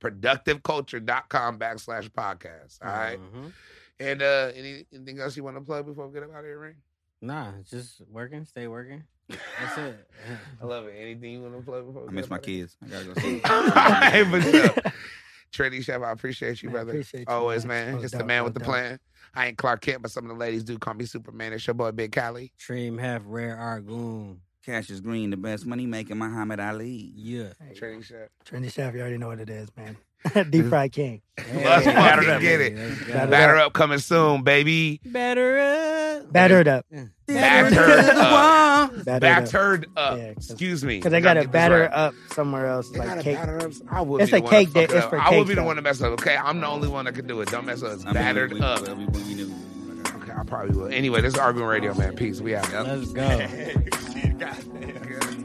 Speaker 2: Productiveculture.com backslash podcast. All
Speaker 4: Mm-hmm.
Speaker 2: right.
Speaker 3: Mhm.
Speaker 2: And uh any, anything else you want to plug before we get up out of here, Ring?
Speaker 3: Nah, just working, stay working. That's it.
Speaker 2: <laughs>
Speaker 3: <laughs>
Speaker 2: I love it. Anything you want to plug before we
Speaker 4: I
Speaker 2: get
Speaker 4: miss
Speaker 2: up
Speaker 4: my
Speaker 2: out of here?
Speaker 4: kids. I gotta go see.
Speaker 2: all right, <laughs> but
Speaker 5: <laughs>
Speaker 2: uh, Trinity Chef, I appreciate you,
Speaker 5: Man,
Speaker 2: brother.
Speaker 5: appreciate you,
Speaker 2: Always, man.
Speaker 5: man. That was
Speaker 2: It's the
Speaker 5: dope.
Speaker 2: man
Speaker 5: That
Speaker 2: with the
Speaker 5: was dope.
Speaker 2: plan. I ain't Clark Kent, but some of the ladies do call me Superman. It's your boy Big Cali.
Speaker 3: Dream have rare argoon.
Speaker 4: Cash is green, the best money making Muhammad Ali.
Speaker 3: Yeah.
Speaker 2: Trinity Chef.
Speaker 5: Trendy Chef, you already know what it is, man. <laughs> Deep fried king.
Speaker 2: Let's
Speaker 3: Yeah,
Speaker 2: fucking
Speaker 3: yeah,
Speaker 2: get
Speaker 3: yeah,
Speaker 2: it.
Speaker 3: let's go.
Speaker 5: Batter
Speaker 2: Batter up coming soon, baby.
Speaker 3: Batter up.
Speaker 5: Batter it up.
Speaker 2: Back
Speaker 4: To
Speaker 2: her
Speaker 4: the
Speaker 2: up.
Speaker 5: <laughs>
Speaker 4: wall.
Speaker 5: Batter it up.
Speaker 2: Battered up.
Speaker 5: Yeah, 'cause-
Speaker 2: Excuse me.
Speaker 5: Because
Speaker 2: We
Speaker 5: I got
Speaker 2: gotta
Speaker 5: to
Speaker 2: get this
Speaker 5: batter
Speaker 2: right.
Speaker 5: up somewhere else,
Speaker 2: They gotta
Speaker 5: like cake.
Speaker 2: batter up. I will
Speaker 5: It's
Speaker 2: be
Speaker 5: a
Speaker 2: the one to
Speaker 5: cake
Speaker 2: fuck
Speaker 5: day.
Speaker 2: it
Speaker 5: It's
Speaker 2: up.
Speaker 5: for
Speaker 2: I will
Speaker 5: cake
Speaker 2: be the
Speaker 5: day.
Speaker 2: one to mess up. Okay, I'm the only one that can do it. Don't mess up. It's
Speaker 4: I mean,
Speaker 2: battered
Speaker 4: we- we-
Speaker 2: up.
Speaker 4: we- we knew.
Speaker 2: Okay, I probably will. Anyway, this is Arguing Radio, man. Peace. We out.
Speaker 3: Let's go.
Speaker 4: Goddamn.